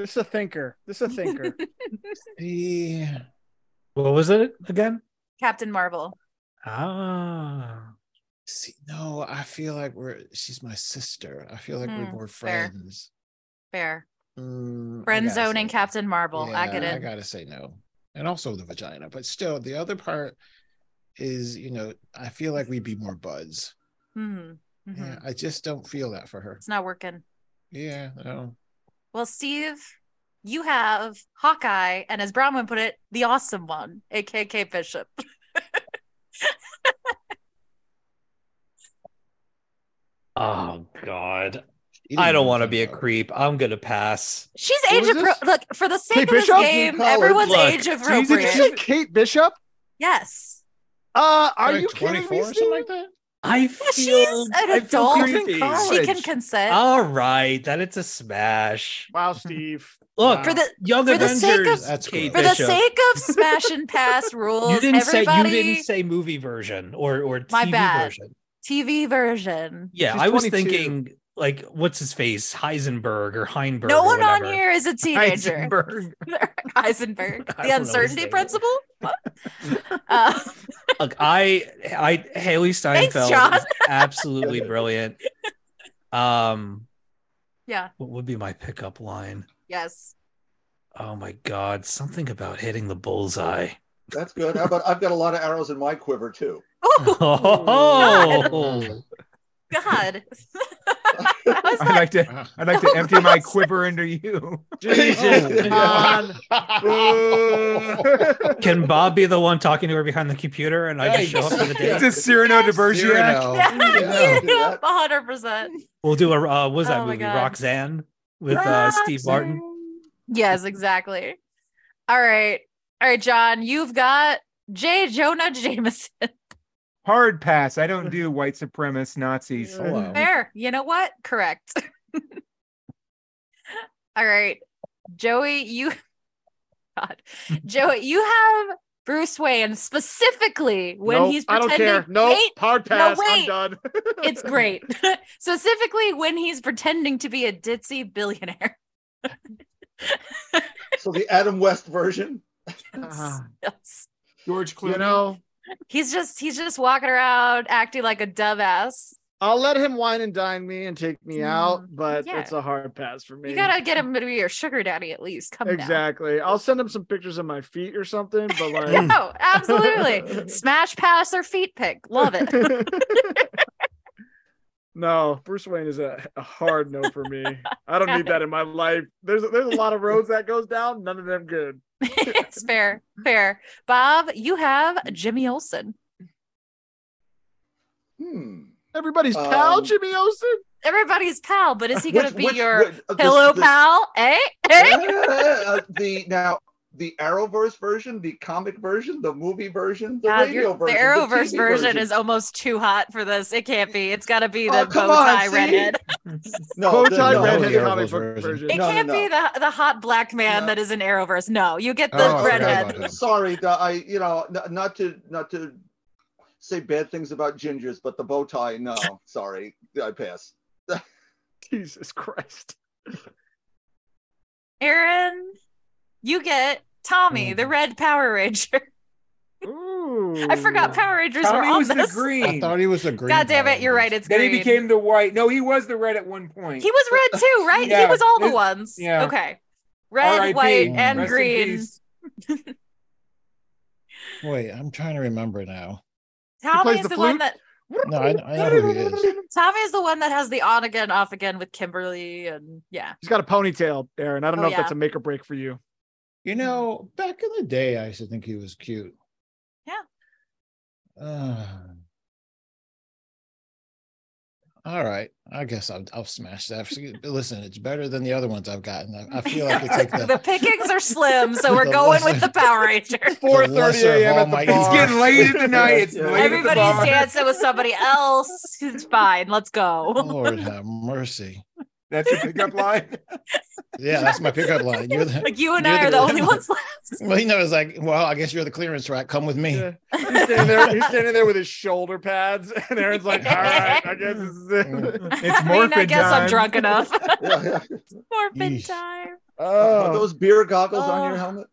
This is a thinker. This is a *laughs* thinker.
The
What was it again?
*laughs* Captain Marvel.
Ah.
see, no, I feel like we're. She's my sister. I feel like we're
Hmm,
more
fair.
friends.
Fair.
Mm, I
Friend
gotta
zone
say-
and Captain Marvel. I get
Yeah,
it.
I gotta say no. and also the vagina. But still, the other part is, you know, I feel like we'd be more buds.
Hmm. Mhm.
Yeah, I just don't feel that for her.
It's not working.
Yeah, no.
Well, Steve, you have Hawkeye, and as Bronwyn put it, the awesome one, aka Bishop.
Oh God,
He
I
didn't
don't
do
want to
anything
be a
about it.
creep. I'm gonna pass.
She's
Who
age
is
appro-
this?
Look for the sake
Kate
of this
Bishop?
game,
Kate Collins,
everyone's
look.
age
Did you
appropriate.
say Kate Bishop?
yes,
Uh, are
Like
you kidding
24
me?
or something like
Steve?
that?
I feel
she's an
I feel
adult.
creepy.
She's in
she
college.
can consent.
All right, that it's a smash.
Wow, Steve.
Look,
for the
Young
for the
Avengers.
sake of-
That's
Kate
for the
Bishop.
sake
*laughs*
of smash and pass rules,
you didn't say you
everybody
didn't say movie version or or TV
My bad.
version.
TV version.
Yeah,
She's
I was
22.
thinking like what's his face Heisenberg or Heinberg.
no
or
one on
whatever.
here is a teenager. *laughs*
Heisenberg.
Heisenberg,
I don't
the
know his
uncertainty
name.
principle.
*laughs*
What? Uh,
Look, I I Haley Steinfeld
John.
is absolutely brilliant. Um,
yeah.
what would be my pickup line?
Yes.
Oh my god, something about hitting the
*laughs*
bullseye.
That's good. How about I've got a lot of arrows in my quiver too.
Oh
Oh,
*laughs*
God. I was like,
I'd like to. I'd like to
*laughs*
empty my quiver into you.
*laughs* Jesus,
*laughs* Oh,
John.
Oh,
*laughs*
Wow.
can Bob be the one talking to her behind the computer and I just show up for the
Yeah.
date?
It's a Cyrano de Bergerac.
Cyrano.
yeah,
Oh, Yeah, do that.
100%.
We'll do a uh, what was that
Oh my
movie
God.
Roxanne with uh, Steve Martin.
Yes, exactly. All right. All right, John, you've got J. Jonah Jameson.
Hard pass. I don't do white supremacist Nazis.
Um,
Hello.
Fair. You know what? Correct. *laughs* All right. Joey, you *laughs* God. Joey, you have Bruce Wayne specifically when
Nope,
he's
I
pretending
don't care. No,
Wait,
hard pass.
wait.
I'm done.
*laughs*
*laughs*
it's great. *laughs* specifically when he's pretending to be a ditzy billionaire. *laughs*
So the Adam West version.
Ah,
Yes.
George Clooney.
you know,
He's just he's just walking around acting like a dumbass.
I'll let him wine and dine me and take me out,
Mm,
but
yeah.
it's a hard pass for me.
You gotta get him to be your sugar daddy at least. Come now.
exactly. I'll send him some pictures of my feet or something,
*laughs*
but like
No, absolutely. Smash pass or feet pick. Love it.
*laughs* no, Bruce Wayne is a, a hard no for me. I don't need that in my life. There's there's a lot of roads that goes down, none of them good.
it's fair, fair. Bob, you have Jimmy Olsen.
Hmm.
Everybody's pal,
Um,
Jimmy Olsen.
Everybody's pal, but is he going to
Which-
be
which-
your
which- uh, this-
pillow
this-
pal? Eh?
Yeah,
Eh?
yeah, yeah, yeah. Uh, the now the Arrowverse version, the comic version, the movie version, the
God,
radio
your- the
version,
Arrowverse
TV
version, is almost too hot for this. It can't be. It's got to be the
Oh, come
bow tie
on, see?
redhead.
no,
Bow
the-
tie
no,
redhead
the
comic
Arrowverse
book
version.
version.
It
No, no,
can't be the the hot black man
No.
that is in Arrowverse. No, you get
Oh, I
the
forgot
redhead.
about him.
Sorry, the- I you know n- not to not to say bad things about gingers, but the bow tie, no, sorry, I
*laughs*
pass.
Jesus Christ.
Aaron, you get Tommy,
Mm-hmm.
the red Power Ranger. *laughs*
Ooh.
I forgot Power Rangers were
Tommy
on
was
this.
the green.
I thought he was a green.
God damn
Power
it, you're right.
Ranger.
It's
then he
green.
became the white. No, he was the red at one point.
He was red
*laughs*
too, right? He
Yeah,
was all the
it's-
ones.
yeah.
Okay. Red,
R.I.P.
white, and
Mm, Rest in
green.
peace.
Wait, I'm trying to remember now.
Tommy
plays
is
the
the,
flute?
one that
No, I, I know who he is.
Tommy is the one that has the on again, off again with Kimberly, and yeah.
He's got a ponytail, Aaron. I don't
Oh,
know if
yeah.
that's a make or break for you.
You know, back in the day, I used to think he was cute.
Yeah.
Uh, all right, I guess I'll, I'll smash that. Listen, it's better than the other ones I've gotten. I, I feel like
*laughs*
it's like the,
the pickings are slim, so we're
*laughs* The
going with
lesser-
the Power Ranger.
*laughs*
the
4:30
lesser
a.m.
Hall
at the
might-
bar.
It's getting late in the night. It's
Yeah.
late at the
Everybody's
bar.
dancing with somebody else. It's fine. Let's
*laughs*
go.
Lord have mercy.
That's
*laughs*
your pickup line.
Yeah, that's my pickup
*laughs*
line. You're the.
Like you and
You're
I are
the-
the only ones left.
Well, you know, it's like, well, I guess you're the clearance rack. Come with me.
Yeah. He's standing there, he's standing there with *laughs* his shoulder pads, and Aaron's *laughs* like, "All right, I guess this is it."
It's
*laughs* I mean, I
morphin'
guess I'm
time.
*laughs*
drunk enough.
Yeah, yeah.
Morphin
Yeesh.
time.
Are
*laughs* Oh,
those beer goggles on your
Oh.
helmet?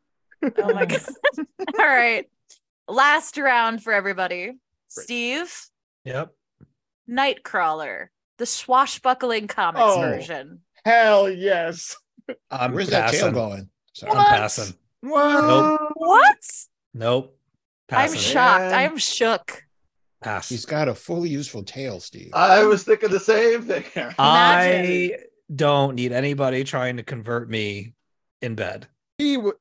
*laughs* Oh my god. *laughs* All right. Last round for everybody. Steve,
Yep.
Nightcrawler, the swashbuckling comics
Oh.
version.
hell yes!
I'm
Where's that tail
passing.
going?
I'm
Sorry.
What?
passing.
Whoa.
What?
Nope.
I'm
Passing it.
shocked.
Yeah.
I'm shook.
Pass.
He's got a fully useful tail, Steve.
Uh,
I was thinking the same thing.
I don't need anybody trying to convert me in bed.
He would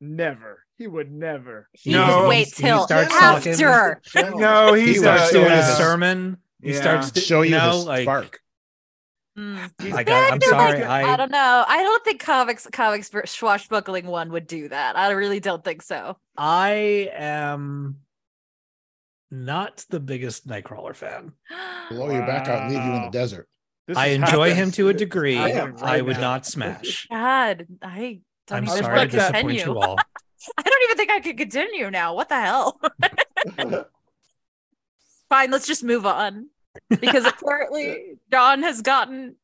never. He would never.
He
No.
would wait
He
till
starts
talking.
after.
Oh,
No,
He
he's
was
uh,
starts doing
yeah.
his sermon. He
Yeah.
starts to
Show you
no,
his
like,
spark.
Mm.
I
But I
got, I'm
feel
sorry.
like-
I,
I don't know. I don't think comics, comics ver- swashbuckling one would do that. I really don't think so.
I am not the biggest Nightcrawler fan.
Blow your back out and leave you in the
Wow.
desert.
This
I
is
enjoy
happening.
him to a degree.
I
I,
am right
would
now.
not
*laughs*
smash.
God, I don't
I'm sorry to
even think I could
disappoint
continue.
you
*laughs*
all.
I don't even think I could continue now. What the hell? Fine, let's just move on
*laughs*
because apparently Don has gotten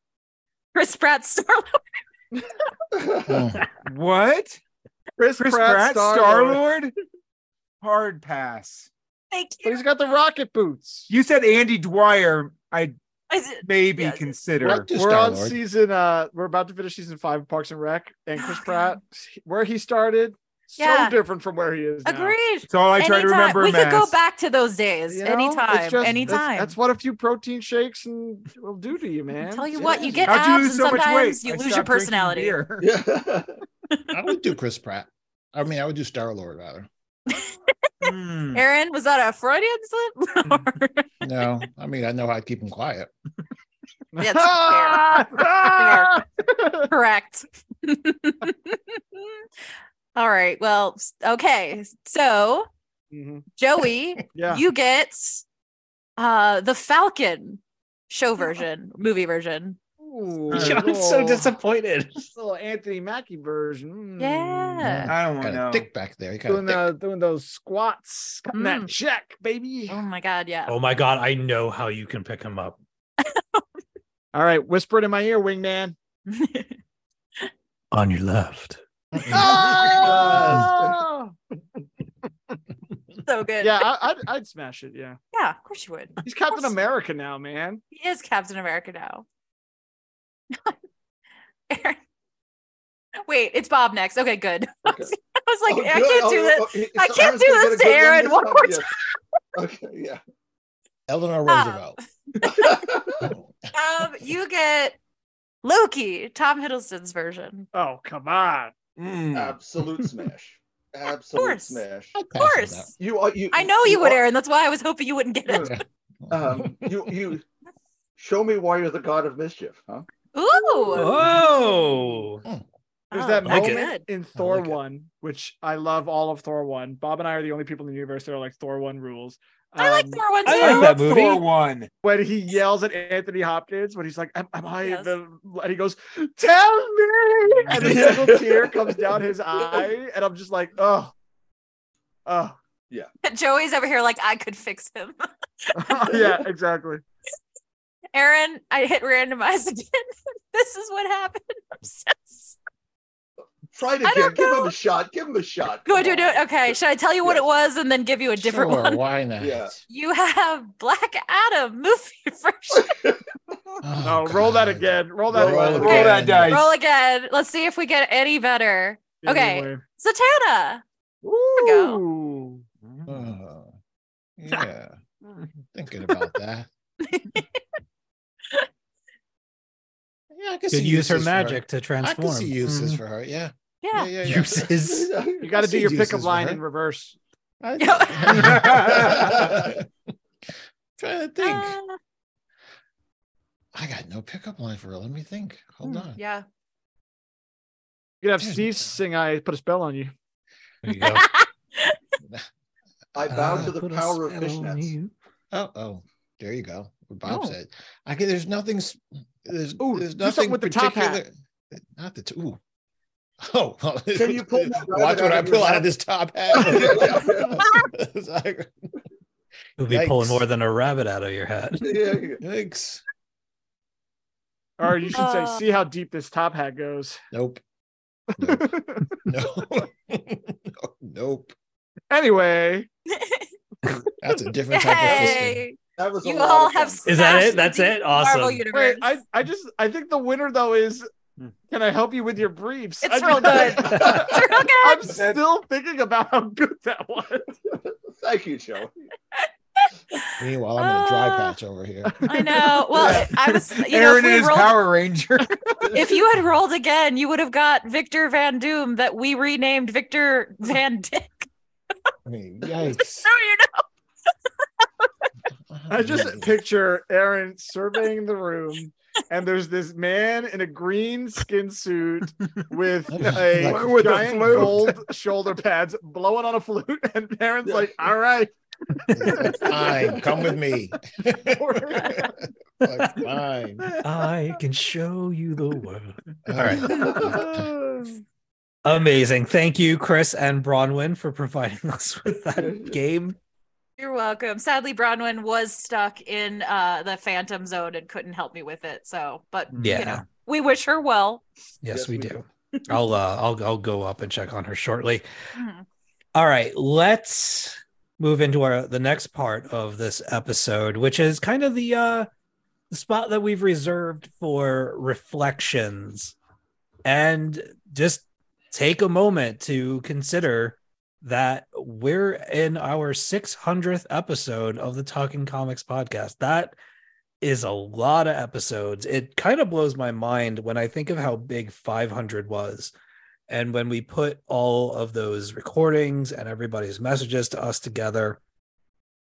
Chris Pratt's *laughs* Star
Oh,
What?
Chris,
Chris
Pratt,
Pratt, Star
Star-Lord.
Lord? Hard pass.
Thank
But
you.
he's got the rocket boots.
You said Andy Dwyer. I
Is it-
maybe
Yeah.
consider.
What do
we're on
Star-Lord?
season uh we're about to finish season five of Parks and Rec and Chris
Okay.
Pratt where he started
Oh, Yeah.
so different from where he is now.
Agreed.
That's all I try to remember.
we could go
Mass.
back to those days
You know? It's
anytime.
just- that's-
anytime.
That's, what a few protein shakes and will do to you, man.
Tell you
Yeah.
what, you
*laughs*
get
How'd you
abs, and
lose so much weight?
sometimes you
I
lose your
stopped drinking
personality. *laughs*
beer.
*laughs* Yeah. *laughs*
I would do Chris Pratt. I mean, I would do Star Lord rather.
Mm.
Aaron, was that a Freudian
*laughs*
slip? Or-
No, I mean, I know how to keep him quiet.
That's Correct. *laughs* All right. Well, s- okay. So,
Mhm.
Joey,
*laughs*
Yeah.
you get uh the Falcon show version, movie version.
Ooh,
Yeah,
I'm so
little-
disappointed.
Little Anthony Mackie version. Mm.
Yeah.
I
Oh,
don't
Got
know.
a dick back there. You got a
Doing
dick.
the doing those squats, cutting
Mm.
that check, baby.
Oh my god, yeah.
Oh my god, I know how you can pick him up.
All right, whisper it in my ear, wingman.
On your left.
Oh!
*laughs* so good.
yeah,
*laughs*
I, I'd, I'd smash it. Yeah,
Yeah, of course you would.
he's Captain
Awesome.
America now, man.
He is Captain America now. *laughs* Aaron. Wait, it's Bob next. Okay, good. *laughs*
Okay.
I was like,
Oh,
I
good.
can't
Oh,
do this.
oh, he-
I
so
can't
Aaron's
do
gonna
this
get a
to
good one
Aaron
this
one
time?
more
Yes.
Eleanor
Ah.
Roosevelt.
*laughs*
Oh,
Um, you get Loki, Tom Hiddleston's version.
Oh, come on.
Okay, yeah.
*laughs*
Mm.
Absolute
Hmm.
smash. Absolute
course.
smash.
I'd
Of
pass on
course.
You are you.
I know you would,
are-
Aaron. That's why I was hoping you wouldn't get it.
that.
Um, you you show me why you're the god of mischief, huh?
Ooh.
Oh.
There's
Oh,
that
like
moment
it.
in Thor
like it.
one, which I love all of Thor one. Bob and I are the only people in the universe that are like Thor one rules.
I like
Um,
Thor one too.
I
I
like
love
that movie.
Thor one.
when he yells at Anthony Hopkins when he's like, "Am, am I?"
Yes.
The, and he goes, "Tell me!" And
*laughs*
a
Yeah.
single tear comes down his eye, and I'm just like, "Oh, oh, *laughs*
*laughs* Joey's over here like I could fix him.
yeah, exactly."
Aaron, I hit randomize *laughs* again. this is what happened. *laughs* I'm so
Try to
I
give,
don't
give
know.
him a shot. Give him a shot.
Go
Come
do
on.
do it. Okay. Should I tell you what
Yeah.
it was and then give you a different
Sure,
one?
Why not?
Yeah.
You have Black Adam movie *laughs* version.
Oh, roll that
God.
again. Roll that. again.
Roll again.
Roll that dice.
Roll again. Let's see if we get any better. Okay.
Anyway.
Zatanna. we go.
Ooh.
Oh, yeah. Thinking about that.
*laughs*
yeah, I can
Could
see
use her
uses for
magic to
I
transform.
can see uses
Mhm.
for her. Yeah.
Mm-hmm. Yeah.
Yeah.
Hmm.
yeah,
Uses.
You got to do
see
your
uses
pickup
for
line
her.
in reverse. *laughs*
I- *laughs* Trying to think.
Ah,
I got no pickup line for her. Let me think. Hold
hmm,
on.
yeah.
You could have
There's
Steve
no-
sing. I put a spell on you.
*laughs* There you go.
I bow
Ah,
to the
Put a
power of
spell on
fishnets.
you.
*laughs* Oh, oh, there you go. What Bob
No.
said. I can, there's nothing. s- There's,
Ooh,
there's
do something
nothing
with the top hat.
Not the two. *laughs* Oh, well, *laughs*
Can
*laughs*
you pull that rabbit
watch
out
what I
of your
pull out
hat?
of this top *laughs*
*laughs*
Yeah,
hat.
You'll be pulling
Yikes.
more than a rabbit out of your head.
*laughs* Yeah, yeah.
Thanks.
Or you should say,
Uh.
"See how deep this top hat goes."
Nope.
*laughs*
Nope. no. *laughs* No, Nope.
anyway,
That's a different type of fisting.
Yay.
That was a
You
lot
all
of
have
*laughs*
fun.
Is that it?
smashed
That's
the
it?
Marvel
Awesome.
Universe.
wait. I I just I think the winner though is Can I help you with your briefs?
It's
*laughs*
I *laughs*
real
just-
good. It's real good.
I'm still thinking about how good that was.
Thank you, Joe.
Meanwhile, I'm in a dry
Oh.
Uh,
patch over here.
I know. Well,
Yeah.
I was. You know, if,
Aaron
we
is
rolled-
Power
*laughs*
Ranger.
if you had rolled again, you would have got Victor Van Doom that we renamed Victor Van Dick.
I
*laughs*
mean, yikes.
So you know,
I just *laughs* picture Aaron surveying the room, and there's this man in a green skin *laughs* suit with a
With
a
giant
flute.
gold shoulder pads blowing on a flute, and Aaron's like, "All right, *laughs*
fine. Come with me. Like, fine.
*laughs* I can show you the world.
All
right. Amazing. Thank you, Chris and Bronwyn, for providing *laughs* us with that game.
*laughs* you're welcome. Sadly, Bronwyn was stuck in uh, the Phantom Zone and couldn't help me with it. So, but
Yeah.
you know, we wish her well.
Yes,
Yes,
we,
we
do. I'll uh, I'll I'll go up and check on her shortly.
Mhm.
All right, let's move into our the next part of this episode, which is kind of the uh the spot that we've reserved for reflections. And just take a moment to consider that we're in our 600th episode of the Talking Comics podcast. That is a lot of episodes. It kind of blows my mind when I think of how big 500 was. And when we put all of those recordings and everybody's messages to us together,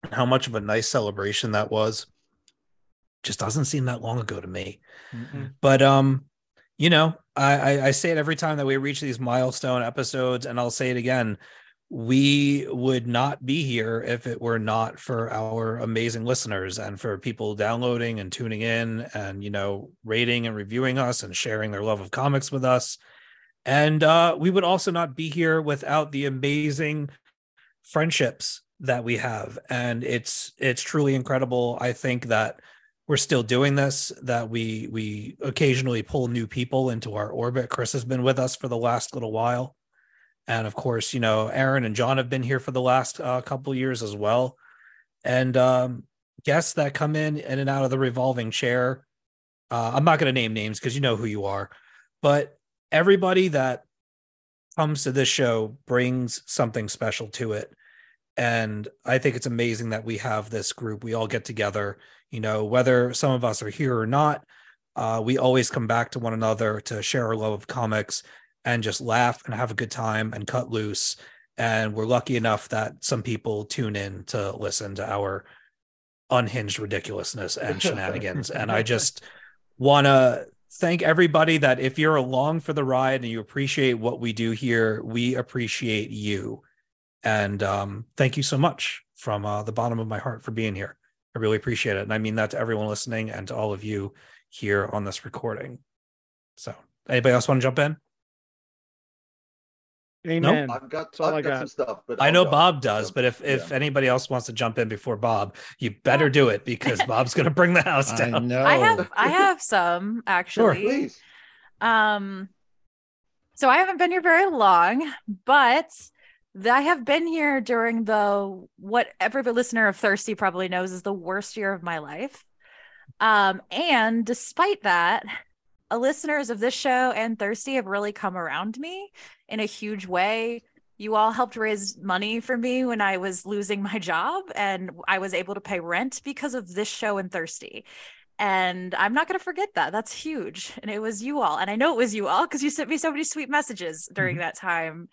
and how much of a nice celebration that was just doesn't seem that long ago to me. But um, you know, I, I I say it every time that we reach these milestone episodes, and I'll say it again. We would not be here if it were not for our amazing listeners and for people downloading and tuning in and you know rating and reviewing us and sharing their love of comics with us. And uh, we would also not be here without the amazing friendships that we have, and it's it's truly incredible. I think that we're still doing this that we we occasionally pull new people into our orbit chris has been with us for the last little while and of course you know aaron and john have been here for the last uh, couple years as well and um guests that come in in and out of the revolving chair uh, i'm not going to name names because you know who you are but everybody that comes to this show brings something special to it and i think it's amazing that we have this group we all get together you know whether some of us are here or not uh, we always come back to one another to share our love of comics and just laugh and have a good time and cut loose and we're lucky enough that some people tune in to listen to our unhinged ridiculousness and shenanigans and i just want to thank everybody that if you're along for the ride and you appreciate what we do here we appreciate you and um, thank you so much from uh, the bottom of my heart for being here I really appreciate it. And I mean that to everyone listening and to all of you here on this recording. So, anybody else want to jump in?
Amen."
I've got,
all I
I've got,
got.
some stuff, but
I
I'll
know
go.
Bob does,
Yeah.
but if if anybody else wants to jump in before Bob, you better do it because Bob's going to bring the house
I
down.
know.
I have I have some actually.
please.
Um, so I haven't been here very long, but th- I have been here during the what every listener of Thirsty probably knows is the worst year of my life. Um, and despite that, uh, listeners of this show and Thirsty have really come around me in a huge way. You all helped raise money for me when I was losing my job, and I was able to pay rent because of this show and Thirsty. And I'm not going to forget that. That's huge. And it was you all. And I know it was you all because you sent me so many sweet messages during that time.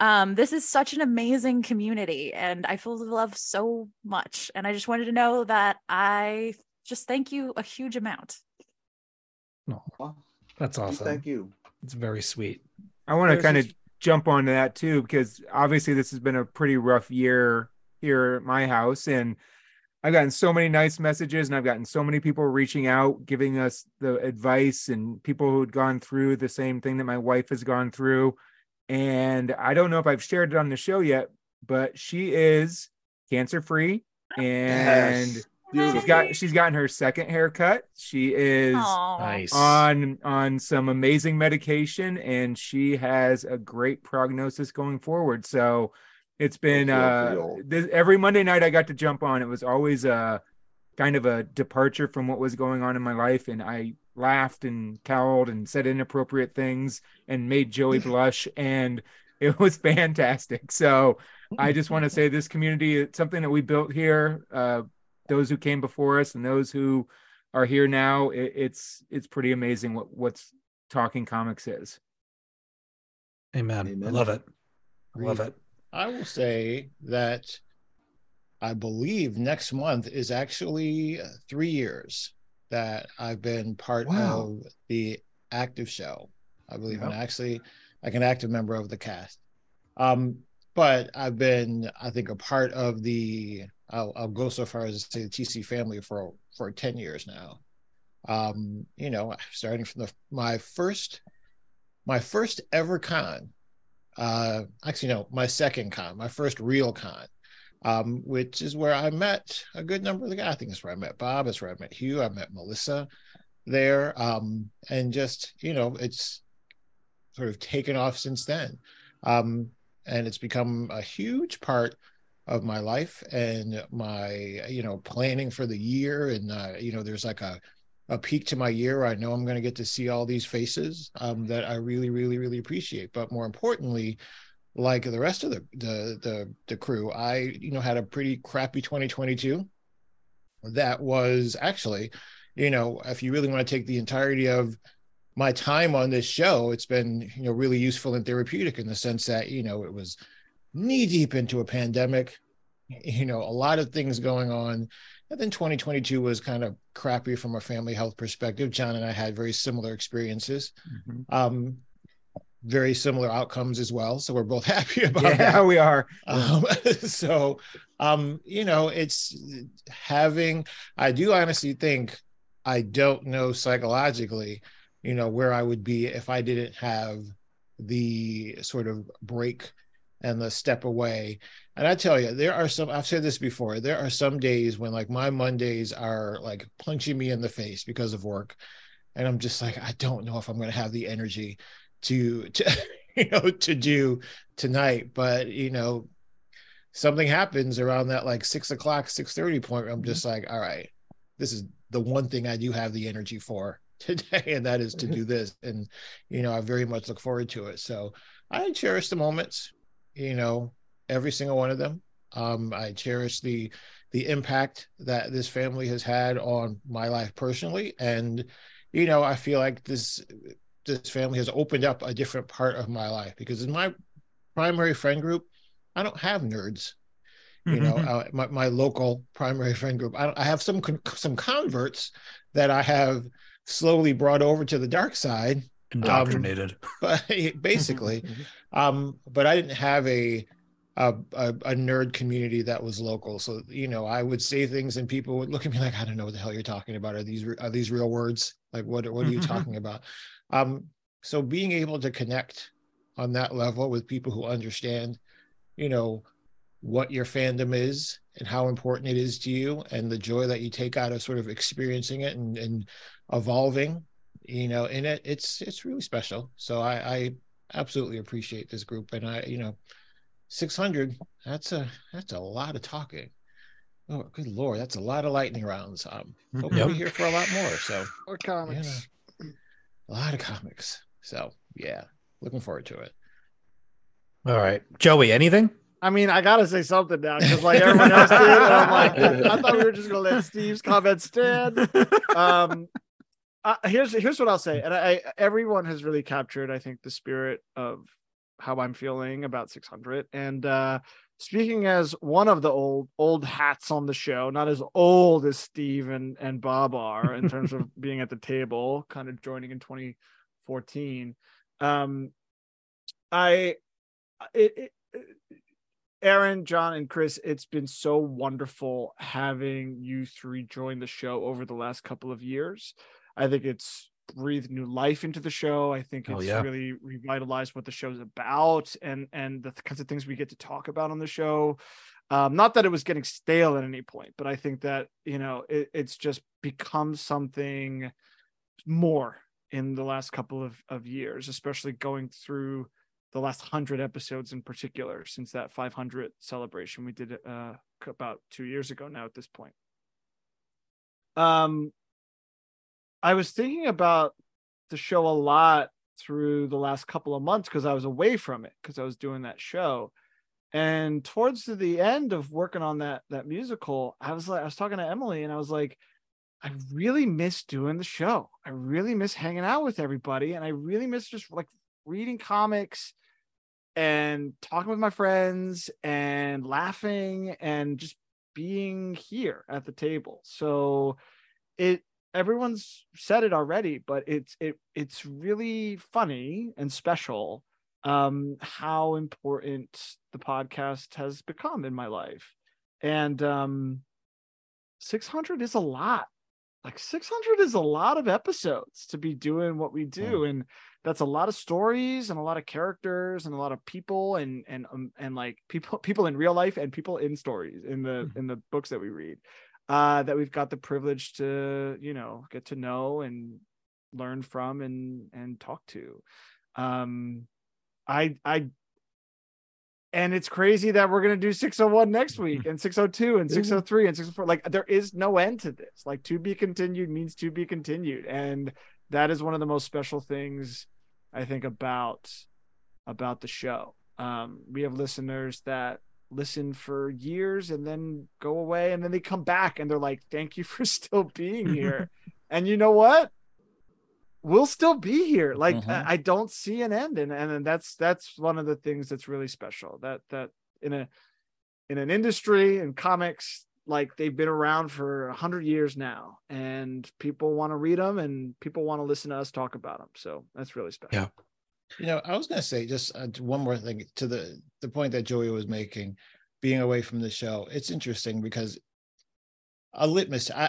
Um, this is such an amazing community. And I feel the love so much. And I just wanted to know that I just thank you a huge amount.
Well,
That's awesome.
Thank you.
It's very sweet.
I want to
There's
kind of
this-
jump onto that too, because obviously this has been a pretty rough year here at my house. And I've gotten so many nice messages and I've gotten so many people reaching out, giving us the advice and people who had gone through the same thing that my wife has gone through. And I don't know if I've shared it on the show yet, but she is cancer free and
Yes.
she's got she's gotten her second haircut. She is
Aw.
Nice.
on on some amazing medication and she has a great prognosis going forward so it's been
feel
uh
real.
this, every monday night i got to uh, jump on it was always a kind of a departure from what was going on in my life and i laughed and cowled and said inappropriate things and made Joey blush. And it was *laughs* fantastic. So I just want to say this community, it's something that we built here, uh, those who came before us and those who are here now, it, it's it's pretty amazing what what's talking comics is.
Amen. I
Amen.
love it. I love it.
I will say that I believe next month is actually uh, three years that I've been part
Wow.
of the active show. I believe I'm
Yep.
actually like an active member of the cast. Um, but I've been, I think, a part of the. I'll, I'll go so far as to say the TC family for for ten years now. Um, you know, starting from the my first my first ever con uh actually no my second con my first real con um which is where i met a good number of the guys i think it's where i met bob it's where i met hugh i met melissa there um and just you know it's sort of taken off since then um and it's become a huge part of my life and my you know planning for the year and uh, you know there's like a a peak to my year where i know i'm going to get to see all these faces um, that i really really really appreciate but more importantly like the rest of the the the, the crew i you know had a pretty crappy 2022 that was actually you know if you really want to take the entirety of my time on this show it's been you know really useful and therapeutic in the sense that you know it was knee deep into a pandemic you know a lot of things going on and then 2022 was kind of crappy from a family health perspective john and i had very similar experiences *laughs* um very similar outcomes as well so we're both *laughs* happy about that
Yeah, we are.
um, *laughs* so um you know it's having i do honestly think i don't know psychologically you know where i would be if i didn't have the sort of break and the step away and i tell you there are some i've said this before there are some days when like my mondays are like punching me in the face because of work and i'm just like i don't know if i'm going to have the energy to *laughs* to you know to do tonight but you know something happens around that like six o'clock six thirty point where i'm just like all right this is the one thing i do have the energy for *laughs* today and that is to do this and you know i very much look forward to it so i cherish the moments you know every single one of them um i cherish the the impact that this family has had on my life personally and you know i feel like this this family has opened up a different part of my life because in my primary friend group i don't have nerds you know uh, my, my local primary friend group i, I have some con- some converts that i have slowly brought over to the dark side *laughs*
Indoctrinated.
but basically um but i didn't have a a, a a nerd community that was local so you know i would say things and people would look at me like i don't know what the hell you're talking about are these re- are these real words like what what are you talking about um so being able to connect on that level with people who understand you know what your fandom is and how important it is to you and the joy that you take out of sort of experiencing it and, and evolving you know in it it's it's really special so i i absolutely appreciate this group and i you know 600 that's a that's a lot of talking oh good lord that's a lot of lightning rounds um hope we'll be here for a lot more so
Or comics.
a lot of comics so yeah looking forward to it
All right. Joey, anything?
I mean, I gotta say something now because like everyone else did, and I'm like, I thought we were just gonna let Steve's comments stand.
*laughs*
um uh, here's here's what i'll say and I, I- everyone has really captured i think the spirit of how i'm feeling about 600 and uh speaking as one of the old old hats on the show not as old as steve and and bob are in terms of being at the table kind of joining in 2014 um i it, it Aaron, John, and Chris, it's been so wonderful having you three join the show over the last couple of years. I think it's breathed new life into the show. I think
Oh,
it's
yeah.
really revitalized what the show's about and and the kinds of things we get to talk about on the show. Um, not that it was getting stale at any point, but I think that you know it, it's just become something more in the last couple of of years, especially going through the last 100 episodes in particular since that 500 celebration we did uh c- about 2 years ago now at this point um I was thinking about the show a lot through the last couple of months because I was away from it because I was doing that show. And towards the end of working on that that musical, I was like, I was talking to Emily and I was like, I really miss doing the show. I really miss hanging out with everybody. And I really miss just like reading comics and talking with my friends and laughing and just being here at the table. So it everyone's said it already, but it's it it's really funny and special um how important the podcast has become in my life. And um 600 is a lot. Like 600 is a lot of episodes to be doing what we do and that's a lot of stories and a lot of characters and a lot of people and and um, and like people *laughs* people in real life and people in stories in the in the books that we read uh that we've got the privilege to you know get to know and learn from and and talk to um i i and it's crazy that we're going to do 601 next week and 602 and 603 and 604 like there is no end to this like to be continued means to be continued and that is one of the most special things i think about about the show um we have listeners that listen for years and then go away and then they come back and they're like thank you for *laughs* still being here and you know what we'll still be here like
Mhm.
I, I don't see an end and and that's that's one of the things that's really special that that in a in an industry in comics like they've been around for 100 years now and people want to read them and people want to listen to us talk about them so that's really special
Yeah.
You know, I was going to say just uh, one more thing to the the point that Julia was making, being away from the show. It's interesting because a litmus. I,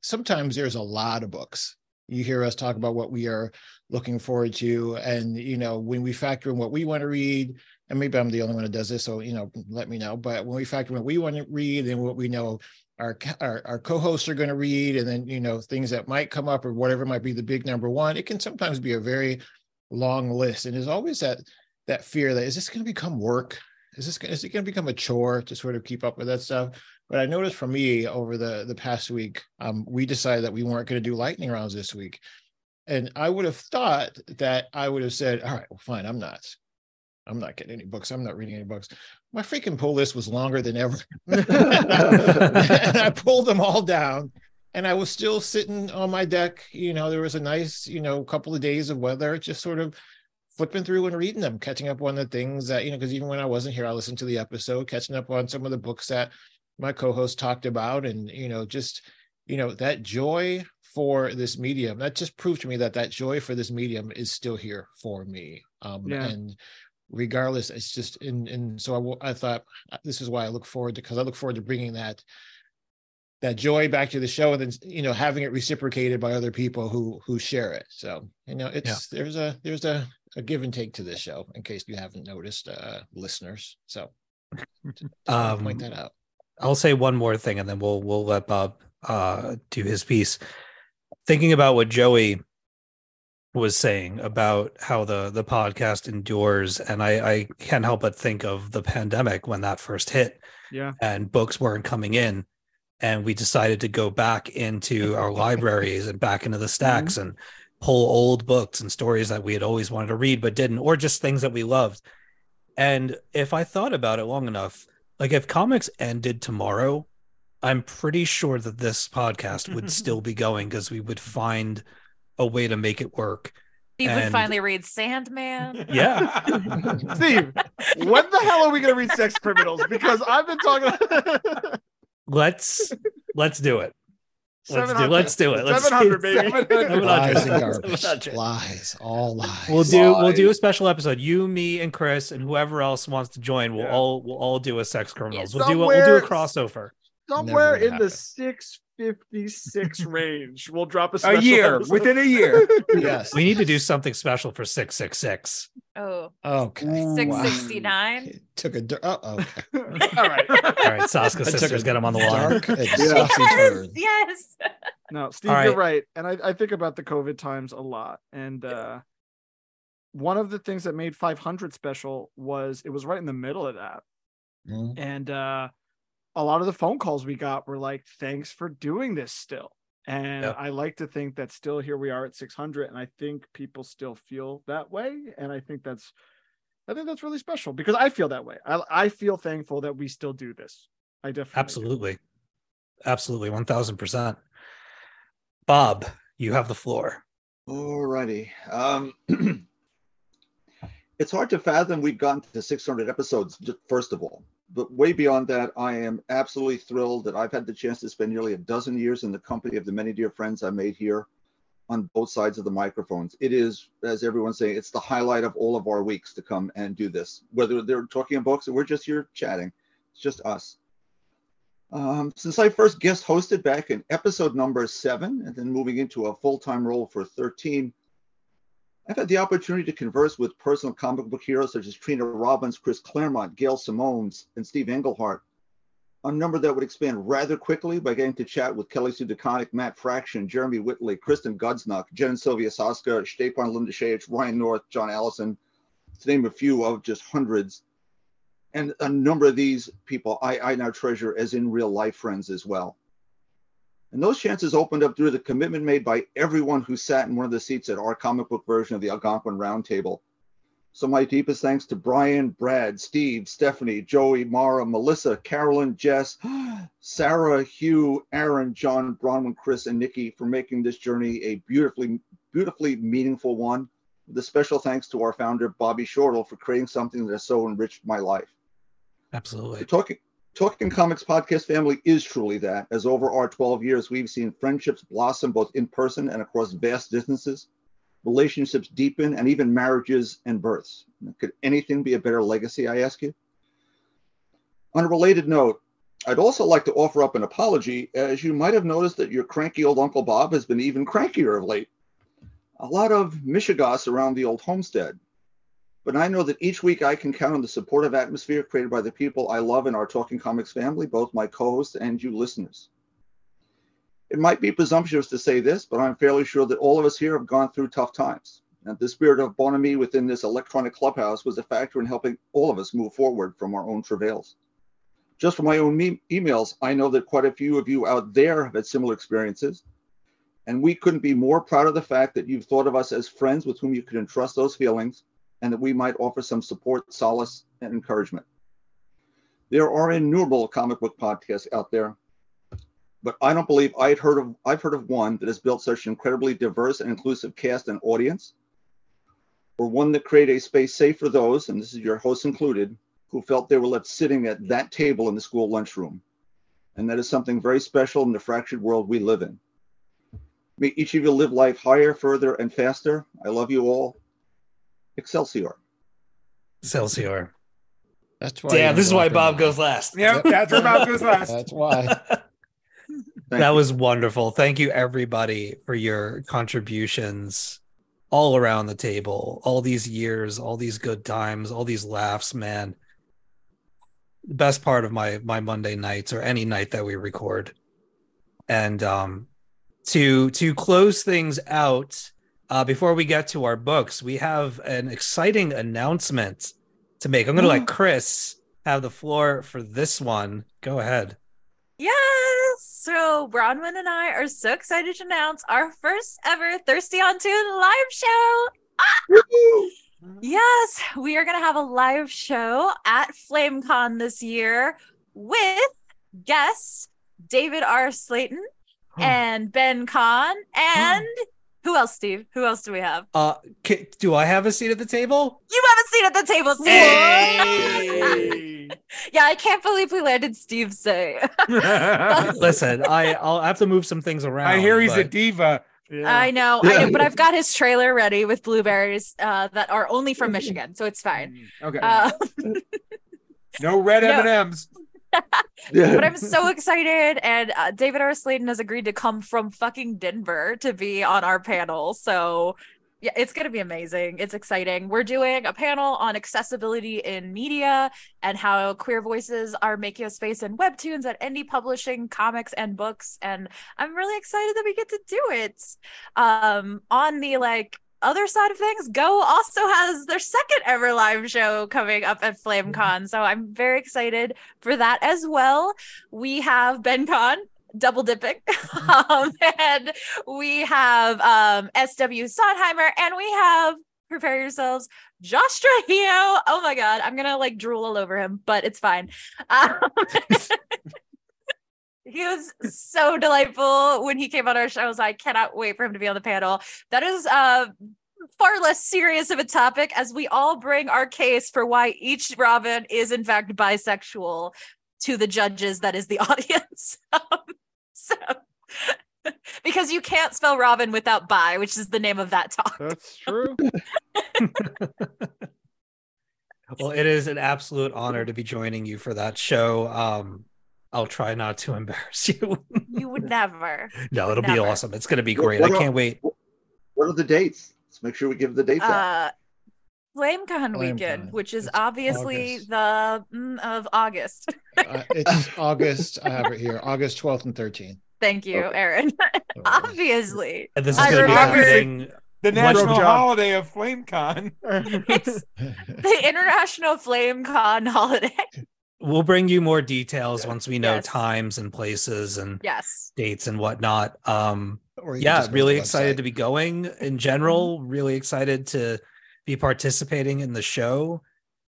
sometimes there's a lot of books. You hear us talk about what we are looking forward to, and you know when we factor in what we want to read. And maybe I'm the only one that does this, so you know, let me know. But when we factor in what we want to read and what we know our co- our, our co-hosts are going to read, and then you know things that might come up or whatever might be the big number one, it can sometimes be a very long list and there's always that that fear that is this going to become work is this is it going to become a chore to sort of keep up with that stuff but i noticed for me over the the past week um, we decided that we weren't going to do lightning rounds this week and i would have thought that i would have said all right well fine i'm not i'm not getting any books i'm not reading any books my freaking pull list was longer than ever *laughs* and i pulled them all down and I was still sitting on my deck. You know, there was a nice, you know, couple of days of weather, just sort of flipping through and reading them, catching up on the things that, you know, because even when I wasn't here, I listened to the episode, catching up on some of the books that my co host talked about, and, you know, just, you know, that joy for this medium that just proved to me that that joy for this medium is still here for me. Um,
Yeah.
and regardless, it's just, and, and so I, w- I thought uh, this is why I look forward to, because I look forward to bringing that that joy back to the show and then you know having it reciprocated by other people who who share it so you know it's there's a there's a, a give and take to this show in case you haven't noticed uh listeners so *laughs* just wanted to
Um,
point that out
I'll say one more thing and then we'll we'll let Bob uh do his piece. Thinking about what Joey was saying about how the the podcast endures and I I can't help but think of the pandemic when that first hit
yeah
and books weren't coming in and we decided to go back into our libraries and back into the stacks and pull old books and stories that we had always wanted to read but didn't or just things that we loved and if i thought about it long enough like if comics ended tomorrow i'm pretty sure that this podcast would still be going because we would find a way to make it work
Steve would
And-
finally read Sandman.
yeah
steve when the hell are we going to read sex criminals because i've been talking
let's let's do it *laughs* let's do
700.
let's do it let's
700 baby
We're not
*laughs* lies
doing
and
that. We're not
garbage
doing-
lies all lies
We'll do we'll do a
Lies.
special episode. You, me, and Chris, and whoever else wants to join. We'll
Yeah.
all we'll all do a sex criminals.
Yeah,
we'll do a, we'll do a
somewhere-
crossover.
*laughs* somewhere
Never
in
gonna
the
happen.
*laughs*
656 range we'll drop a,
a
special
year
episode.
within
*laughs*
a year.
yes
We need to do something special for six six six.
Oh,
okay
Ooh.
Wow.
669.
It took a dir- oh
*laughs*
okay
all right
All right,
*laughs*
Saska
I took
sisters,
a
get him on the line. *laughs*
dark and
Yeah.
saucy
*laughs* Yes,
turn.
yes.
No, Steve,
All
you're right. And I, I think about the COVID times a lot. And uh, one of the things that made 500 special was it was right in the middle of that.
Mhm.
And uh, a lot of the phone calls we got were like, thanks for doing this still. And
Yep.
I like to think that still here we are at 600, and I think people still feel that way, and I think that's, I think that's really special because I feel that way. I I feel thankful that we still do this. I definitely do.
Absolutely. Absolutely. 1000%. Bob, you have the floor.
Alrighty. Um, *clears throat* it's hard to fathom we've gotten to 600 episodes, ju- first of all. But way beyond that, I am absolutely thrilled that I've had the chance to spend nearly a dozen years in the company of the many dear friends I made here on both sides of the microphones. It is, as everyone's saying, it's the highlight of all of our weeks to come and do this, whether they're talking about books or we're just here chatting. It's just us. Um, since I first guest hosted back in episode number seven, and then moving into a full time role for 13, I've had the opportunity to converse with personal comic book heroes such as Trina Robbins, Chris Claremont, Gail Simones, and Steve Englehart. A number that would expand rather quickly by getting to chat with Kelly Sue DeConnick, Matt Fraction, Jeremy Whitley, Kristen Gudsnuck, Jen and Sylvia Saska, Stepan Lindashevich, Ryan North, John Allison, to name a few of just hundreds and a number of these people I, I now treasure as in real life friends as well. And those chances opened up through the commitment made by everyone who sat in one of the seats at our comic book version of the Algonquin Roundtable. So my deepest thanks to Brian, Brad, Steve, Stephanie, Joey, Mara, Melissa, Carolyn, Jess, *gasps* Sarah, Hugh, Aaron, John, Bronwyn, Chris, and Nikki for making this journey a beautifully, beautifully meaningful one. With a special thanks to our founder, Bobby Shortle, for creating something that has so enriched my life. The
Absolutely.
Talking Talking Comics podcast family is truly that, as over our 12 years, we've seen friendships blossom both in person and across vast distances, relationships deepen, and even marriages and births. Could anything be a better legacy, I ask you? On a related note, I'd also like to offer up an apology, as you might have noticed that your cranky old Uncle Bob has been even crankier of late. A lot of Michigas around the old homestead but I know that each week I can count on the supportive atmosphere created by the people I love in our Talking Comics family, both my co hosts and you listeners. It might be presumptuous to say this, but I'm fairly sure that all of us here have gone through tough times. And the spirit of bonhomie within this electronic clubhouse was a factor in helping all of us move forward from our own travails. Just from my own me- emails, I know that quite a few of you out there have had similar experiences. And we couldn't be more proud of the fact that you've thought of us as friends with whom you could entrust those feelings and that we might offer some support, solace, and encouragement. There are innumerable comic book podcasts out there, but I don't believe I'd heard of I've heard of one that has built such an incredibly diverse and inclusive cast and audience, or one that created a space safe for those, and this is your hosts included, who felt they were left sitting at that table in the school lunchroom. And that is something very special in the fractured world we live in. May each of you live life higher, further, and faster. I love you all. Excelsior.
Celsior.
That's why.
Damn,
you
this is why
interrupted
Bob
me. *laughs*
goes last.
Yep, that's where Bob goes last.
That's why.
Thank
that
you.
was wonderful. Thank you, everybody, for your contributions all around the table, all these years, all these good times, all these laughs, man. The best part of my my Monday nights or any night that we record. And um to to close things out, uh before we get to our books, we have an exciting announcement to make. I'm gonna let Chris have the floor for this one. Go ahead.
Yes! So Bronwyn and I are so excited to announce our first ever Thirsty on Tune live show. Yes, we are going to have a live show at FlameCon this year with guests David R. Slayton and Ben Kahn. And who else, Steve? Who else do we have?
Uh, ca- do I have a seat at the table?
You have a seat at the table, Steve.
Hey!
yeah, I can't believe we landed Steve *laughs* say.
*laughs* Listen, I I'll have to move some things around.
I hear he's a
but-
diva.
Yeah.
I know, I know, but I've got his trailer ready with blueberries uh, that are only from Michigan, so it's fine.
Okay,
Uh,
no red
no.
M and M's.
Yeah. *laughs*
but I'm so excited, and uh, David R. Sladen has agreed to come from fucking Denver to be on our panel. So yeah, it's gonna be amazing. It's exciting. We're doing a panel on accessibility in media and how queer voices are making a space in webtoons and indie publishing, comics, and books. And I'm really excited that we get to do it. Um, on the like other side of things, Go also has their second ever live show coming up at FlameCon. So I'm very excited for that as well. We have Ben Con double dipping. *laughs* um, and we have um, SW Sondheimer and we have prepare yourselves Josh Trujillo. Oh my God. I'm going to like drool all over him, but it's fine. Um, *laughs* he was so delightful when he came on our show. I was like, I cannot wait for him to be on the panel. That is uh, far less serious of a topic as we all bring our case for why each Robin is, in fact, bisexual to the judges that is the *laughs* audience. Um, so. *laughs* Because you can't spell Robin without bi, which is the name of that talk.
That's true.
Well, it is an absolute honor to be joining you for that show. Um, I'll try not to embarrass *laughs* you.
You would never.
no, it'll be
Never.
awesome. It's going to be
What-
great. I
what are-
can't wait.
What are the dates? Let's make sure we give the dates out.
uh FlameCon
FlameCon.
weekend, which is
It's
obviously
August.
the mm, of August. *laughs*
Uh, it's August. I have it here. August 12th and 13th.
Thank you,
Okay.
*laughs*
Aaron. *laughs* obviously.
And this is
I
going to be
remember-
happening.
The
One
national
job.
holiday of FlameCon.
*laughs*
It's the International FlameCon holiday. *laughs*
We'll bring you more details once we know
Yes.
times and places and
Yes.
dates and whatnot. Um, yeah, really excited to be going in general.
Mm-hmm.
Really excited to be participating in the show.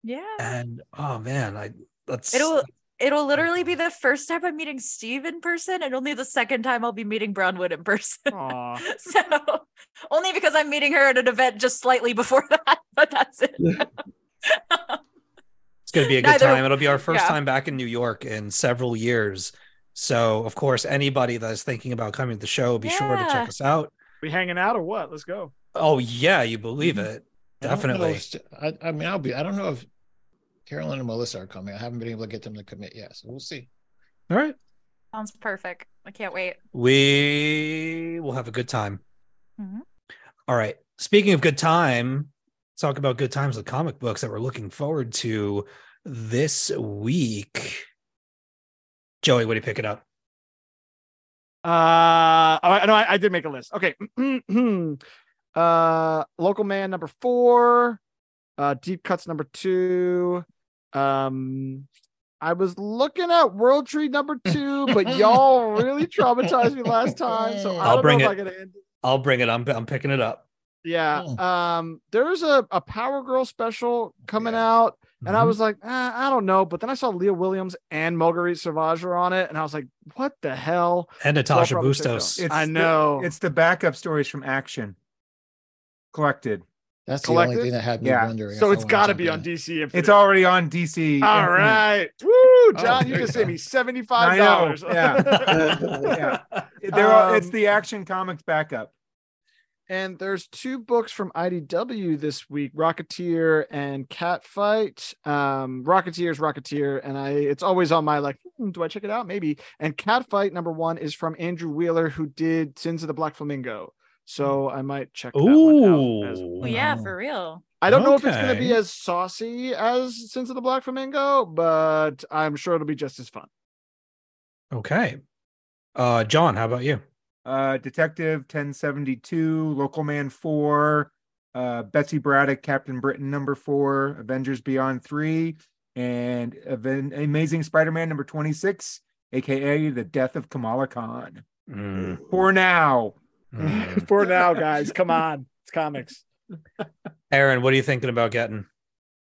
Yeah.
And oh man, I that's
It'll it'll literally be the first time I'm meeting Steve in person and only the second time I'll be meeting Brownwood in person. *laughs*
Aw.
So only because I'm meeting her at an event just slightly before *laughs* that, but that's it.
it's going to be a good
neither-
time. It'll be our first
yeah.
time back in New York in several years. So of course, anybody that is thinking about coming to the show, be sure to
Yeah.
check us out.
We hanging out or what? Let's go.
Oh yeah, you believe
Mm-hmm.
it. Definitely.
I, I, mean, I'll be. I don't know if Carolyn and Melissa are coming. I haven't been able to get them to commit yet, so we'll see.
All right.
Sounds perfect. I can't wait.
We will have a good time.
Mhm.
All right. Speaking of good time, let's talk about good times with comic books that we're looking forward to this week. Joey, what are you picking up?
Uh, oh, I- no, I, I did make a list. Okay. *clears throat* uh, local man number four, uh, deep cuts number two. Um, I was looking at World Tree
*laughs*
number two, but y'all really traumatized me last time, so I
I'll
don't
bring
know
it.
if I can end.
I'll bring it. I'm I'm picking it up.
Yeah.
Oh.
Um, there's a a Power Girl special coming
Yeah.
out, and I
Mhm.
was like, ah, I don't know, but then I saw Leah Williams and Marguerite Savage were on it, and I was like, what the hell?
and Natasha
I'll probably pick it up.
Bustos. *laughs*
*laughs*
It's
I
the-
know.
it's the backup stories from Action collected.
That's the
Collected?
only thing that had me
Yeah.
wondering.
so
if I
it's
wanna
got to
jump
be on
in.
DC Infinite.
It's already on DC.
All
Infinite.
right. Woo, John, you
Oh,
just
there you
saved
go.
me seventy-five dollars.
I know, They're all, it's
Um,
the Action Comics backup.
*laughs* and there's two books from IDW this week: Rocketeer and Catfight. Um, Rocketeer's Rocketeer, and I. It's always on my like. hmm, do I check it out? Maybe. And Catfight number one is from Andrew Wheeler, who did Sins of the Black Flamingo. So I might check that one out. as
Ooh.
Well, yeah,
Wow.
for real.
I don't know if it's going to be
Okay.
as saucy as Sins of the Black Flamingo, but I'm sure it'll be just as fun.
Okay. Uh John, how about you?
Uh, Detective 1072, Local Man 4, uh, Betsy Braddock, Captain Britain number 4, Avengers Beyond 3, and Aven- Amazing Spider Man number 26, aka The Death of Kamala Khan.
Mm,
For now.
mm.
*laughs* For now, guys, come on, it's comics.
Aaron, what are you thinking about getting?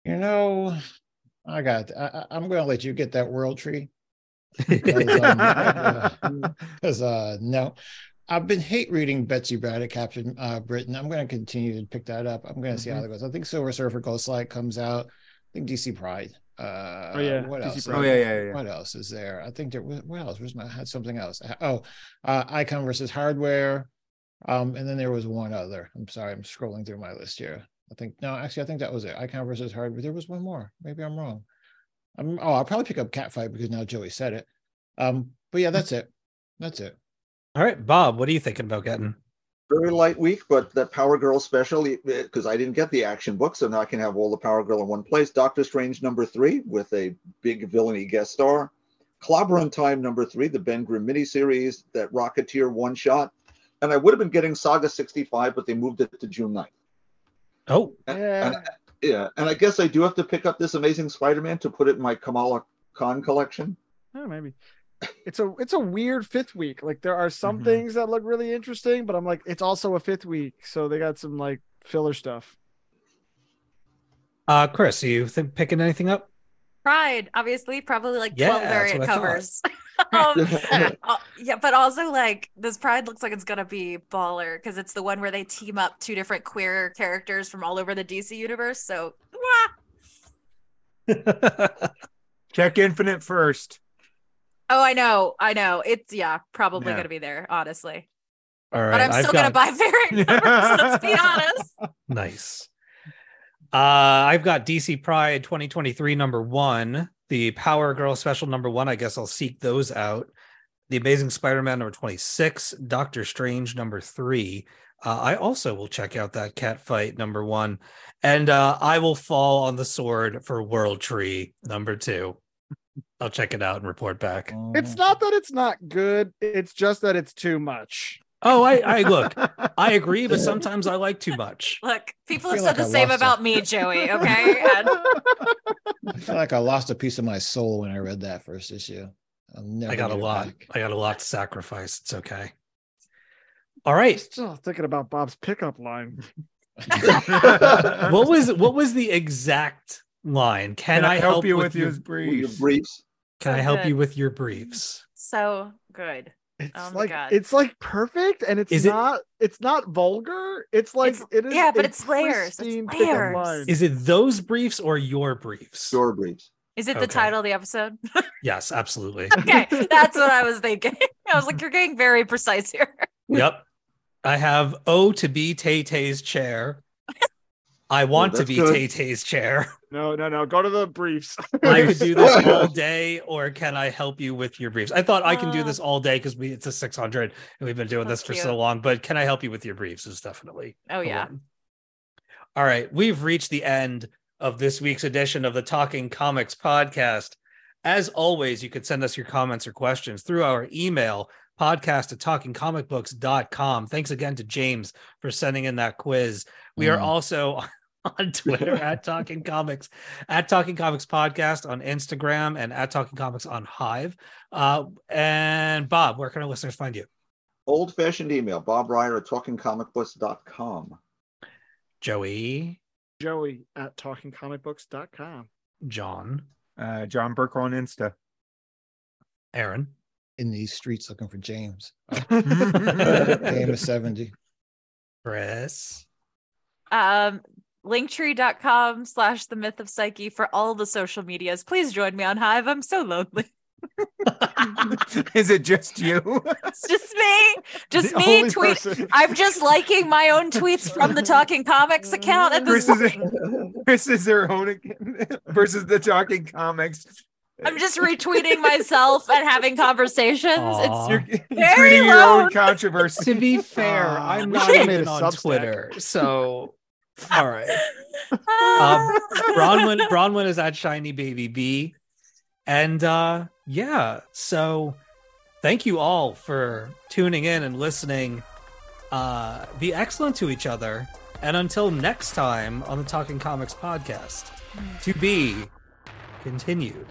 You know, I got. I, I- I'm going to let you get that
*laughs*
world tree. 'cause, um, yeah, Because uh no, I've been hate reading Betsy Braddock, Captain uh, Britain. I'm going to continue to pick that up. I'm going to
Mm-hmm.
see how that goes. I think Silver Surfer Ghost Light comes out. I think DC Pride. Uh,
Oh, yeah.
what
DC
else?
Pride.
Oh, yeah, yeah, yeah.
What else is there? I think there. What what else? Where's my? I had something else. Oh, uh, Icon versus Hardware. Um, and then there was one other. I'm sorry, I'm scrolling through my list here. I think no, actually, I think that was it. Icon versus Hardware. There was one more. Maybe I'm wrong. I'm, oh, I'll probably pick up Catfight because now Joey said it. Um, but yeah, that's it. That's it.
All right, Bob, what are you thinking about getting?
Very light week, but that Power Girl special, because I didn't get the action book, so now I can have all the Power Girl in one place. Doctor Strange number three with a big villainy guest star. Clobber Time number three, the Ben Grimm miniseries, that Rocketeer one shot. And I would have been getting Saga 65, but they moved it to June 9th.
Oh,
Yeah.
Yeah, and I guess I do have to pick up this Amazing Spider Man to put it in my Kamala Khan collection.
Yeah, maybe. it's a it's a weird fifth week. Like there are some
Mhm.
things that look really interesting, but I'm like, it's also a fifth week, so they got some like filler stuff.
Uh, Chris, are you th- picking anything up? *laughs*
Pride, obviously, probably like
Yeah,
12
that's
variant
what I thought.
covers. *laughs* um,
*laughs*
uh, yeah, but also like this Pride looks like it's gonna be baller because it's the one where they team up two different queer characters from all over the DC universe. So wah.
Check Infinite *laughs* first.
oh, I know, I know. It's yeah, probably
Yeah.
gonna be there, honestly.
All right,
but I'm
I've
still
got-
gonna buy *laughs*
*laughs*
variant covers. let's be honest.
Nice. Uh, I've got DC Pride 2023 number one, the Power Girl special number one. I guess I'll seek those out. The Amazing Spider Man number 26, Doctor Strange number three. Uh, I also will check out that cat fight number one, and uh, I will fall on the sword for World Tree number two. I'll check it out and report back.
It's not that it's not good; it's just that it's too much.
Oh, I, I look, I agree, but sometimes I like too much.
Look, people
I
have
feel
said
like
the
I
same
lost
about me,
*laughs*
Joey. Okay, and
I feel like I lost a piece of my soul when I read that first issue. I'll never
I got a
get it
lot.
back.
I got a lot to sacrifice. It's okay. All right.
Still thinking about Bob's pickup line.
What was what was the exact line? Can, I help,
you with
your,
your
Your
briefs?
briefs.
Can I
So
help
good.
you with your briefs?
so good.
It's
Oh my
like
God.
it's like perfect, and it's
Is it-
not it's not vulgar. It's like
It's-
it is.
yeah, but
a
it's layers. It's
pristine pickup
layers.
line.
Is it those briefs or your briefs?
Your briefs.
Is it the
Okay.
title of the episode? *laughs*
Yes, absolutely.
okay, that's what I was thinking. *laughs*
*laughs*
I was like, you're getting very precise here.
yep. I have O to be Tay Tay's chair. I want to
that's
be
good.
Tay Tay's chair. *laughs*
No, no, no. Go to the briefs. *laughs*
I could do this all day, or can I help you with your briefs? I thought I can do
Ah.
this all day because we it's a 600 and we've been doing
So
this for so
cute.
long. But can I help you with your briefs? Is definitely
Oh
the
yeah.
one. All right, we've reached the end of this week's edition of the Talking Comics podcast. As always, you could send us your comments or questions through our email, podcast at talkingcomicbooks.com. Thanks again to James for sending in that quiz. We are
Mm.
also *laughs* on Twitter
*laughs*
at Talking Comics, at Talking Comics Podcast on Instagram, and at Talking Comics on Hive. Uh, and Bob, where can our listeners find you?
Old fashioned email, Bob Ryder at talkingcomicbooks.com.
Joey,
Joey at talkingcomicbooks.com.
John,
Uh, John Burke on *laughs* Insta.
Aaron.
*laughs* in these streets looking
*laughs*
for James. Game
Chris.
of 70.
Um, linktree.com slash the myth of psyche for all the social medias. Please join me on Hive. I'm so lonely. *laughs*
Is it just you?
It's just me. Just
The
me
only
tweet.
person-
I'm just liking my own tweets from the Talking Comics account at this
Chris is, *laughs* Chris is her own *laughs* account versus the talking comics.
I'm just retweeting myself and having conversations.
Aw.
It's
You're, *laughs* you're
Very
treating your
low.
own controversy.
to be fair,
Uh,
I'm
we
not
should've
even
made a
on
Substack.
Twitter, so all right.
Ah.
Um,
Bronwyn Bronwyn is at Shiny Baby B, and uh, yeah. So thank you all for tuning in and listening. Uh, be excellent to each other, and until next time on the Talking Comics podcast, to be continued.